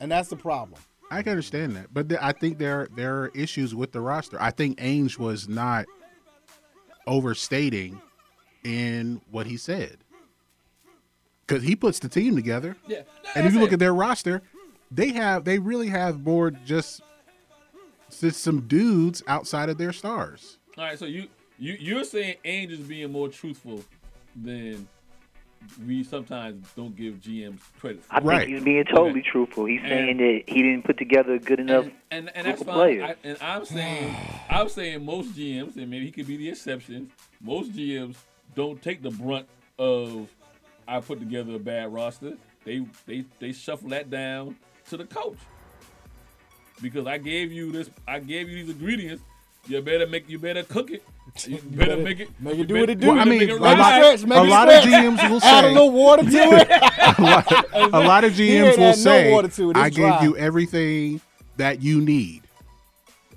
Speaker 2: And that's the problem.
Speaker 1: I can understand that, but th- I think there there are issues with the roster. I think Ainge was not overstating in what he said because he puts the team together.
Speaker 4: Yeah,
Speaker 1: and if you look at their roster, they have they really have more just, just some dudes outside of their stars.
Speaker 4: All right, so you you you're saying Ainge is being more truthful than we sometimes don't give GMs credit for.
Speaker 5: I think he's being totally truthful. He's
Speaker 4: And-
Speaker 5: saying that he didn't put together a good enough
Speaker 4: and and
Speaker 5: group
Speaker 4: that's
Speaker 5: of
Speaker 4: fine.
Speaker 5: players.
Speaker 4: I, and I'm saying, I'm saying most GMs, and maybe he could be the exception. Most GMs don't take the brunt of I put together a bad roster. They they they shuffle that down to the coach because I gave you this. I gave you these ingredients. You better make. You better
Speaker 2: [laughs]
Speaker 4: cook it. You better,
Speaker 2: better-
Speaker 4: make it.
Speaker 2: make it
Speaker 4: you
Speaker 2: do
Speaker 4: better-
Speaker 2: what it do.
Speaker 1: Well, I
Speaker 4: you
Speaker 1: mean,
Speaker 4: better
Speaker 1: a lot-
Speaker 4: make it rise.
Speaker 1: a lot of GMs will
Speaker 2: Add a
Speaker 1: say-
Speaker 2: little water to it.
Speaker 1: a lot, a lot
Speaker 2: [laughs]
Speaker 1: of
Speaker 2: He ain't
Speaker 1: GMs will
Speaker 2: add no
Speaker 1: say,
Speaker 2: water to it. It's
Speaker 1: "I
Speaker 2: dry."
Speaker 1: gave you everything that you need."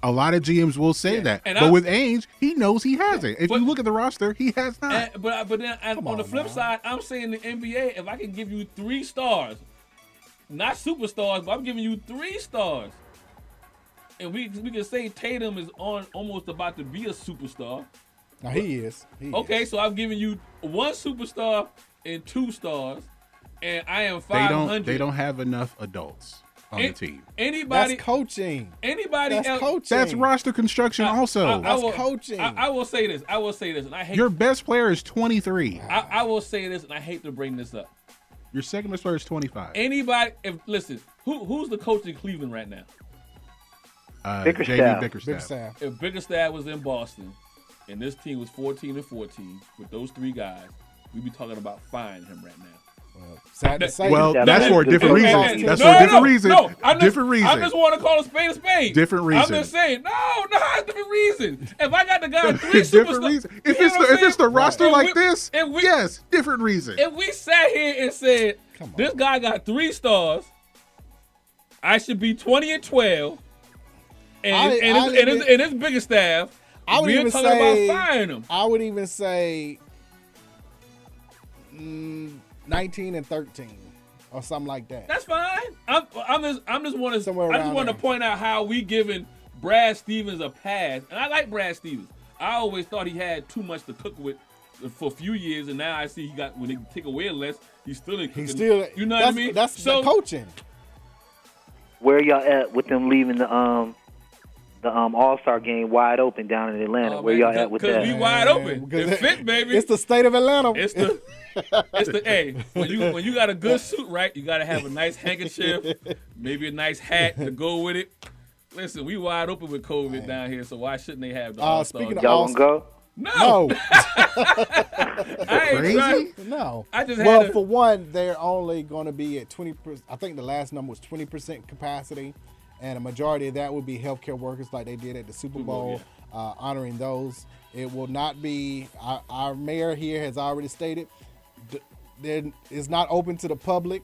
Speaker 1: A lot of GMs will say that,
Speaker 4: and
Speaker 1: but
Speaker 4: I-
Speaker 1: with Ainge, he knows he has it. If you look at the roster, he has not.
Speaker 4: And- but I- but then and on, the flip side, I'm saying the NBA. If I can give you three stars, not superstars, but I'm giving you three stars, and we we can say Tatum is on almost about to be a superstar.
Speaker 2: Now he is. He is.
Speaker 4: Okay, so I've given you one superstar and two stars, and I am
Speaker 1: They
Speaker 4: five
Speaker 1: don't.
Speaker 4: hundred.
Speaker 1: They don't have enough adults on the team.
Speaker 4: Anybody,
Speaker 2: That's coaching.
Speaker 4: anybody
Speaker 2: That's
Speaker 4: else?
Speaker 2: coaching.
Speaker 1: That's roster construction. also,
Speaker 4: will, coaching. I, I will say this. I will say this, and I hate.
Speaker 1: your best player is twenty three.
Speaker 4: I, I will say this, and I hate to bring this up.
Speaker 1: Your second best player is twenty five.
Speaker 4: Anybody, if listen, who who's the coach in Cleveland right now?
Speaker 1: Uh, JB
Speaker 4: Bickerstaff.
Speaker 1: Bickerstaff.
Speaker 4: If Bickerstaff was in Boston, and this team was fourteen and fourteen with those three guys, we'd be talking about firing him right now.
Speaker 6: sad to say.
Speaker 1: Well, that's for a different
Speaker 4: And- and-
Speaker 1: reason.
Speaker 4: and-
Speaker 1: That's
Speaker 4: no,
Speaker 1: for a
Speaker 4: no,
Speaker 1: different
Speaker 4: no,
Speaker 1: reason.
Speaker 4: No, I'm just,
Speaker 1: Different
Speaker 4: I
Speaker 1: reason.
Speaker 4: just want to call a spade a spade.
Speaker 1: Different
Speaker 4: I'm
Speaker 1: reason.
Speaker 4: just saying. No, no, it's different reason. If I got the
Speaker 1: [laughs]
Speaker 4: guy three
Speaker 1: Different
Speaker 4: superstars,
Speaker 1: reason.
Speaker 4: you
Speaker 1: If
Speaker 4: know
Speaker 1: it's
Speaker 4: what
Speaker 1: the
Speaker 4: I'm
Speaker 1: if it's the
Speaker 4: saying?
Speaker 1: roster
Speaker 4: If
Speaker 1: like
Speaker 4: we-
Speaker 1: this,
Speaker 4: if we,
Speaker 1: yes, different reason.
Speaker 4: if we sat here and said this guy got three stars, I should be twenty and twelve, and
Speaker 6: I-
Speaker 4: and,
Speaker 6: I
Speaker 4: his, and, his,
Speaker 6: even-
Speaker 4: and his bigger staff,
Speaker 6: I would
Speaker 4: we're
Speaker 6: even
Speaker 4: talking
Speaker 6: say
Speaker 4: about firing him.
Speaker 6: I would even say mm, nineteen and thirteen or something like that.
Speaker 4: That's fine. I'm, I'm just I'm just want to I just want to point out how we giving Brad Stevens a pass, and I like Brad Stevens. I always thought he had too much to cook with for a few years, and now I see he got when they take away less, he's still in cooking.
Speaker 6: He's still
Speaker 4: you know
Speaker 6: that's,
Speaker 4: what I mean?
Speaker 6: That's
Speaker 4: so
Speaker 6: the coaching.
Speaker 11: Where y'all at with them leaving the um the um All Star game wide open down in Atlanta? Where y'all at with
Speaker 4: Oh,
Speaker 11: that?
Speaker 4: because we wide open, it fit, baby.
Speaker 6: It's the state of Atlanta.
Speaker 4: It's the it's the hey when you when you got a good suit right, you gotta have a nice handkerchief, maybe a nice hat to go with it. Listen, we wide open with COVID down here, so why shouldn't they have the
Speaker 6: Uh,
Speaker 4: All Star?
Speaker 6: speaking of Y'all All-Star- gonna go?
Speaker 4: No,
Speaker 6: No.
Speaker 4: I ain't
Speaker 6: Crazy?
Speaker 4: trying.
Speaker 6: No.
Speaker 4: I just
Speaker 6: well,
Speaker 4: had a-
Speaker 6: for one, they're only going to be at twenty. percent I think the last number was twenty percent capacity, and a majority of that would be healthcare workers, like they did at the Super
Speaker 4: Super Bowl,
Speaker 6: Bowl, uh, honoring those. It will not be. Our, our mayor here has already stated, d- there is not open to the public.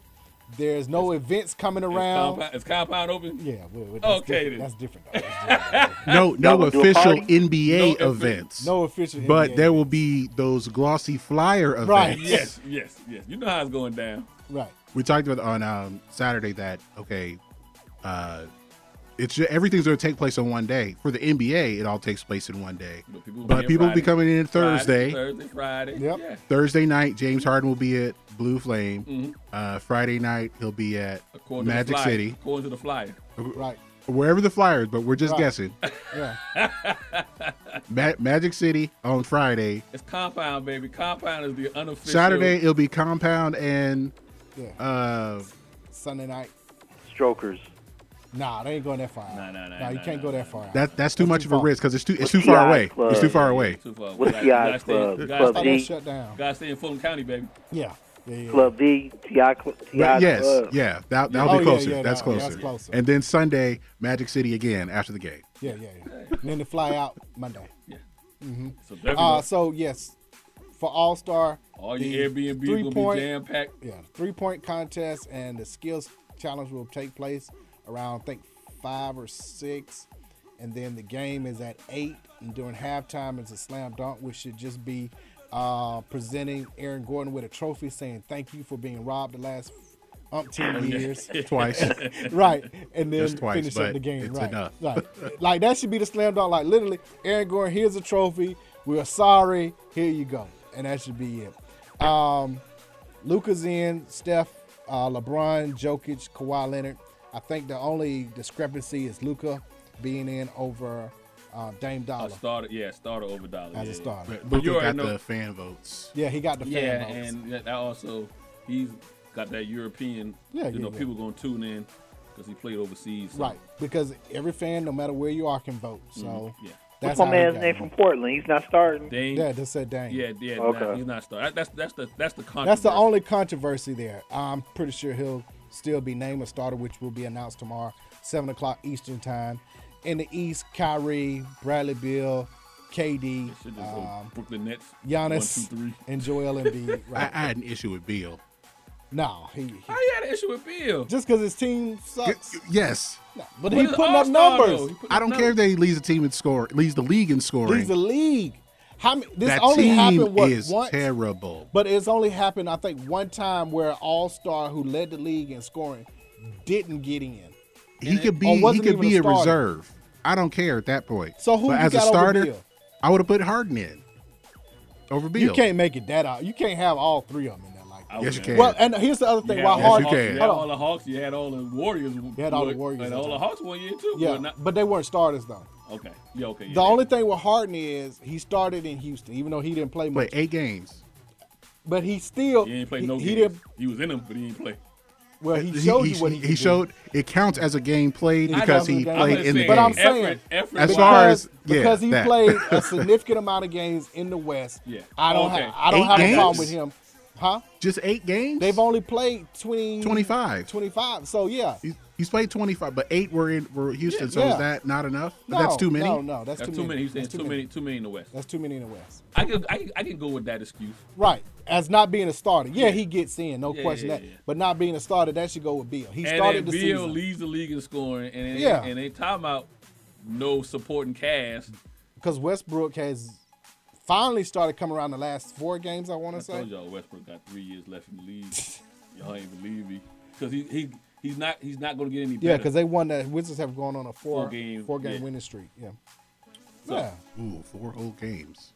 Speaker 6: There's no events coming around.
Speaker 4: Compound, is compound open?
Speaker 6: Yeah. we we- that's
Speaker 4: Okay.
Speaker 6: different.
Speaker 4: then.
Speaker 6: That's different. [laughs] Though.
Speaker 1: No, no official NBA events.
Speaker 6: No official
Speaker 1: But
Speaker 6: NBA
Speaker 1: there will be those glossy flyer events.
Speaker 4: Yes. Yes. Yes. You know how it's going down.
Speaker 6: Right.
Speaker 1: we talked about on um, Saturday that okay, uh, it's ju- everything's going to take place in one day. For the NBA, it all takes place in one day. But
Speaker 4: people,
Speaker 1: but people will be coming in Thursday.
Speaker 4: Thursday, Friday. Yeah.
Speaker 1: Thursday night, James Harden will be at Blue Flame.
Speaker 4: Mhm.
Speaker 1: Uh, Friday night, he'll be at
Speaker 4: According to the
Speaker 1: Magic
Speaker 4: flyer-
Speaker 1: City,
Speaker 4: According to the flyer.
Speaker 6: Right.
Speaker 1: wherever the Flyers. But we're just
Speaker 4: Right. [laughs]
Speaker 1: guessing.
Speaker 6: Yeah.
Speaker 1: Ma- Magic City on Friday.
Speaker 4: It's compound, baby. Compound is the unofficial.
Speaker 1: Saturday, it'll be Compound and
Speaker 6: Yeah.
Speaker 1: uh,
Speaker 6: Sunday night.
Speaker 11: Strokers.
Speaker 6: Nah, they ain't going that far. Nah, nah, nah. Nah, you can't go that far. out.
Speaker 1: that that's too much of a risk because it's too it's
Speaker 6: What's
Speaker 1: too
Speaker 6: the
Speaker 1: far
Speaker 6: odds
Speaker 1: away.
Speaker 6: club?
Speaker 1: It's too far away.
Speaker 4: Too far.
Speaker 11: What's
Speaker 4: You
Speaker 11: the
Speaker 4: gotta
Speaker 11: odds
Speaker 4: uh, stay- you
Speaker 11: club?
Speaker 4: gotta
Speaker 11: Club
Speaker 4: stay-
Speaker 11: D?
Speaker 6: Shut down.
Speaker 4: Gotta stay in Fulton County, baby.
Speaker 6: Yeah. Yeah. yeah.
Speaker 11: Club V, Ti, Cl- Ti
Speaker 1: But yes,
Speaker 11: Club.
Speaker 1: yeah, that that'll
Speaker 6: Oh,
Speaker 1: be
Speaker 6: yeah,
Speaker 1: closer.
Speaker 6: yeah,
Speaker 1: that's
Speaker 6: that-
Speaker 1: closer.
Speaker 6: that's closer.
Speaker 1: And then Sunday, Magic City again after the
Speaker 6: [laughs]
Speaker 1: game.
Speaker 6: Yeah, yeah, yeah. and then they fly out Monday. Yeah. hmm
Speaker 4: So there we go.
Speaker 6: uh, so yes, for All Star,
Speaker 4: All your Airbnb gonna be jam-packed.
Speaker 6: Yeah, three point contest and the skills challenge will take place around I think five or six, and then the game is at eight. And during halftime is a slam dunk, which should just be uh, presenting Aaron Gordon with a trophy saying thank you for being robbed the last umpteen
Speaker 4: [laughs]
Speaker 6: years
Speaker 1: Twice.
Speaker 6: [laughs] right, and then
Speaker 1: Just twice,
Speaker 6: finish up
Speaker 1: but
Speaker 6: the game.
Speaker 1: it's
Speaker 6: right,
Speaker 1: enough.
Speaker 6: right.
Speaker 1: [laughs]
Speaker 6: Like that should be the slam dunk. Like literally, Aaron Gordon, here's a trophy. We are sorry. Here you go, and that should be it. Um, Luca's in. Steph, uh, LeBron, Jokic, Kawhi Leonard. I think the only discrepancy is Luca being in over uh, Dame
Speaker 4: A
Speaker 6: Dollar.
Speaker 4: starter, yeah, starter over dollar.
Speaker 6: As a
Speaker 4: yeah.
Speaker 6: starter. But
Speaker 1: Luka
Speaker 4: already
Speaker 1: got the fan votes.
Speaker 6: Yeah, he got the fan
Speaker 4: yeah,
Speaker 6: votes.
Speaker 4: and that that also he's got that European.
Speaker 6: Yeah,
Speaker 4: you
Speaker 6: yeah,
Speaker 4: know,
Speaker 6: yeah.
Speaker 4: people gonna tune in because he played overseas. so-
Speaker 6: Right, because every fan, no matter where you are, can vote. So
Speaker 4: Mhm, yeah.
Speaker 6: that's
Speaker 11: What's my
Speaker 6: how he
Speaker 11: man's
Speaker 6: got
Speaker 11: name
Speaker 6: it.
Speaker 11: from Portland? He's not starting.
Speaker 4: Dame.
Speaker 6: Yeah, just said Dame.
Speaker 4: Yeah, yeah.
Speaker 6: Okay.
Speaker 4: nah, he's not starting. That's that's the that's the controversy.
Speaker 6: That's the only controversy there. I'm pretty sure he'll still be named a starter, which will be announced tomorrow, seven o'clock Eastern time. In the East, Kyrie, Bradley Bill, KD,
Speaker 4: Should just go
Speaker 6: um,
Speaker 4: Brooklyn Nets. One,
Speaker 6: Giannis,
Speaker 4: two, three.
Speaker 6: and Joel
Speaker 4: [laughs]
Speaker 6: Embiid.
Speaker 1: I,
Speaker 6: Right?
Speaker 1: I had an issue with Beal.
Speaker 6: no, he, he-
Speaker 4: How you had an issue with Bill?
Speaker 6: just because his team sucks.
Speaker 1: Yes.
Speaker 6: No, but
Speaker 4: Well,
Speaker 6: he
Speaker 4: he's
Speaker 6: putting up
Speaker 4: all-star,
Speaker 6: numbers.
Speaker 4: though. He
Speaker 1: I don't care if they leads the team in score, leads the league in scoring.
Speaker 6: He's the league. How many, this
Speaker 1: that
Speaker 6: only
Speaker 1: team
Speaker 6: happened what
Speaker 1: is
Speaker 6: once?
Speaker 1: terrible.
Speaker 6: But it's only happened, I think, one time where All Star, who led the league in scoring, didn't get in.
Speaker 1: He could
Speaker 6: Or
Speaker 1: be he
Speaker 6: wasn't
Speaker 1: could
Speaker 6: even
Speaker 1: be a,
Speaker 6: starter.
Speaker 1: reserve. I don't care at that point.
Speaker 6: So who
Speaker 1: But
Speaker 6: you
Speaker 1: as a
Speaker 6: got over
Speaker 1: starter,
Speaker 6: Beal?
Speaker 1: I would have put Harden in over Beal.
Speaker 6: You can't make it that out. You can't have all three of them in there like that.
Speaker 1: Yes, you can.
Speaker 6: Well, and here's the other thing.
Speaker 4: You
Speaker 6: Why
Speaker 4: had all
Speaker 6: Harden?
Speaker 4: the Hawks- You had all the Hawks. You had all the Warriors. You
Speaker 6: had all the Warriors
Speaker 4: And
Speaker 6: at
Speaker 4: all
Speaker 6: that
Speaker 4: the
Speaker 6: time.
Speaker 4: Hawks one year too.
Speaker 6: Yeah,
Speaker 4: but not-
Speaker 6: but they weren't starters though.
Speaker 4: okay. Yeah. Okay. yeah,
Speaker 6: The
Speaker 4: yeah.
Speaker 6: only thing with Harden is he started in Houston, even though he didn't play much.
Speaker 1: Wait, eight games.
Speaker 6: But he still
Speaker 4: He ain't played no
Speaker 6: he
Speaker 4: games.
Speaker 6: didn't-
Speaker 4: He was in them, but he didn't play.
Speaker 6: Well, he showed you what he, could do.
Speaker 1: showed. It counts as a game played
Speaker 6: I
Speaker 1: because
Speaker 6: know
Speaker 1: he
Speaker 6: the game.
Speaker 1: played in the game.
Speaker 6: But I'm saying,
Speaker 1: as far
Speaker 6: because-
Speaker 1: as yeah,
Speaker 6: because he
Speaker 1: that. [laughs]
Speaker 6: played a significant amount of games in the West.
Speaker 4: Yeah.
Speaker 6: I don't
Speaker 4: Okay.
Speaker 6: have I don't
Speaker 1: Eight
Speaker 6: have a problem
Speaker 1: games?
Speaker 6: with him Huh?
Speaker 1: Just eight games?
Speaker 6: They've only played 20,
Speaker 1: 25.
Speaker 6: 25. So yeah,
Speaker 1: He's, he's played 25, but eight were in were Houston.
Speaker 6: Yeah,
Speaker 1: so
Speaker 6: yeah.
Speaker 1: is that not enough?
Speaker 6: No,
Speaker 1: that's too many.
Speaker 6: No, no, that's,
Speaker 4: That's
Speaker 6: too many.
Speaker 4: He's saying
Speaker 6: That's
Speaker 4: too many, too many in the West.
Speaker 6: That's too many in the West.
Speaker 4: I can, I can, I can go with that excuse.
Speaker 6: Right. As not being a starter. Yeah,
Speaker 4: Yeah.
Speaker 6: he gets in, no
Speaker 4: Yeah,
Speaker 6: question
Speaker 4: yeah,
Speaker 6: that.
Speaker 4: yeah.
Speaker 6: But not being a starter, that should go with Bill. He
Speaker 4: and
Speaker 6: started
Speaker 4: then
Speaker 6: the
Speaker 4: Bill
Speaker 6: season.
Speaker 4: leads the league in scoring, and they,
Speaker 6: Yeah.
Speaker 4: and they time out no supporting cast.
Speaker 6: because Westbrook has finally started coming around the last four games. I want
Speaker 4: I
Speaker 6: to say
Speaker 4: told y'all Westbrook got three years left in the league. [laughs] y'all ain't believe me because he, he he's not he's not gonna get any better.
Speaker 6: yeah, because they won that. Wizards have gone on a four,
Speaker 4: Four game,
Speaker 6: four game
Speaker 4: yeah.
Speaker 6: winning streak. Yeah,
Speaker 4: So-
Speaker 6: yeah.
Speaker 1: Ooh, four whole games.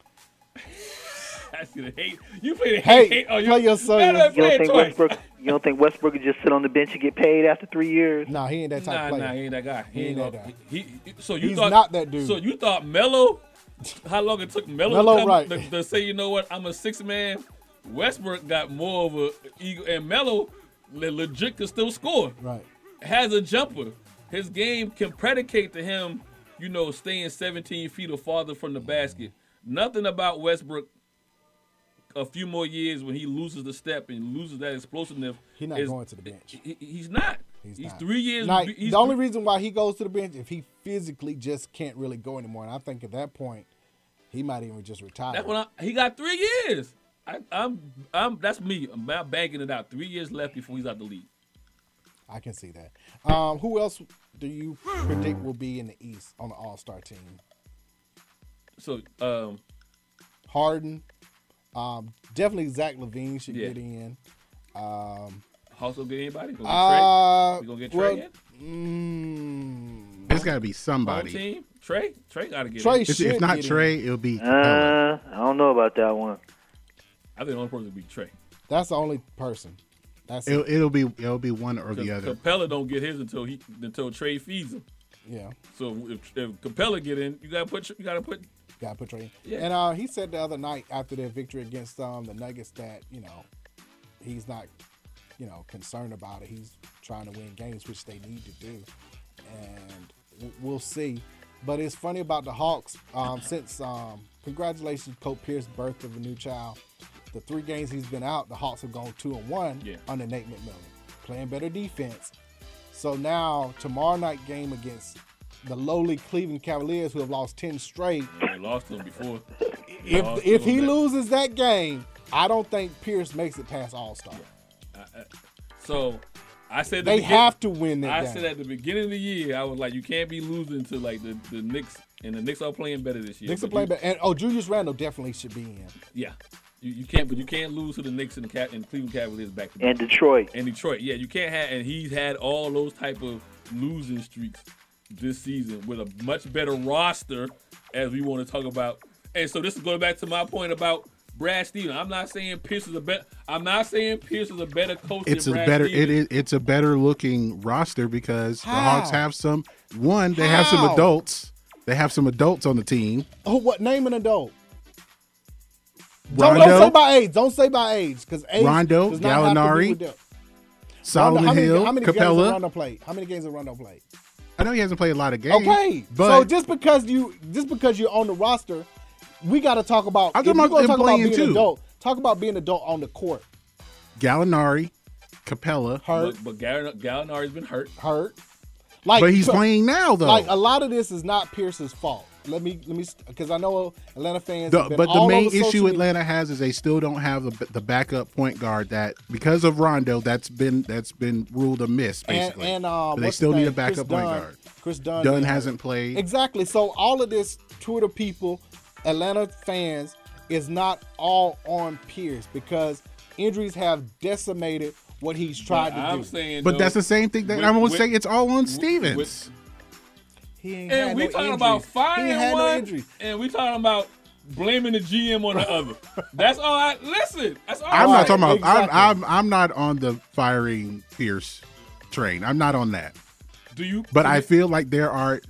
Speaker 4: That's gonna hate. You play the
Speaker 6: Hey,
Speaker 4: hate, hate on
Speaker 6: play your son.
Speaker 4: Matter of
Speaker 11: You don't
Speaker 4: fact,
Speaker 11: think
Speaker 4: twice.
Speaker 11: Westbrook? You don't think Westbrook could just sit on the bench and get paid after three years?
Speaker 6: Nah, he ain't that type
Speaker 4: Nah,
Speaker 6: of player.
Speaker 4: nah, he ain't that guy. He,
Speaker 6: He
Speaker 4: ain't
Speaker 6: ain't
Speaker 4: gonna-
Speaker 6: that
Speaker 4: He, he- so you
Speaker 6: He's
Speaker 4: thought
Speaker 6: not that dude.
Speaker 4: So you thought Melo? How long it took Melo,
Speaker 6: Melo,
Speaker 4: to, come,
Speaker 6: right.
Speaker 4: to, to say, you know what, I'm a six man. Westbrook got more of a ego, and Melo le- legit can still score.
Speaker 6: Right.
Speaker 4: Has a jumper. His game can predicate to him, you know, staying 17 feet or farther from the basket. Nothing about Westbrook. A few more years when he loses the step and loses that explosiveness.
Speaker 6: He's not
Speaker 4: is-
Speaker 6: going to the bench.
Speaker 4: he- he's not. He's, three years.
Speaker 6: Like,
Speaker 4: he's
Speaker 6: the only reason why he goes to the bench if he physically just can't really go anymore. And I think at that point, he might even just retire.
Speaker 4: That's when I, he got three years. I, I'm, I'm. That's me. I'm ba- bagging it out. Three years left before he's out the league.
Speaker 6: I can see that. Um, who else do you predict will be in the East on the All Star team?
Speaker 4: So, um,
Speaker 6: Harden, um, definitely Zach Levine should
Speaker 4: Yeah.
Speaker 6: get in. Um,
Speaker 4: Hawks gonna get anybody? Gonna get
Speaker 6: uh,
Speaker 4: Trey? We gonna get
Speaker 6: well,
Speaker 4: Trey in?
Speaker 6: mm,
Speaker 1: There's got to be
Speaker 4: Home
Speaker 1: somebody.
Speaker 4: team? Trey? Trey gotta get
Speaker 6: Trey
Speaker 4: in.
Speaker 1: If, if not Trey, it'll be.
Speaker 11: Uh, I don't know about that one.
Speaker 4: I think the only person would be Trey.
Speaker 6: that's the only person. That's
Speaker 1: It'll,
Speaker 6: it.
Speaker 1: it'll be it'll be one or the other.
Speaker 4: Capella don't get his until he until Trey feeds him.
Speaker 6: Yeah,
Speaker 4: So if, if Capella get in, you gotta put you gotta put
Speaker 6: got put Trey. in.
Speaker 4: Yeah.
Speaker 6: And uh, he said the other night after their victory against um, the Nuggets that you know he's not you know concerned about it. He's trying to win games, which they need to do, and w- we'll see. But it's funny about the Hawks. Um, since um, congratulations, Coach Pierce, birth of a new child. The three games he's been out, the Hawks have gone two and one
Speaker 4: Yeah.
Speaker 6: under Nate McMillan, playing better defense. So now tomorrow night game against the lowly Cleveland Cavaliers, who have lost ten straight,
Speaker 4: they lost to him before. They
Speaker 6: if
Speaker 4: lost to
Speaker 6: if
Speaker 4: him
Speaker 6: he
Speaker 4: that-
Speaker 6: loses that game, I don't think Pierce makes it past All Star.
Speaker 4: So I said
Speaker 6: They
Speaker 4: begin-
Speaker 6: have to win that
Speaker 4: I
Speaker 6: game.
Speaker 4: said at the beginning of the year, I was like, you can't be losing to like the, the Knicks, and the Knicks are playing better this year.
Speaker 6: Knicks are
Speaker 4: But
Speaker 6: playing
Speaker 4: you-
Speaker 6: better, and oh, Julius Randle definitely should be in.
Speaker 4: Yeah, you, you can't, but you can't lose to the Knicks and the Cat and Cleveland Cavaliers back to back.
Speaker 11: And Detroit.
Speaker 4: and Detroit. Yeah, you can't have, and he's had all those type of losing streaks this season with a much better roster, as we want to talk about. And so this is going back to my point about Brad Stevens. I'm not saying Pierce is a better. I'm not saying Pierce is a better coach.
Speaker 1: It's a
Speaker 4: than Brad
Speaker 1: better
Speaker 4: Stevens.
Speaker 1: it is it's a better looking roster because the Hawks
Speaker 6: How?
Speaker 1: have some one they have some
Speaker 6: How?
Speaker 1: adults they have some adults on the team.
Speaker 6: Oh, what name an adult? Don't, don't say
Speaker 1: Rondo,
Speaker 6: by age. Don't say by age because age
Speaker 1: Rondo,
Speaker 6: does not have to
Speaker 1: Gallinari,
Speaker 6: do with that.
Speaker 1: Solomon
Speaker 6: Rondo- how many,
Speaker 1: Hill,
Speaker 6: how many Games
Speaker 1: Capella.
Speaker 6: has Rondo played? How many games has Rondo played?
Speaker 1: I know he hasn't played a lot of games.
Speaker 6: okay,
Speaker 1: but
Speaker 6: so just because you just because you're on the roster, we got to talk about.
Speaker 1: I'm
Speaker 6: if
Speaker 1: talking
Speaker 6: you're
Speaker 1: about
Speaker 6: gonna
Speaker 1: him
Speaker 6: talk about
Speaker 1: playing
Speaker 6: being
Speaker 1: too.
Speaker 6: adult. Talk about being adult on the court.
Speaker 1: Gallinari, Capella,
Speaker 4: But, but Gallinari- Gallinari's been hurt.
Speaker 6: Hurt. Like,
Speaker 1: But he's playing now, though.
Speaker 6: Like uh, a lot of this is not Pierce's fault. Let me let me because I know Atlanta fans.
Speaker 1: The-
Speaker 6: have been
Speaker 1: but the
Speaker 6: all
Speaker 1: main
Speaker 6: over social
Speaker 1: issue
Speaker 6: media.
Speaker 1: Atlanta has is they still don't have the, the backup point guard that because of Rondo that's been that's been ruled a miss
Speaker 6: and,
Speaker 1: basically.
Speaker 6: and uh,
Speaker 1: But they
Speaker 6: what's
Speaker 1: still
Speaker 6: his
Speaker 1: need a
Speaker 6: name? Chris
Speaker 1: backup point
Speaker 6: Dunn-
Speaker 1: guard.
Speaker 6: Chris Dunn.
Speaker 1: Dunn
Speaker 6: being hurt.
Speaker 1: hasn't played.
Speaker 6: Exactly. So all of this Twitter people, Atlanta fans, is not all on Pierce because injuries have decimated what he's tried
Speaker 4: But
Speaker 6: to
Speaker 4: I'm
Speaker 6: do.
Speaker 4: saying,
Speaker 1: But
Speaker 4: though,
Speaker 1: that's the same thing that
Speaker 4: with-
Speaker 1: I'm gonna
Speaker 4: with-
Speaker 1: say. It's all on
Speaker 4: with-
Speaker 1: Stevens.
Speaker 4: with-
Speaker 6: he ain't
Speaker 4: and
Speaker 6: had
Speaker 4: we
Speaker 6: no
Speaker 4: talking
Speaker 6: injuries.
Speaker 4: about
Speaker 6: He ain't
Speaker 4: firing
Speaker 6: had no
Speaker 4: one,
Speaker 6: injuries.
Speaker 4: and we talking about blaming the
Speaker 1: [laughs]
Speaker 4: GM on the other. That's all. I Listen, that's all.
Speaker 1: I'm
Speaker 4: I-
Speaker 1: not talking about.
Speaker 6: exactly.
Speaker 1: I'm, I'm I'm not on the firing Pierce train. I'm not on that.
Speaker 4: Do you?
Speaker 1: But I feel like there are.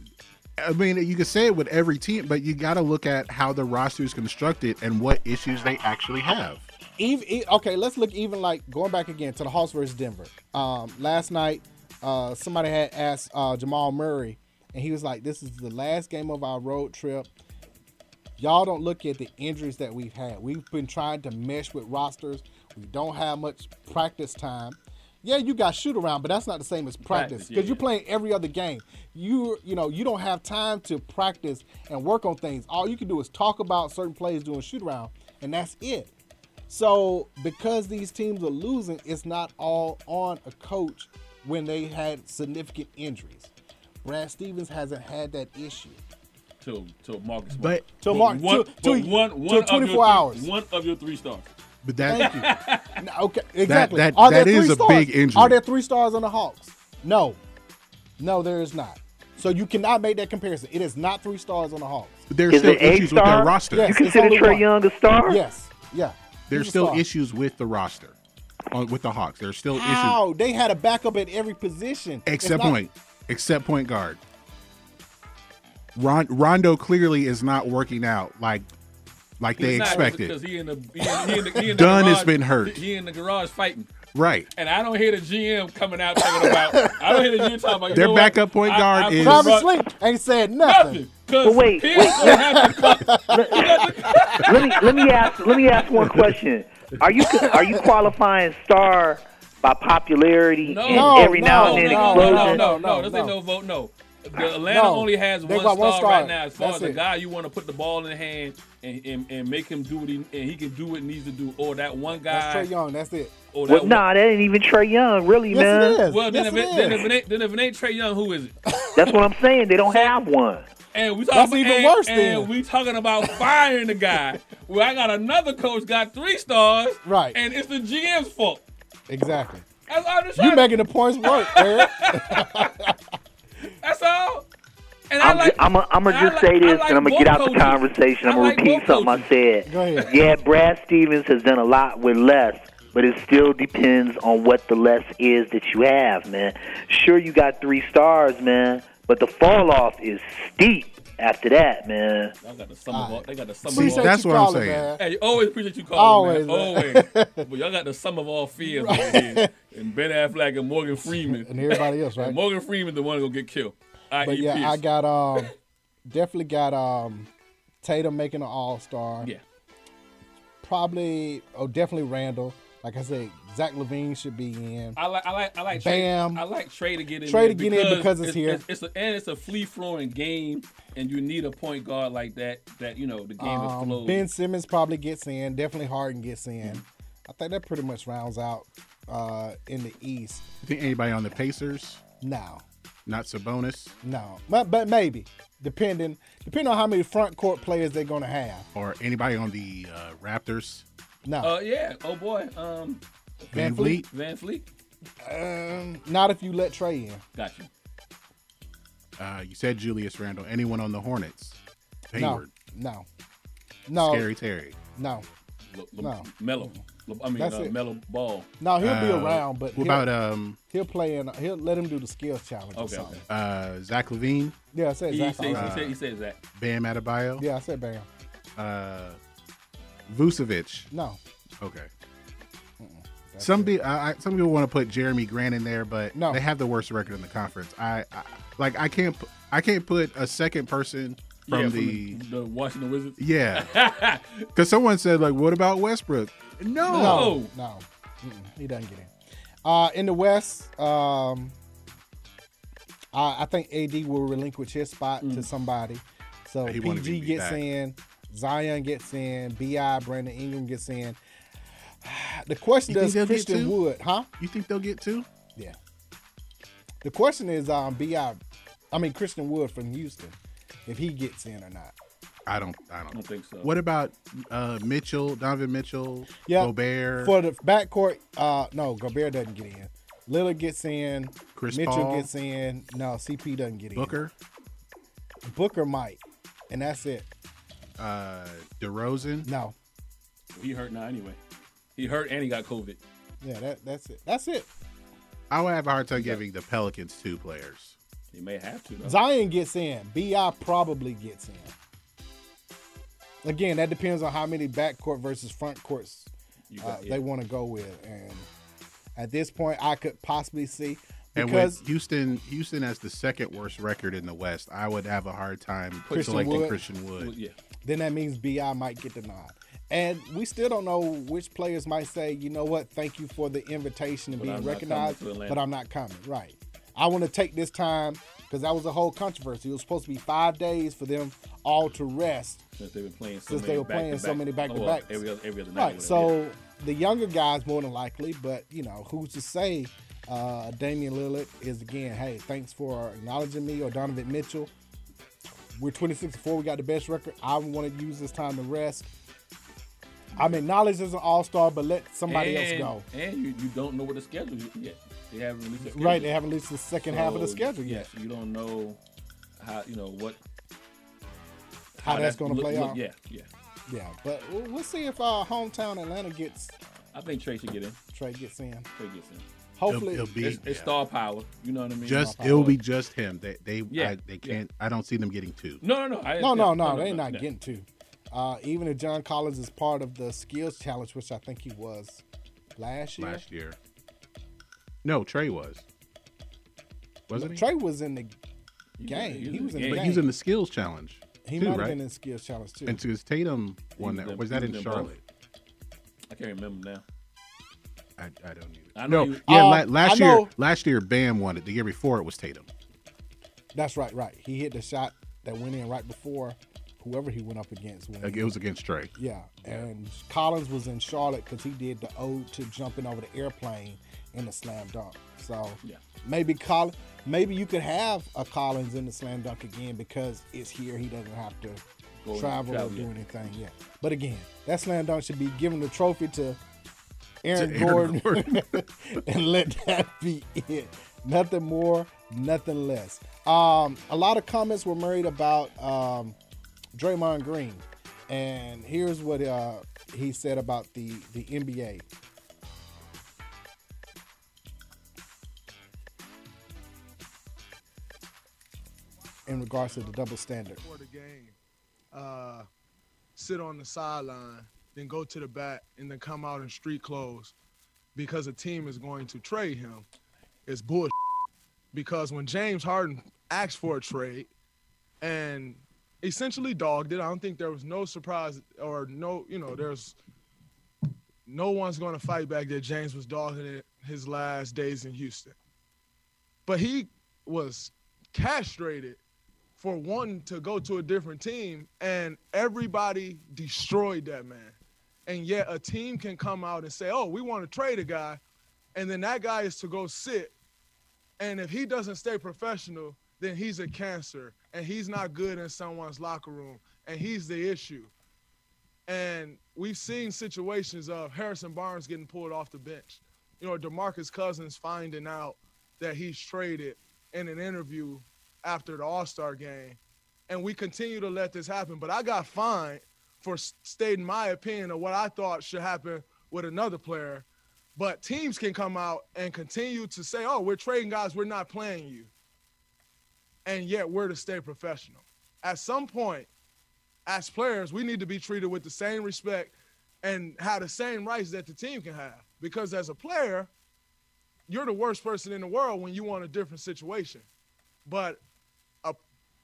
Speaker 1: I mean, you can say it with every team, but you got to look at how the roster is constructed and what issues they actually have.
Speaker 6: Eve, e- okay, let's look even like going back again to the Hawks versus Denver. Um, last night, uh, somebody had asked uh, Jamal Murray, and he was like, "This is the last game of our road trip. Y'all don't look at the injuries that we've had. We've been trying to mesh with rosters. You don't have much practice time. Yeah, you got shoot around, but that's not the same as practice
Speaker 14: Practice,
Speaker 6: because
Speaker 14: yeah,
Speaker 6: you're playing every other game. You you know you don't have time to practice and work on things. All you can do is talk about certain plays doing shoot around, and that's it. So because these teams are losing, it's not all on a coach when they had significant injuries. Brad Stevens hasn't had that issue.
Speaker 4: Till till Marcus.
Speaker 6: But-
Speaker 4: Smart.
Speaker 6: Till Mark-
Speaker 4: One,
Speaker 6: till-
Speaker 4: but
Speaker 6: till-
Speaker 4: one,
Speaker 6: till
Speaker 4: one of
Speaker 6: 24
Speaker 4: your,
Speaker 6: hours.
Speaker 4: One of your three stars.
Speaker 1: But
Speaker 6: Thank you. No, okay, exactly.
Speaker 1: that-
Speaker 6: are
Speaker 1: that
Speaker 6: there
Speaker 1: is
Speaker 6: three
Speaker 1: a
Speaker 6: stars?
Speaker 1: big injury.
Speaker 6: Are there three stars on the Hawks? No, no, there is not. So you cannot make that comparison. It is not three stars on the Hawks.
Speaker 1: But there's Is still it a issues with their star? roster. You
Speaker 6: Yes, it's
Speaker 1: consider
Speaker 6: only
Speaker 1: Trae
Speaker 6: one.
Speaker 1: Young a star?
Speaker 6: Yes. Yeah.
Speaker 1: There's
Speaker 6: He's a
Speaker 1: still
Speaker 6: star.
Speaker 1: issues with the roster, on, with the Hawks. There's still
Speaker 6: How they had a backup at every position It's
Speaker 1: issues except
Speaker 6: not-
Speaker 1: point, except point guard. Ron, Rondo clearly is not working out like like they
Speaker 4: He's not,
Speaker 1: expected.
Speaker 4: Cause he in the, he in, he in the, he in the
Speaker 1: Dunn has
Speaker 4: garage-
Speaker 1: been hurt.
Speaker 4: He in the garage fighting.
Speaker 1: Right.
Speaker 4: And I don't hear the GM coming out talking about. I don't hear the GM talking about. you
Speaker 1: Their
Speaker 4: know what?
Speaker 1: backup point
Speaker 4: I-
Speaker 1: guard
Speaker 4: I
Speaker 1: is-
Speaker 4: brought-
Speaker 6: Robert Slink ain't said nothing.
Speaker 4: Cause
Speaker 11: wait,
Speaker 4: Pierce
Speaker 11: wait.
Speaker 4: gonna have to come-
Speaker 11: let me let me ask let me ask one question. Are you are you qualifying star by popularity and
Speaker 4: No,
Speaker 11: every now and
Speaker 4: no,
Speaker 11: then
Speaker 4: no,
Speaker 11: explosion? Ah.
Speaker 4: No, no, no, this ain't no vote. No, the Atlanta
Speaker 6: No,
Speaker 4: only has
Speaker 6: they
Speaker 4: one star,
Speaker 6: got one star.
Speaker 4: right now. As far
Speaker 6: That's
Speaker 4: as the
Speaker 6: it.
Speaker 4: guy you want to put the ball in hand and, and and make him do what he and he can do what he needs to do, or that one guy.
Speaker 6: That's Trey Young. That's it.
Speaker 4: Or that
Speaker 11: Well, nah, that ain't even Trey Young, really, man.
Speaker 4: Well, then, if it, then, if it ain't, then if it ain't Trey Young, who is it?
Speaker 11: That's what I'm saying. They don't have one.
Speaker 4: And we
Speaker 11: That's
Speaker 4: talking
Speaker 11: even
Speaker 4: and,
Speaker 11: worse
Speaker 4: And
Speaker 11: then.
Speaker 4: we talking about firing the guy. Well, I got another coach got three stars. Right. And it's the GM's fault.
Speaker 6: Exactly.
Speaker 4: That's all. I'm just
Speaker 6: You
Speaker 4: trying-
Speaker 6: making the points work,
Speaker 4: [laughs]
Speaker 6: Eric.
Speaker 4: That's all. And I
Speaker 11: I'm,
Speaker 4: like.
Speaker 11: I'm gonna I'm
Speaker 4: and I
Speaker 11: just
Speaker 4: like-
Speaker 11: say this,
Speaker 4: I like
Speaker 11: and I'm gonna
Speaker 4: both
Speaker 11: get out the
Speaker 4: coaches.
Speaker 11: conversation. I'm
Speaker 4: I
Speaker 11: gonna
Speaker 4: like
Speaker 11: repeat
Speaker 4: both
Speaker 11: something I said.
Speaker 6: Go ahead.
Speaker 11: Yeah, Brad Stevens has done a lot with less, but it still depends on what the less is that you have, man. Sure, you got three stars, man, but the fall off is steep after that, man.
Speaker 4: Y'all got the summer ball. They got the summer
Speaker 11: Appreciate
Speaker 4: ball.
Speaker 11: you That's what I'm calling, saying. man.
Speaker 4: Hey, always appreciate you calling.
Speaker 6: Always,
Speaker 4: Always,
Speaker 6: [laughs]
Speaker 4: man. always. but y'all got the sum of all fears over here. And Ben Affleck and Morgan Freeman
Speaker 6: And everybody else, right?
Speaker 4: And Morgan Freeman the one gonna get killed. I
Speaker 6: But
Speaker 4: eat
Speaker 6: yeah,
Speaker 4: Pierce.
Speaker 6: I got um definitely got um Tatum making an all star.
Speaker 4: Yeah.
Speaker 6: Probably oh definitely Randall. Like I said, Zach Levine should be in.
Speaker 4: I like I like I like
Speaker 6: Bam.
Speaker 4: Trey, I like Trey to get in. there
Speaker 6: Trey to get in because it's here.
Speaker 4: It's, a, and it's a flea flowing game, and you need a point guard like that. That you know the game is
Speaker 6: Um,
Speaker 4: flowed.
Speaker 6: ben Simmons probably gets in. Definitely Harden gets in.
Speaker 4: Mm-hmm.
Speaker 6: I think that pretty much rounds out uh in the East.
Speaker 1: You think anybody on the Pacers?
Speaker 6: No.
Speaker 1: Not Sabonis
Speaker 6: No. But but maybe. Depending depending on how many front court players they're gonna have.
Speaker 1: or anybody on the uh, Raptors.
Speaker 6: No.
Speaker 4: Uh, yeah. Oh boy. Um,
Speaker 1: Van Vliet?
Speaker 4: Van Fleet. Uh,
Speaker 6: Um, not if you let Trey in.
Speaker 4: Gotcha.
Speaker 1: Uh, you said Julius Randle. Anyone on the Hornets? Hayward.
Speaker 6: No. Oh, No. No.
Speaker 1: Scary Terry.
Speaker 6: No.
Speaker 4: Le,
Speaker 6: No.
Speaker 4: Mellow. Le- I mean
Speaker 6: That's
Speaker 4: uh,
Speaker 6: it.
Speaker 4: Mellow Ball.
Speaker 6: No, he'll be
Speaker 1: Uh,
Speaker 6: around, but
Speaker 1: what
Speaker 6: he'll-
Speaker 1: about, um,
Speaker 6: He'll play in. He'll let him do the skill challenge or
Speaker 4: Okay,
Speaker 6: something.
Speaker 1: Uh, Zach Levine.
Speaker 6: Yeah, I said
Speaker 4: He
Speaker 6: Zach.
Speaker 4: said-
Speaker 1: Uh-huh.
Speaker 4: he
Speaker 6: already.
Speaker 4: said- he said Zach.
Speaker 1: Bam Adebayo.
Speaker 6: Yeah, I said Bam.
Speaker 1: Uh, Vucevic.
Speaker 6: No.
Speaker 1: Okay. Some be, I, I- some people want to put Jeremy Grant in there, but they have the worst record in the conference. I, I like I can't pu- I can't put a second person from
Speaker 4: yeah,
Speaker 1: the
Speaker 4: the Washington Wizards.
Speaker 1: yeah [laughs] because someone said like what about Westbrook? No.
Speaker 6: No. No. Mm-mm, he doesn't get in. Uh, in the West, um, I, I think AD will relinquish his spot to somebody. So
Speaker 1: Mm. He wanted
Speaker 6: PG
Speaker 1: to be
Speaker 6: gets
Speaker 1: back.
Speaker 6: in, Zion gets in, Bi Brandon Ingram gets in. [sighs] The question
Speaker 1: You think
Speaker 6: is
Speaker 1: they'll get
Speaker 6: Christian
Speaker 1: two?
Speaker 6: Wood, huh?
Speaker 1: You think they'll get two?
Speaker 6: Yeah. The question is um, Bi, I mean Christian Wood from Houston, if he gets in or not.
Speaker 1: I don't I don't,
Speaker 4: I don't think so.
Speaker 1: What about uh, Mitchell Donovan Mitchell?
Speaker 6: Yeah.
Speaker 1: Gobert.
Speaker 6: For the backcourt, uh, no, Gobert doesn't get in. Lillard gets in.
Speaker 1: Chris
Speaker 6: Mitchell
Speaker 1: Paul.
Speaker 6: gets in. No, CP doesn't get
Speaker 1: Booker.
Speaker 6: in. Booker might, and that's it.
Speaker 1: Uh, DeRozan.
Speaker 6: No.
Speaker 4: He hurt now anyway. He hurt and he got COVID.
Speaker 6: Yeah, that that's it. That's it.
Speaker 1: I would have a hard time giving the Pelicans two players.
Speaker 4: He may have to though.
Speaker 6: Zion gets in. Bi probably gets in. Again, that depends on how many backcourt versus front courts
Speaker 4: got-
Speaker 6: uh,
Speaker 4: yeah.
Speaker 6: they want to go with, and at this point, I could possibly see
Speaker 1: And with
Speaker 6: because
Speaker 1: Houston, Houston has the second worst record in the West. I would have a hard time
Speaker 6: Christian
Speaker 1: selecting
Speaker 6: Wood.
Speaker 1: Christian Wood.
Speaker 6: then that means Bi might get the nod. And we still don't know which players might say, you know what, thank you for the invitation and
Speaker 3: But
Speaker 6: being
Speaker 3: I'm not
Speaker 6: recognized,
Speaker 3: coming to Atlanta."
Speaker 6: but I'm not coming. Right. I want to take this time because that was a whole controversy. It was supposed to be five days for them all to rest
Speaker 3: since they've been playing so
Speaker 6: since
Speaker 3: many
Speaker 6: they were
Speaker 3: back
Speaker 6: playing
Speaker 3: to
Speaker 6: so
Speaker 3: back.
Speaker 6: many back
Speaker 3: Oh,
Speaker 6: to
Speaker 3: well,
Speaker 6: back.
Speaker 3: every other every other night.
Speaker 6: Right.
Speaker 3: whatever,
Speaker 6: So the younger guys more than likely, but you know who's to say uh, Damian Lillard is again? Hey, thanks for acknowledging me or Donovan Mitchell. We're 26 and 4. We got the best record. I want to use this time to rest. I'm acknowledged as an all star, but let somebody
Speaker 3: and,
Speaker 6: else
Speaker 3: And you, you don't know what the schedule is yet. They haven't released the
Speaker 6: go.
Speaker 3: schedule.
Speaker 6: Right. They haven't released the second half of the
Speaker 3: So,
Speaker 6: schedule yet.
Speaker 3: yes, You don't know how you know what
Speaker 6: How that's gonna
Speaker 3: look-
Speaker 6: play
Speaker 3: look-
Speaker 6: out.
Speaker 3: Yeah, yeah.
Speaker 6: Yeah. But we'll we'll see if our hometown Atlanta gets
Speaker 3: I think Trey should get in.
Speaker 6: Trey gets in.
Speaker 3: Trey gets in. [clears throat]
Speaker 6: Hopefully-
Speaker 1: It'll- it'll be-
Speaker 3: it's, it's
Speaker 1: yeah.
Speaker 3: star power. You know what I mean?
Speaker 1: Just
Speaker 3: Star
Speaker 1: it'll
Speaker 3: power.
Speaker 1: be just him. They they
Speaker 3: Yeah,
Speaker 1: I, they
Speaker 3: yeah.
Speaker 1: can't. I don't see them getting two.
Speaker 3: No, no, no. I,
Speaker 6: no,
Speaker 3: yeah,
Speaker 6: no, no, they
Speaker 3: no,
Speaker 6: not
Speaker 3: no.
Speaker 6: getting to. Uh, even if John Collins is part of the skills challenge, which I think he was last year.
Speaker 1: last year. No, Trey was. Wasn't he?
Speaker 6: Trey was in the game. He was in the
Speaker 1: but
Speaker 6: game.
Speaker 1: he was in the skills challenge.
Speaker 6: He
Speaker 1: too,
Speaker 6: might have
Speaker 1: right?
Speaker 6: been in skills challenge too.
Speaker 1: And so his Tatum won
Speaker 3: He
Speaker 1: that.
Speaker 3: them-
Speaker 1: Was that
Speaker 3: he
Speaker 1: in
Speaker 3: them both.
Speaker 1: Charlotte?
Speaker 3: I can't remember now.
Speaker 1: I, I don't either.
Speaker 3: I know
Speaker 1: No,
Speaker 3: he-
Speaker 1: yeah.
Speaker 6: Uh,
Speaker 1: la- last
Speaker 6: I
Speaker 1: year,
Speaker 6: know-
Speaker 1: last year Bam won it. The year before it was Tatum.
Speaker 6: That's right, right. He hit the shot that went in right before whoever he went up against. Went
Speaker 1: Like, It was against Trey.
Speaker 6: Yeah, and Collins was in Charlotte because he did the ode to jumping over the airplane in the slam dunk. So maybe Collins, maybe you could have a Collins in the slam dunk again because it's here. He doesn't have to
Speaker 3: Go and
Speaker 6: travel or
Speaker 3: travel,
Speaker 6: do
Speaker 3: yeah.
Speaker 6: anything yet. But again, that slam dunk should be giving the trophy to Aaron,
Speaker 1: To Aaron
Speaker 6: Gordon, [laughs] and let that be it. Nothing more, nothing less. Um, a lot of comments were made about um, Draymond Green, and here's what uh, he said about the the NBA. In regards to the double standard,
Speaker 11: before the game, uh, sit on the sideline, then go to the back, and then come out in street clothes because a team is going to trade him It's bullshit. Because when James Harden asked for a trade and essentially dogged it, I don't think there was no surprise or no, you know, there's no one's going to fight back that James was dogging it his last days in Houston. But he was castrated for wanting to go to a different team, and everybody destroyed that man. And yet a team can come out and say, "Oh, we want to trade a guy," and then that guy is to go sit. And if he doesn't stay professional, then he's a cancer, and he's not good in someone's locker room, and he's the issue. And we've seen situations of Harrison Barnes getting pulled off the bench. You know, DeMarcus Cousins finding out that he's traded in an interview after the All Star game. And we continue to let this happen. But I got fined for s- stating my opinion of what I thought should happen with another player. But teams can come out and continue to say, oh, we're trading guys, we're not playing you. And yet we're to stay professional. At some point, as players, we need to be treated with the same respect and have the same rights that the team can have. Because as a player, you're the worst person in the world when you want a different situation. But a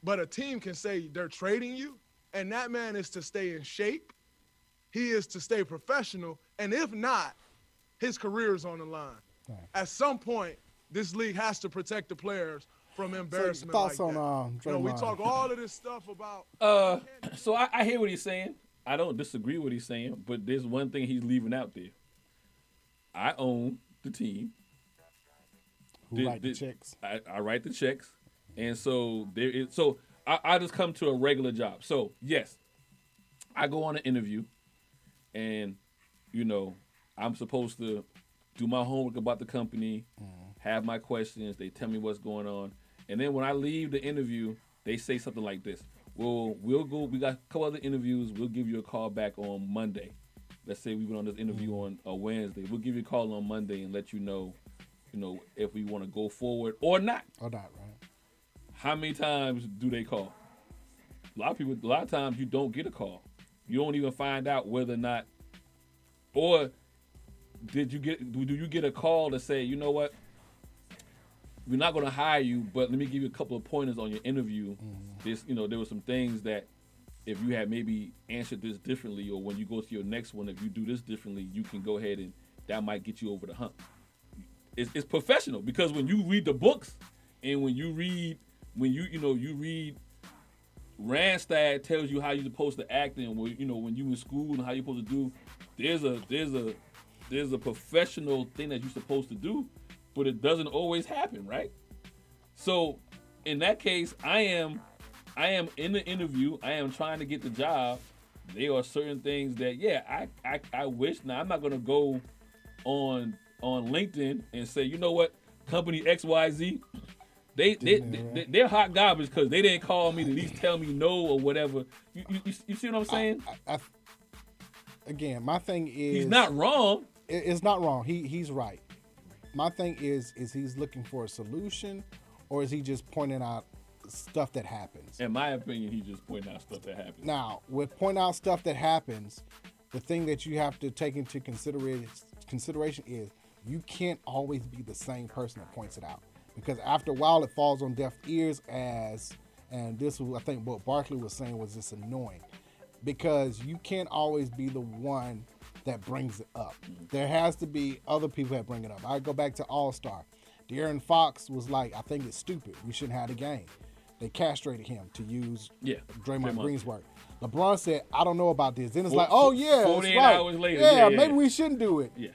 Speaker 11: but a team can say they're trading you, and that man is to stay in shape. He is to stay professional, and if not, his career is on the line. At some point, this league has to protect the players from [laughs] embarrassment.
Speaker 6: thoughts
Speaker 11: like
Speaker 6: on
Speaker 11: that.
Speaker 6: um,
Speaker 11: You know, we
Speaker 6: Draymond?
Speaker 11: talk all of this stuff about
Speaker 3: Uh, so I, I hear what he's saying. I don't disagree with what he's saying, but there's one thing he's leaving out there. I own the team.
Speaker 6: Who write the checks?
Speaker 3: I, I write the checks, and so there is. So I, I just come to a regular job. So yes, I go on an interview, and you know I'm supposed to do my homework about the company, have my questions. They tell me what's going on, and then when I leave the interview, they say something like this: "Well, we'll go. We got a couple other interviews. We'll give you a call back on Monday. Let's say we went on this interview on a Wednesday. We'll give you a call on Monday and let you know, you know, if we want to go forward or not."
Speaker 6: or not, right?
Speaker 3: How many times do they call? A lot of people. A lot of times you don't get a call. You don't even find out whether or not, or did you get? Do you get a call to say, you know what? We're not going to
Speaker 6: Mm-hmm.
Speaker 3: hire you, but let me give you a couple of pointers on your interview. This, you know, there were some things that if you had maybe answered this differently, or when you go to your next one, if you do this differently, you can go ahead and that might get you over the hump. It's, it's professional because when you read the books and when you read, when you you know you read, Randstad tells you how you're supposed to act and when you know when you in school and how you're supposed to do. There's a there's a there's a professional thing that you're supposed to do, but it doesn't always happen, right? So in that case, I am I am in the interview, I am trying to get the job. There are certain things that yeah, I I, I wish now I'm not gonna go on on LinkedIn and say, you know what, company XYZ, they, they, they they're hot garbage because they didn't call me to at least tell me no or whatever. You, you, you- you see what I'm saying?
Speaker 6: I, again, my thing is
Speaker 3: He's not wrong.
Speaker 6: it's not wrong. He he's right. My thing is is he's looking for a solution, or is he just pointing out stuff that happens?
Speaker 3: in my opinion, he just pointed out stuff that happened.
Speaker 6: Now, with point out stuff that happens, the thing that you have to take into consideration consideration is you can't always be the same person that points it out because after a while it falls on deaf ears as and this was I think what Barkley was saying was just annoying because you can't always be the one that brings it up. There has to be other people that bring it up. I go back to All Star. De'Aaron Fox was like, I think it's stupid. We shouldn't have the game. They castrated him to use
Speaker 3: Yeah,
Speaker 6: Draymond,
Speaker 3: Draymond.
Speaker 6: Green's work. LeBron said, I don't know about this. Then it's
Speaker 3: Fo-
Speaker 6: like, oh, yeah. it's
Speaker 3: 48
Speaker 6: right.
Speaker 3: hours later,
Speaker 6: Yeah,
Speaker 3: yeah, yeah,
Speaker 6: maybe
Speaker 3: yeah.
Speaker 6: we shouldn't do it.
Speaker 3: Yeah.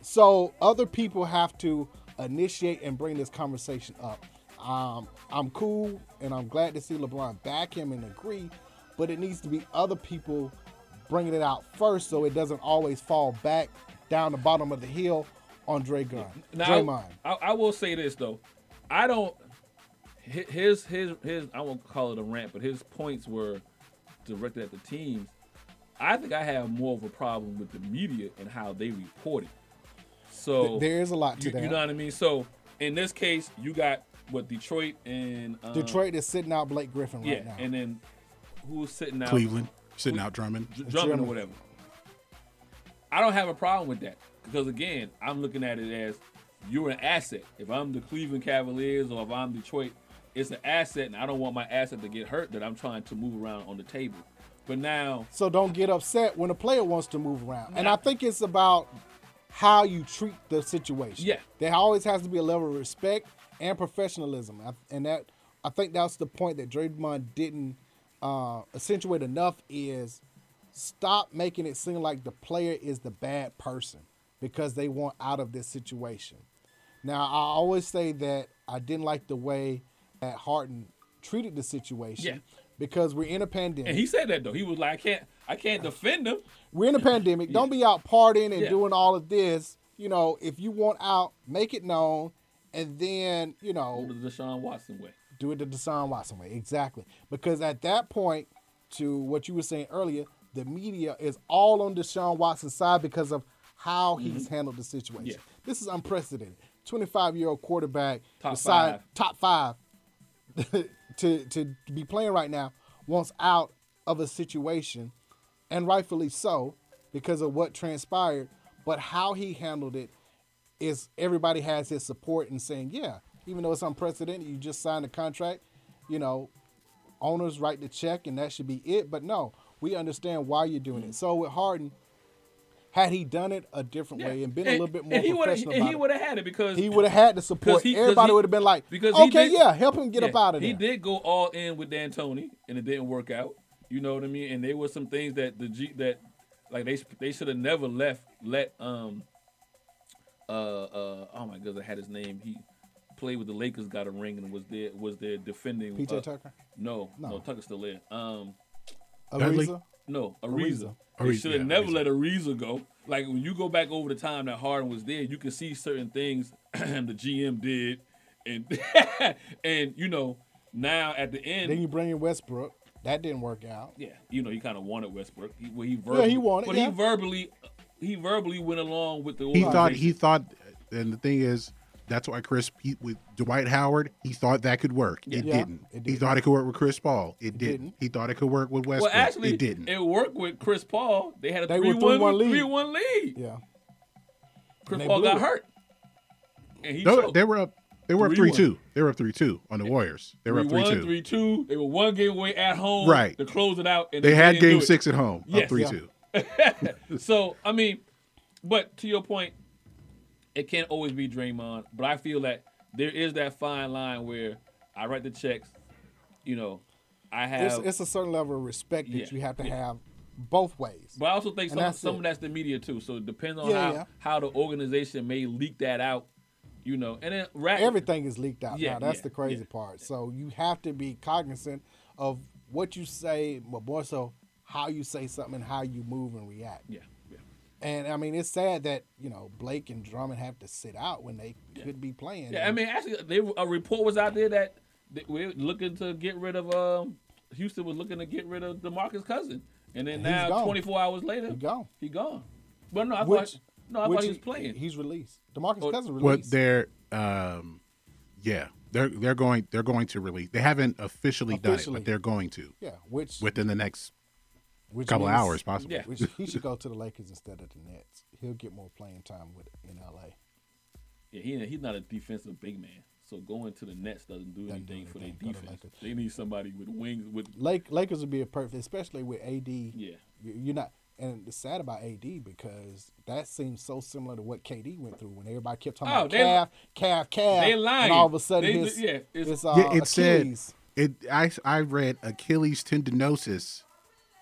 Speaker 6: So other people have to initiate and bring this conversation up. Um, I'm cool and I'm glad to see LeBron back him and agree, but it needs to be other people bringing it out first so it doesn't always fall back down the bottom of the hill on Dre Gunn.
Speaker 3: Now,
Speaker 6: Draymond.
Speaker 3: I, I will say this though, I don't. hi- His his his I won't call it a rant, but his points were directed at the teams. I think I have more of a problem with the media and how they report it. So
Speaker 6: Th- there is a lot to
Speaker 3: Oh. you, You
Speaker 6: that.
Speaker 3: know what I mean? So in this case, you got what Detroit and um,
Speaker 6: Detroit is sitting out Blake Griffin
Speaker 3: yeah,
Speaker 6: right now.
Speaker 3: and then who's sitting out?
Speaker 1: Cleveland sitting out Drummond.
Speaker 3: Drummond, or whatever. I don't have a problem with that because again, I'm looking at it as you're an asset. If I'm the Cleveland Cavaliers or if I'm Detroit, it's an asset, and I don't want my asset to get hurt that I'm trying to move around on the table. But now,
Speaker 6: So don't get upset when a player wants to move around. And I think it's about how you treat the situation.
Speaker 3: Yeah.
Speaker 6: There always has to be a level of respect and professionalism. I- And that I think that's the point that Draymond didn't uh, accentuate enough is stop making it seem like the player is the bad person because they want out of this situation. Now I always say that I didn't like the way that Harden treated the situation
Speaker 3: Yeah.
Speaker 6: because we're in a pandemic.
Speaker 3: and he said that though, he was like, I can't, I can't defend him.
Speaker 6: We're in a pandemic. Don't be out partying and
Speaker 3: Yeah.
Speaker 6: doing all of this. You know, if you want out, make it known, and then you know,
Speaker 3: The Deshaun Watson way.
Speaker 6: do it the Deshaun Watson way exactly. Because at that point, to what you were saying earlier, the media is all on Deshaun Watson's side because of how
Speaker 3: Mm-hmm.
Speaker 6: he's handled the situation. This is unprecedented. Twenty-five year old quarterback,
Speaker 3: Top
Speaker 6: decide-
Speaker 3: five.
Speaker 6: top five, to to be playing right now wants out of a situation, and rightfully so because of what transpired. But how he handled it is everybody has his support and saying, yeah, even though it's unprecedented, you just signed a contract. You know, owners write the check and that should be it. But no, we understand why you're doing it. So with Harden, had he done it a different way and been a
Speaker 3: And-
Speaker 6: little bit
Speaker 3: and
Speaker 6: more
Speaker 3: he would've-
Speaker 6: professional
Speaker 3: and he
Speaker 6: about it,
Speaker 3: would've had it because-
Speaker 6: he would have had the
Speaker 3: 'Cause
Speaker 6: support.
Speaker 3: he- 'cause
Speaker 6: Everybody
Speaker 3: he-
Speaker 6: would have been like,
Speaker 3: because he
Speaker 6: okay,
Speaker 3: did-
Speaker 6: yeah, help him get up
Speaker 3: yeah,
Speaker 6: out of there.
Speaker 3: He did go all in with D'Antoni, and it didn't work out. You know what I mean? And there were some things that the G that like they they should have never left let um uh uh oh my goodness I had his name he played with the Lakers got a ring and was there was there defending
Speaker 6: PJ
Speaker 3: uh,
Speaker 6: Tucker?
Speaker 3: no no,
Speaker 6: No.
Speaker 3: Tucker's still there um
Speaker 6: Dudley? Ariza?
Speaker 3: no
Speaker 6: Ariza.
Speaker 3: Ariza they
Speaker 6: Ariza,
Speaker 3: should have
Speaker 6: yeah,
Speaker 3: never let Ariza go like when you go back over the time that Harden was there you can see certain things [clears throat] the GM did and [laughs] and you know now at the end
Speaker 6: Then you bring in Westbrook. That didn't work out.
Speaker 3: yeah, you know, he kind of wanted Westbrook. He, well, he verbally,
Speaker 6: Yeah, he wanted,
Speaker 3: but
Speaker 6: yeah.
Speaker 3: he verbally, he verbally went along with the.
Speaker 1: He thought
Speaker 3: organization.
Speaker 1: he thought, and the thing is, that's why Chris he, with Dwight Howard, he thought that could work. It,
Speaker 3: Yeah. Yeah,
Speaker 1: didn't. He thought it could work with Chris Paul. It, didn't.
Speaker 3: didn't.
Speaker 1: He thought it could work with
Speaker 3: well,
Speaker 1: Westbrook.
Speaker 3: actually,
Speaker 1: it didn't.
Speaker 3: It worked with Chris Paul. They had a
Speaker 1: They were
Speaker 3: 3-1
Speaker 1: 3-1 lead.
Speaker 3: 3-1 lead.
Speaker 6: Yeah,
Speaker 3: Chris
Speaker 1: they
Speaker 3: Paul
Speaker 1: blew
Speaker 3: got
Speaker 1: it.
Speaker 3: hurt, and he
Speaker 1: No,
Speaker 3: choked.
Speaker 1: they were up They were up three
Speaker 4: 3-1.
Speaker 1: two. They were up three two on the Warriors. They were up three
Speaker 4: won
Speaker 1: two.
Speaker 4: three two. They were one game away at home.
Speaker 1: Right.
Speaker 4: To close it out. And
Speaker 1: They had
Speaker 4: didn't do
Speaker 1: game
Speaker 4: it.
Speaker 1: six at home, up
Speaker 4: Yes.
Speaker 1: 3-2.
Speaker 4: so I mean, but to your point, it can't always be Draymond. But I feel that there is that fine line where I write the checks. You know, I have.
Speaker 6: It's, it's a certain level of respect that
Speaker 4: Yeah,
Speaker 6: you have to
Speaker 4: yeah.
Speaker 6: have both ways.
Speaker 4: But I also think
Speaker 6: And
Speaker 4: some,
Speaker 6: that's
Speaker 4: some
Speaker 6: it.
Speaker 4: of that's the media too. So it depends on
Speaker 6: Yeah,
Speaker 4: how,
Speaker 6: yeah.
Speaker 4: how the organization may leak that out, you know. And then rat,
Speaker 6: everything is leaked out
Speaker 4: Yeah,
Speaker 6: now. That's
Speaker 4: yeah,
Speaker 6: the crazy part. So you have to be cognizant of what you say, but more so how you say something and how you move and react.
Speaker 4: Yeah. yeah.
Speaker 6: And I mean, it's sad that you know Blake and Drummond have to sit out when they could be playing.
Speaker 4: Yeah, I mean, actually, they, a report was out there that they we're looking to get rid of. Um, Houston was looking to get rid of DeMarcus Cousins, and then
Speaker 6: He's
Speaker 4: now,
Speaker 6: gone.
Speaker 4: 24 hours later, he
Speaker 6: gone.
Speaker 4: He gone. But no, I
Speaker 6: Which-
Speaker 4: thought no, I
Speaker 6: which
Speaker 4: thought he
Speaker 6: he-
Speaker 4: was playing.
Speaker 6: He's released. DeMarcus Cousins released.
Speaker 1: What they're um yeah, they're they're going they're going to release. They haven't officially, done it,
Speaker 6: Officially.
Speaker 1: but they're going to.
Speaker 6: Yeah, which-
Speaker 1: within the next
Speaker 6: Which
Speaker 1: couple
Speaker 6: means-
Speaker 1: hours possibly.
Speaker 6: Which he should go to the Lakers instead of the Nets. He'll get more playing time with in LA.
Speaker 4: Yeah, he, he's not a defensive big man. So going to the Nets doesn't do anything for their defense. They need somebody with wings. With
Speaker 6: Lake Lakers would be a perfect, especially with AD.
Speaker 4: Yeah,
Speaker 6: you're not. And it's sad about AD because that seems so similar to what KD went through when everybody kept talking
Speaker 4: Oh,
Speaker 6: about
Speaker 4: they-
Speaker 6: calf, calf, calf.
Speaker 4: they lying.
Speaker 6: And all of a sudden,
Speaker 4: They-
Speaker 6: it's,
Speaker 4: yeah,
Speaker 6: it's,
Speaker 4: it's-
Speaker 6: uh,
Speaker 1: yeah, it
Speaker 6: Achilles.
Speaker 1: said it. I I read Achilles tendinosis,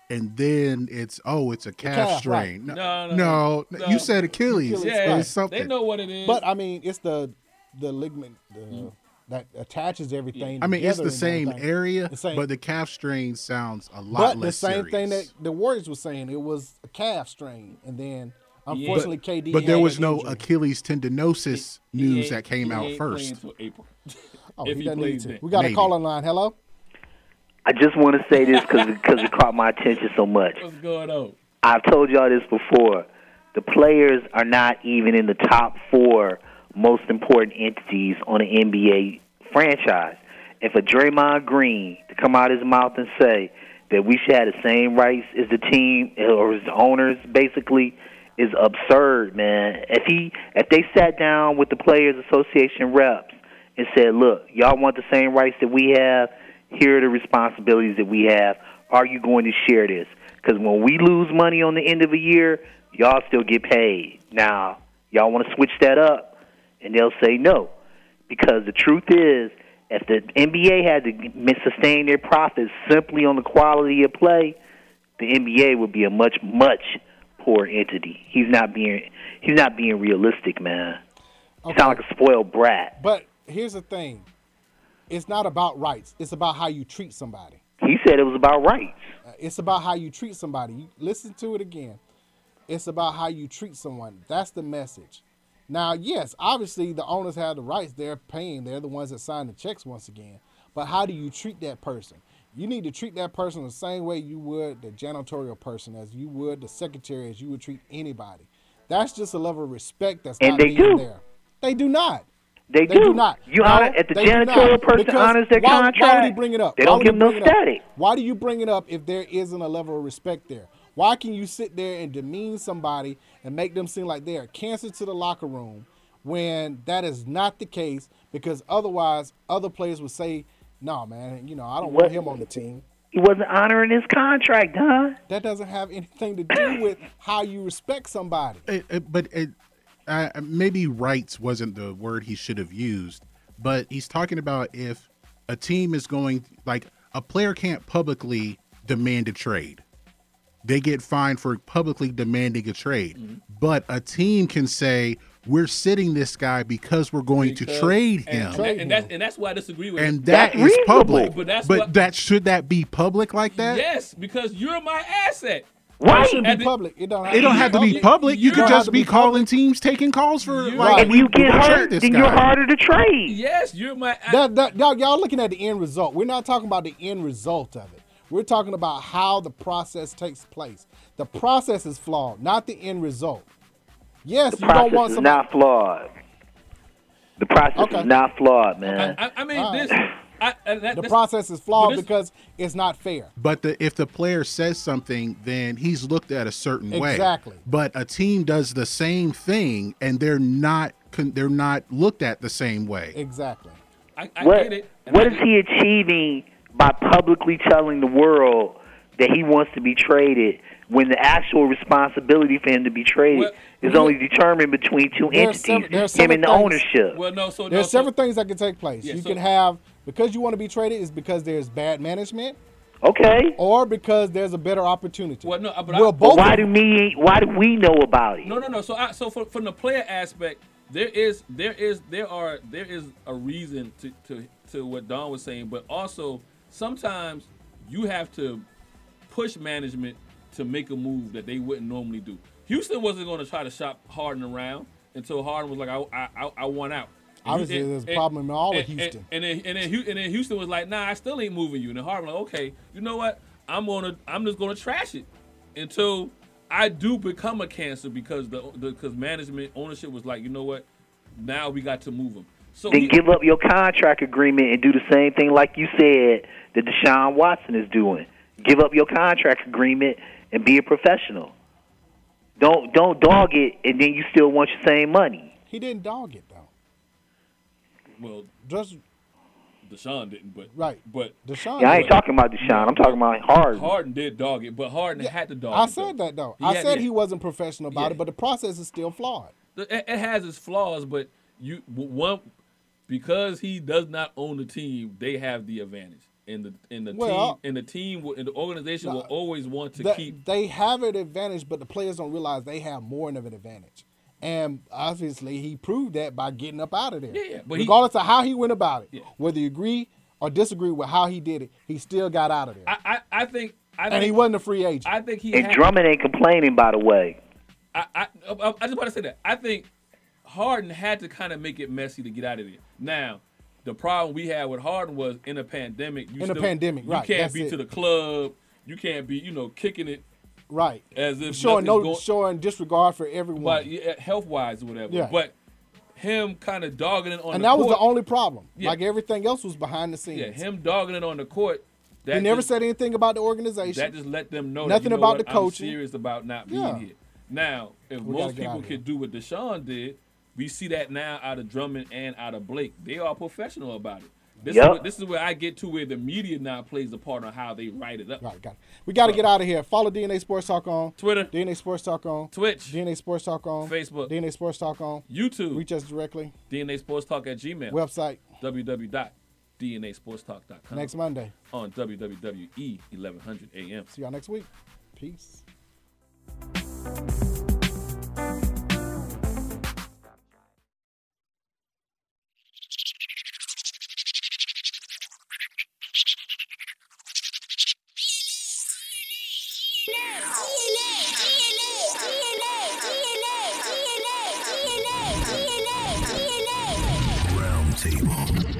Speaker 1: and then it's oh, it's a calf,
Speaker 6: calf,
Speaker 1: strain.
Speaker 6: right.
Speaker 1: No,
Speaker 6: No,
Speaker 1: no,
Speaker 6: no,
Speaker 1: you said Achilles. but it's something.
Speaker 4: what it Mm. is.
Speaker 6: But I mean, it's the the ligament the, that attaches everything.
Speaker 1: I mean, it's
Speaker 6: together
Speaker 1: the
Speaker 6: and
Speaker 1: same
Speaker 6: everything.
Speaker 1: area,
Speaker 6: The same-
Speaker 1: but the calf strain sounds a lot
Speaker 6: But the
Speaker 1: less
Speaker 6: same
Speaker 1: serious.
Speaker 6: thing that the Warriors were saying, it was a calf strain, and then unfortunately
Speaker 1: but,
Speaker 6: KD.
Speaker 1: But there
Speaker 6: had
Speaker 1: was
Speaker 6: an
Speaker 1: no
Speaker 6: injury.
Speaker 1: Achilles tendinosis
Speaker 6: he
Speaker 1: news
Speaker 6: ain't-
Speaker 1: that came
Speaker 6: he
Speaker 1: out
Speaker 6: ain't
Speaker 1: first.
Speaker 4: playing till
Speaker 3: [laughs]
Speaker 4: April.
Speaker 6: Oh,
Speaker 4: if
Speaker 6: he
Speaker 4: he
Speaker 6: doesn't need
Speaker 4: plays
Speaker 6: to.
Speaker 4: then.
Speaker 6: We got
Speaker 4: Maybe.
Speaker 6: a call online. Hello.
Speaker 11: I just want to say this because it caught my attention so much.
Speaker 4: what's going on?
Speaker 11: I've told y'all this before. The players are not even in the top four most important entities on an NBA franchise. And for Draymond Green to come out his mouth and say that we should have the same rights as the team or as the owners, basically, is absurd, man. If he if they sat down with the Players Association reps and said, "Look, y'all want the same rights that we have. Here are the responsibilities that we have. Are you going to share this? Because when we lose money on the end of a year, y'all still get paid. Now, y'all want to switch that up, and they'll say no, because the truth is, if the NBA had to sustain their profits simply on the quality of play, the NBA would be a much much poor entity. He's not being he's not being realistic, man. You Sound like a spoiled brat.
Speaker 6: But here's the thing: it's not about rights. It's about how you treat somebody.
Speaker 11: He said it was about rights.
Speaker 6: Uh, It's about how you treat somebody. You listen to it again. It's about how you treat someone. That's the message. Now, yes, obviously the owners have the rights. They're paying. They're the ones that sign the checks once again. But how do you treat that person? You need to treat that person the same way you would the janitorial person, as you would the secretary, as you would treat anybody. That's just a level of respect that's
Speaker 11: And
Speaker 6: not
Speaker 11: they
Speaker 6: being
Speaker 11: do.
Speaker 6: there. They do not.
Speaker 11: They,
Speaker 6: do.
Speaker 11: do.
Speaker 6: not.
Speaker 11: You
Speaker 6: No,
Speaker 11: honor if the
Speaker 6: they do not.
Speaker 11: janitorial person
Speaker 6: Because
Speaker 11: honors their
Speaker 6: why, Why would he
Speaker 11: contract,
Speaker 6: bring it up?
Speaker 11: they
Speaker 6: Why
Speaker 11: don't
Speaker 6: would
Speaker 11: give
Speaker 6: he
Speaker 11: no
Speaker 6: bring it up?
Speaker 11: static.
Speaker 6: Why do you bring it up if there isn't a level of respect there? Why can you sit there and demean somebody and make them seem like they are cancer to the locker room when that is not the case? Because otherwise, other players would say, "No, man, you know, I don't want
Speaker 11: What-
Speaker 6: him on the team."
Speaker 11: He wasn't honoring his contract, huh?
Speaker 6: That doesn't have anything to do with how you respect somebody.
Speaker 1: It- it- but it, I I- maybe rights wasn't the word he should have used. But he's talking about if a team is going like a player can't publicly demand a trade. They get fined for publicly demanding a trade.
Speaker 4: Mm-hmm.
Speaker 1: But a team can say we're sitting this guy because we're going to
Speaker 4: Because-
Speaker 1: trade him.
Speaker 4: and, And, that- and that's and that's why I disagree with. him.
Speaker 1: and that is public.
Speaker 4: But
Speaker 1: But,
Speaker 4: that's what,
Speaker 1: that should that be public like that?
Speaker 4: yes, because you're my asset.
Speaker 1: Why? It
Speaker 6: It should be public. It don't have,
Speaker 1: It don't have to be public. You
Speaker 4: You're-
Speaker 1: could
Speaker 4: you don't have
Speaker 1: just
Speaker 4: to
Speaker 1: be
Speaker 4: be
Speaker 1: calling teams taking calls for like
Speaker 6: If you
Speaker 1: we- we
Speaker 6: get
Speaker 1: wanna
Speaker 6: hurt,
Speaker 1: trade this
Speaker 6: then you're
Speaker 1: guy.
Speaker 6: harder to trade.
Speaker 4: Yes, you're my.
Speaker 6: That, that, y'all, y'all looking at the end result. We're not talking about the end result of it. We're talking about how the process takes place. The process is flawed, not the end result. Yes, you
Speaker 11: The
Speaker 6: don't
Speaker 11: process
Speaker 6: want
Speaker 11: is
Speaker 6: somebody.
Speaker 11: not flawed. The process is not flawed, man.
Speaker 4: I, I
Speaker 6: Ah.
Speaker 4: mean, this. I, and that,
Speaker 6: the
Speaker 4: this-
Speaker 6: process is flawed
Speaker 4: but this-
Speaker 6: because it's not fair.
Speaker 1: But the, if the player says something, then he's looked at a certain way.
Speaker 6: Exactly.
Speaker 1: But a team does the same thing, and they're not con- they're not looked at the same way.
Speaker 6: Exactly.
Speaker 3: I,
Speaker 11: what, what is he achieving by publicly telling the world that he wants to be traded when the actual responsibility for him to be traded is only determined between two
Speaker 6: There are
Speaker 11: entities,
Speaker 6: several- there are
Speaker 11: him
Speaker 6: several
Speaker 11: and the
Speaker 6: things-
Speaker 11: ownership?
Speaker 3: Well, no, so
Speaker 6: there's
Speaker 3: no, so-
Speaker 6: several things that can take place.
Speaker 3: Yeah,
Speaker 6: you
Speaker 3: so-
Speaker 6: can have because you want to be traded is because there's bad management.
Speaker 11: Okay.
Speaker 6: Or because there's a better opportunity.
Speaker 3: Well, no, but I-
Speaker 6: well,
Speaker 3: But
Speaker 6: both.
Speaker 11: why
Speaker 6: of
Speaker 11: do
Speaker 6: them-
Speaker 11: me? Why do we know about it?
Speaker 3: No, no, no. So, I, so for, from the player aspect, there is, there is, there are, there is a reason to, to, to what Don was saying, but also sometimes you have to push management to make a move that they wouldn't normally do. Houston wasn't going to try to shop Harden around until Harden was like, I, I, I, I want out. And
Speaker 6: Obviously,
Speaker 3: and-
Speaker 6: there's a
Speaker 3: and-
Speaker 6: problem in all of
Speaker 3: and- and-
Speaker 6: Houston.
Speaker 3: And then, and then, Hu- and then Houston was like, Nah, I still ain't moving you. And then Harden like, Okay, you know what? I'm gonna, I'm just gonna trash it until I do become a cancer because the because management ownership was like, you know what? Now we got to move him. So
Speaker 11: Then
Speaker 3: he-
Speaker 11: give up your contract agreement and do the same thing, like you said, that Deshaun Watson is doing. Give up your contract agreement and be a professional. Don't don't dog it, and then you still want your same money.
Speaker 6: He didn't dog it though.
Speaker 3: Well,
Speaker 6: just
Speaker 3: Deshaun didn't, but
Speaker 6: right,
Speaker 3: but
Speaker 6: Deshaun.
Speaker 11: Yeah, I ain't talking about Deshaun. I'm talking about Harden.
Speaker 3: Harden did dog it, but Harden had to dog
Speaker 6: I
Speaker 3: it. though.
Speaker 6: said that though.
Speaker 3: He
Speaker 6: I
Speaker 3: had-
Speaker 6: said
Speaker 3: yeah.
Speaker 6: he wasn't professional about
Speaker 3: Yeah.
Speaker 6: it, but the process is still flawed.
Speaker 3: it, it has its flaws, but you w- one because he does not own the team, they have the advantage. And the and the
Speaker 6: Well-
Speaker 3: team and the team will- and the organization will
Speaker 6: Nah,
Speaker 3: always want to
Speaker 6: That-
Speaker 3: keep.
Speaker 6: They have an advantage, but the players don't realize they have more of an advantage. And obviously, he proved that by getting up out of there.
Speaker 3: Yeah, yeah, but he-
Speaker 6: Regardless of how he went about it, whether you agree or disagree with how he did it, he still got out of there.
Speaker 3: I, I, I think I
Speaker 6: and
Speaker 3: think,
Speaker 6: he wasn't a free agent.
Speaker 3: I think he
Speaker 11: And
Speaker 3: had-
Speaker 11: Drummond ain't complaining, by the way.
Speaker 3: I, I, I I just want to say that. I think Harden had to kind of make it messy to get out of there. Now, the problem we had with Harden was in a pandemic. You
Speaker 6: In a
Speaker 3: still-
Speaker 6: pandemic,
Speaker 3: you
Speaker 6: right,
Speaker 3: can't
Speaker 6: that's
Speaker 3: be
Speaker 6: it.
Speaker 3: to the club. You can't be, you know, kicking it
Speaker 6: right.
Speaker 3: as if
Speaker 6: Showing no
Speaker 3: nothing's going,
Speaker 6: showing disregard for everyone.
Speaker 3: but yeah, health wise or whatever.
Speaker 6: Yeah.
Speaker 3: But him kind of dogging it on
Speaker 6: and
Speaker 3: the
Speaker 6: that
Speaker 3: court.
Speaker 6: was the only problem.
Speaker 3: Yeah.
Speaker 6: Like everything else was behind the scenes.
Speaker 3: yeah, him dogging it on the court. That
Speaker 6: he never
Speaker 3: just,
Speaker 6: said anything about the organization.
Speaker 3: that just let them know that,
Speaker 6: nothing
Speaker 3: you know
Speaker 6: about
Speaker 3: what,
Speaker 6: the coaching.
Speaker 3: I'm serious about not being
Speaker 6: Yeah.
Speaker 3: here. Now, if
Speaker 6: We gotta
Speaker 3: most
Speaker 6: get out
Speaker 3: people
Speaker 6: of here.
Speaker 3: could do what Deshaun did, we see that now out of Drummond and out of Blake. They are professional about it. This, is
Speaker 6: Yep.
Speaker 3: where, this is where I get to where the media now plays a part on how they write it up.
Speaker 6: Right, got it. We got to get out of here. Follow DNA Sports Talk on
Speaker 3: Twitter,
Speaker 6: DNA Sports Talk on
Speaker 3: Twitch,
Speaker 6: DNA Sports Talk on
Speaker 3: Facebook,
Speaker 6: DNA Sports Talk on
Speaker 3: YouTube.
Speaker 6: Reach us directly.
Speaker 3: DNA Sports Talk at Gmail.
Speaker 6: Website.
Speaker 3: www.dnasportstalk.com.
Speaker 6: Next Monday.
Speaker 3: On E WWE 1100 AM.
Speaker 6: See y'all next week. Peace.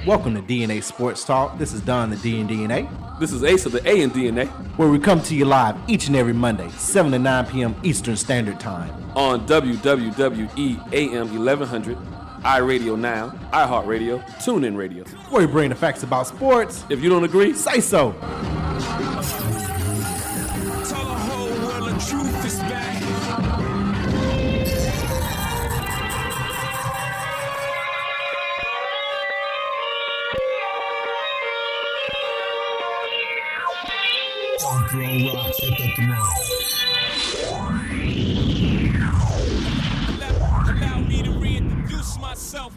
Speaker 2: Welcome to DNA Sports Talk. This is Don the D and DNA.
Speaker 15: This is Ace of the A and DNA.
Speaker 2: Where we come to you live each and every Monday, 7 to 9 p.m. Eastern Standard Time.
Speaker 15: on WWE AM 1100, iRadio Now, iHeartRadio, TuneIn Radio.
Speaker 2: Where we bring the facts about sports.
Speaker 15: If you don't agree,
Speaker 2: say so.
Speaker 4: Tell the whole world the truth is back. Punk Rock rocks at the throne. Allow me to reintroduce myself.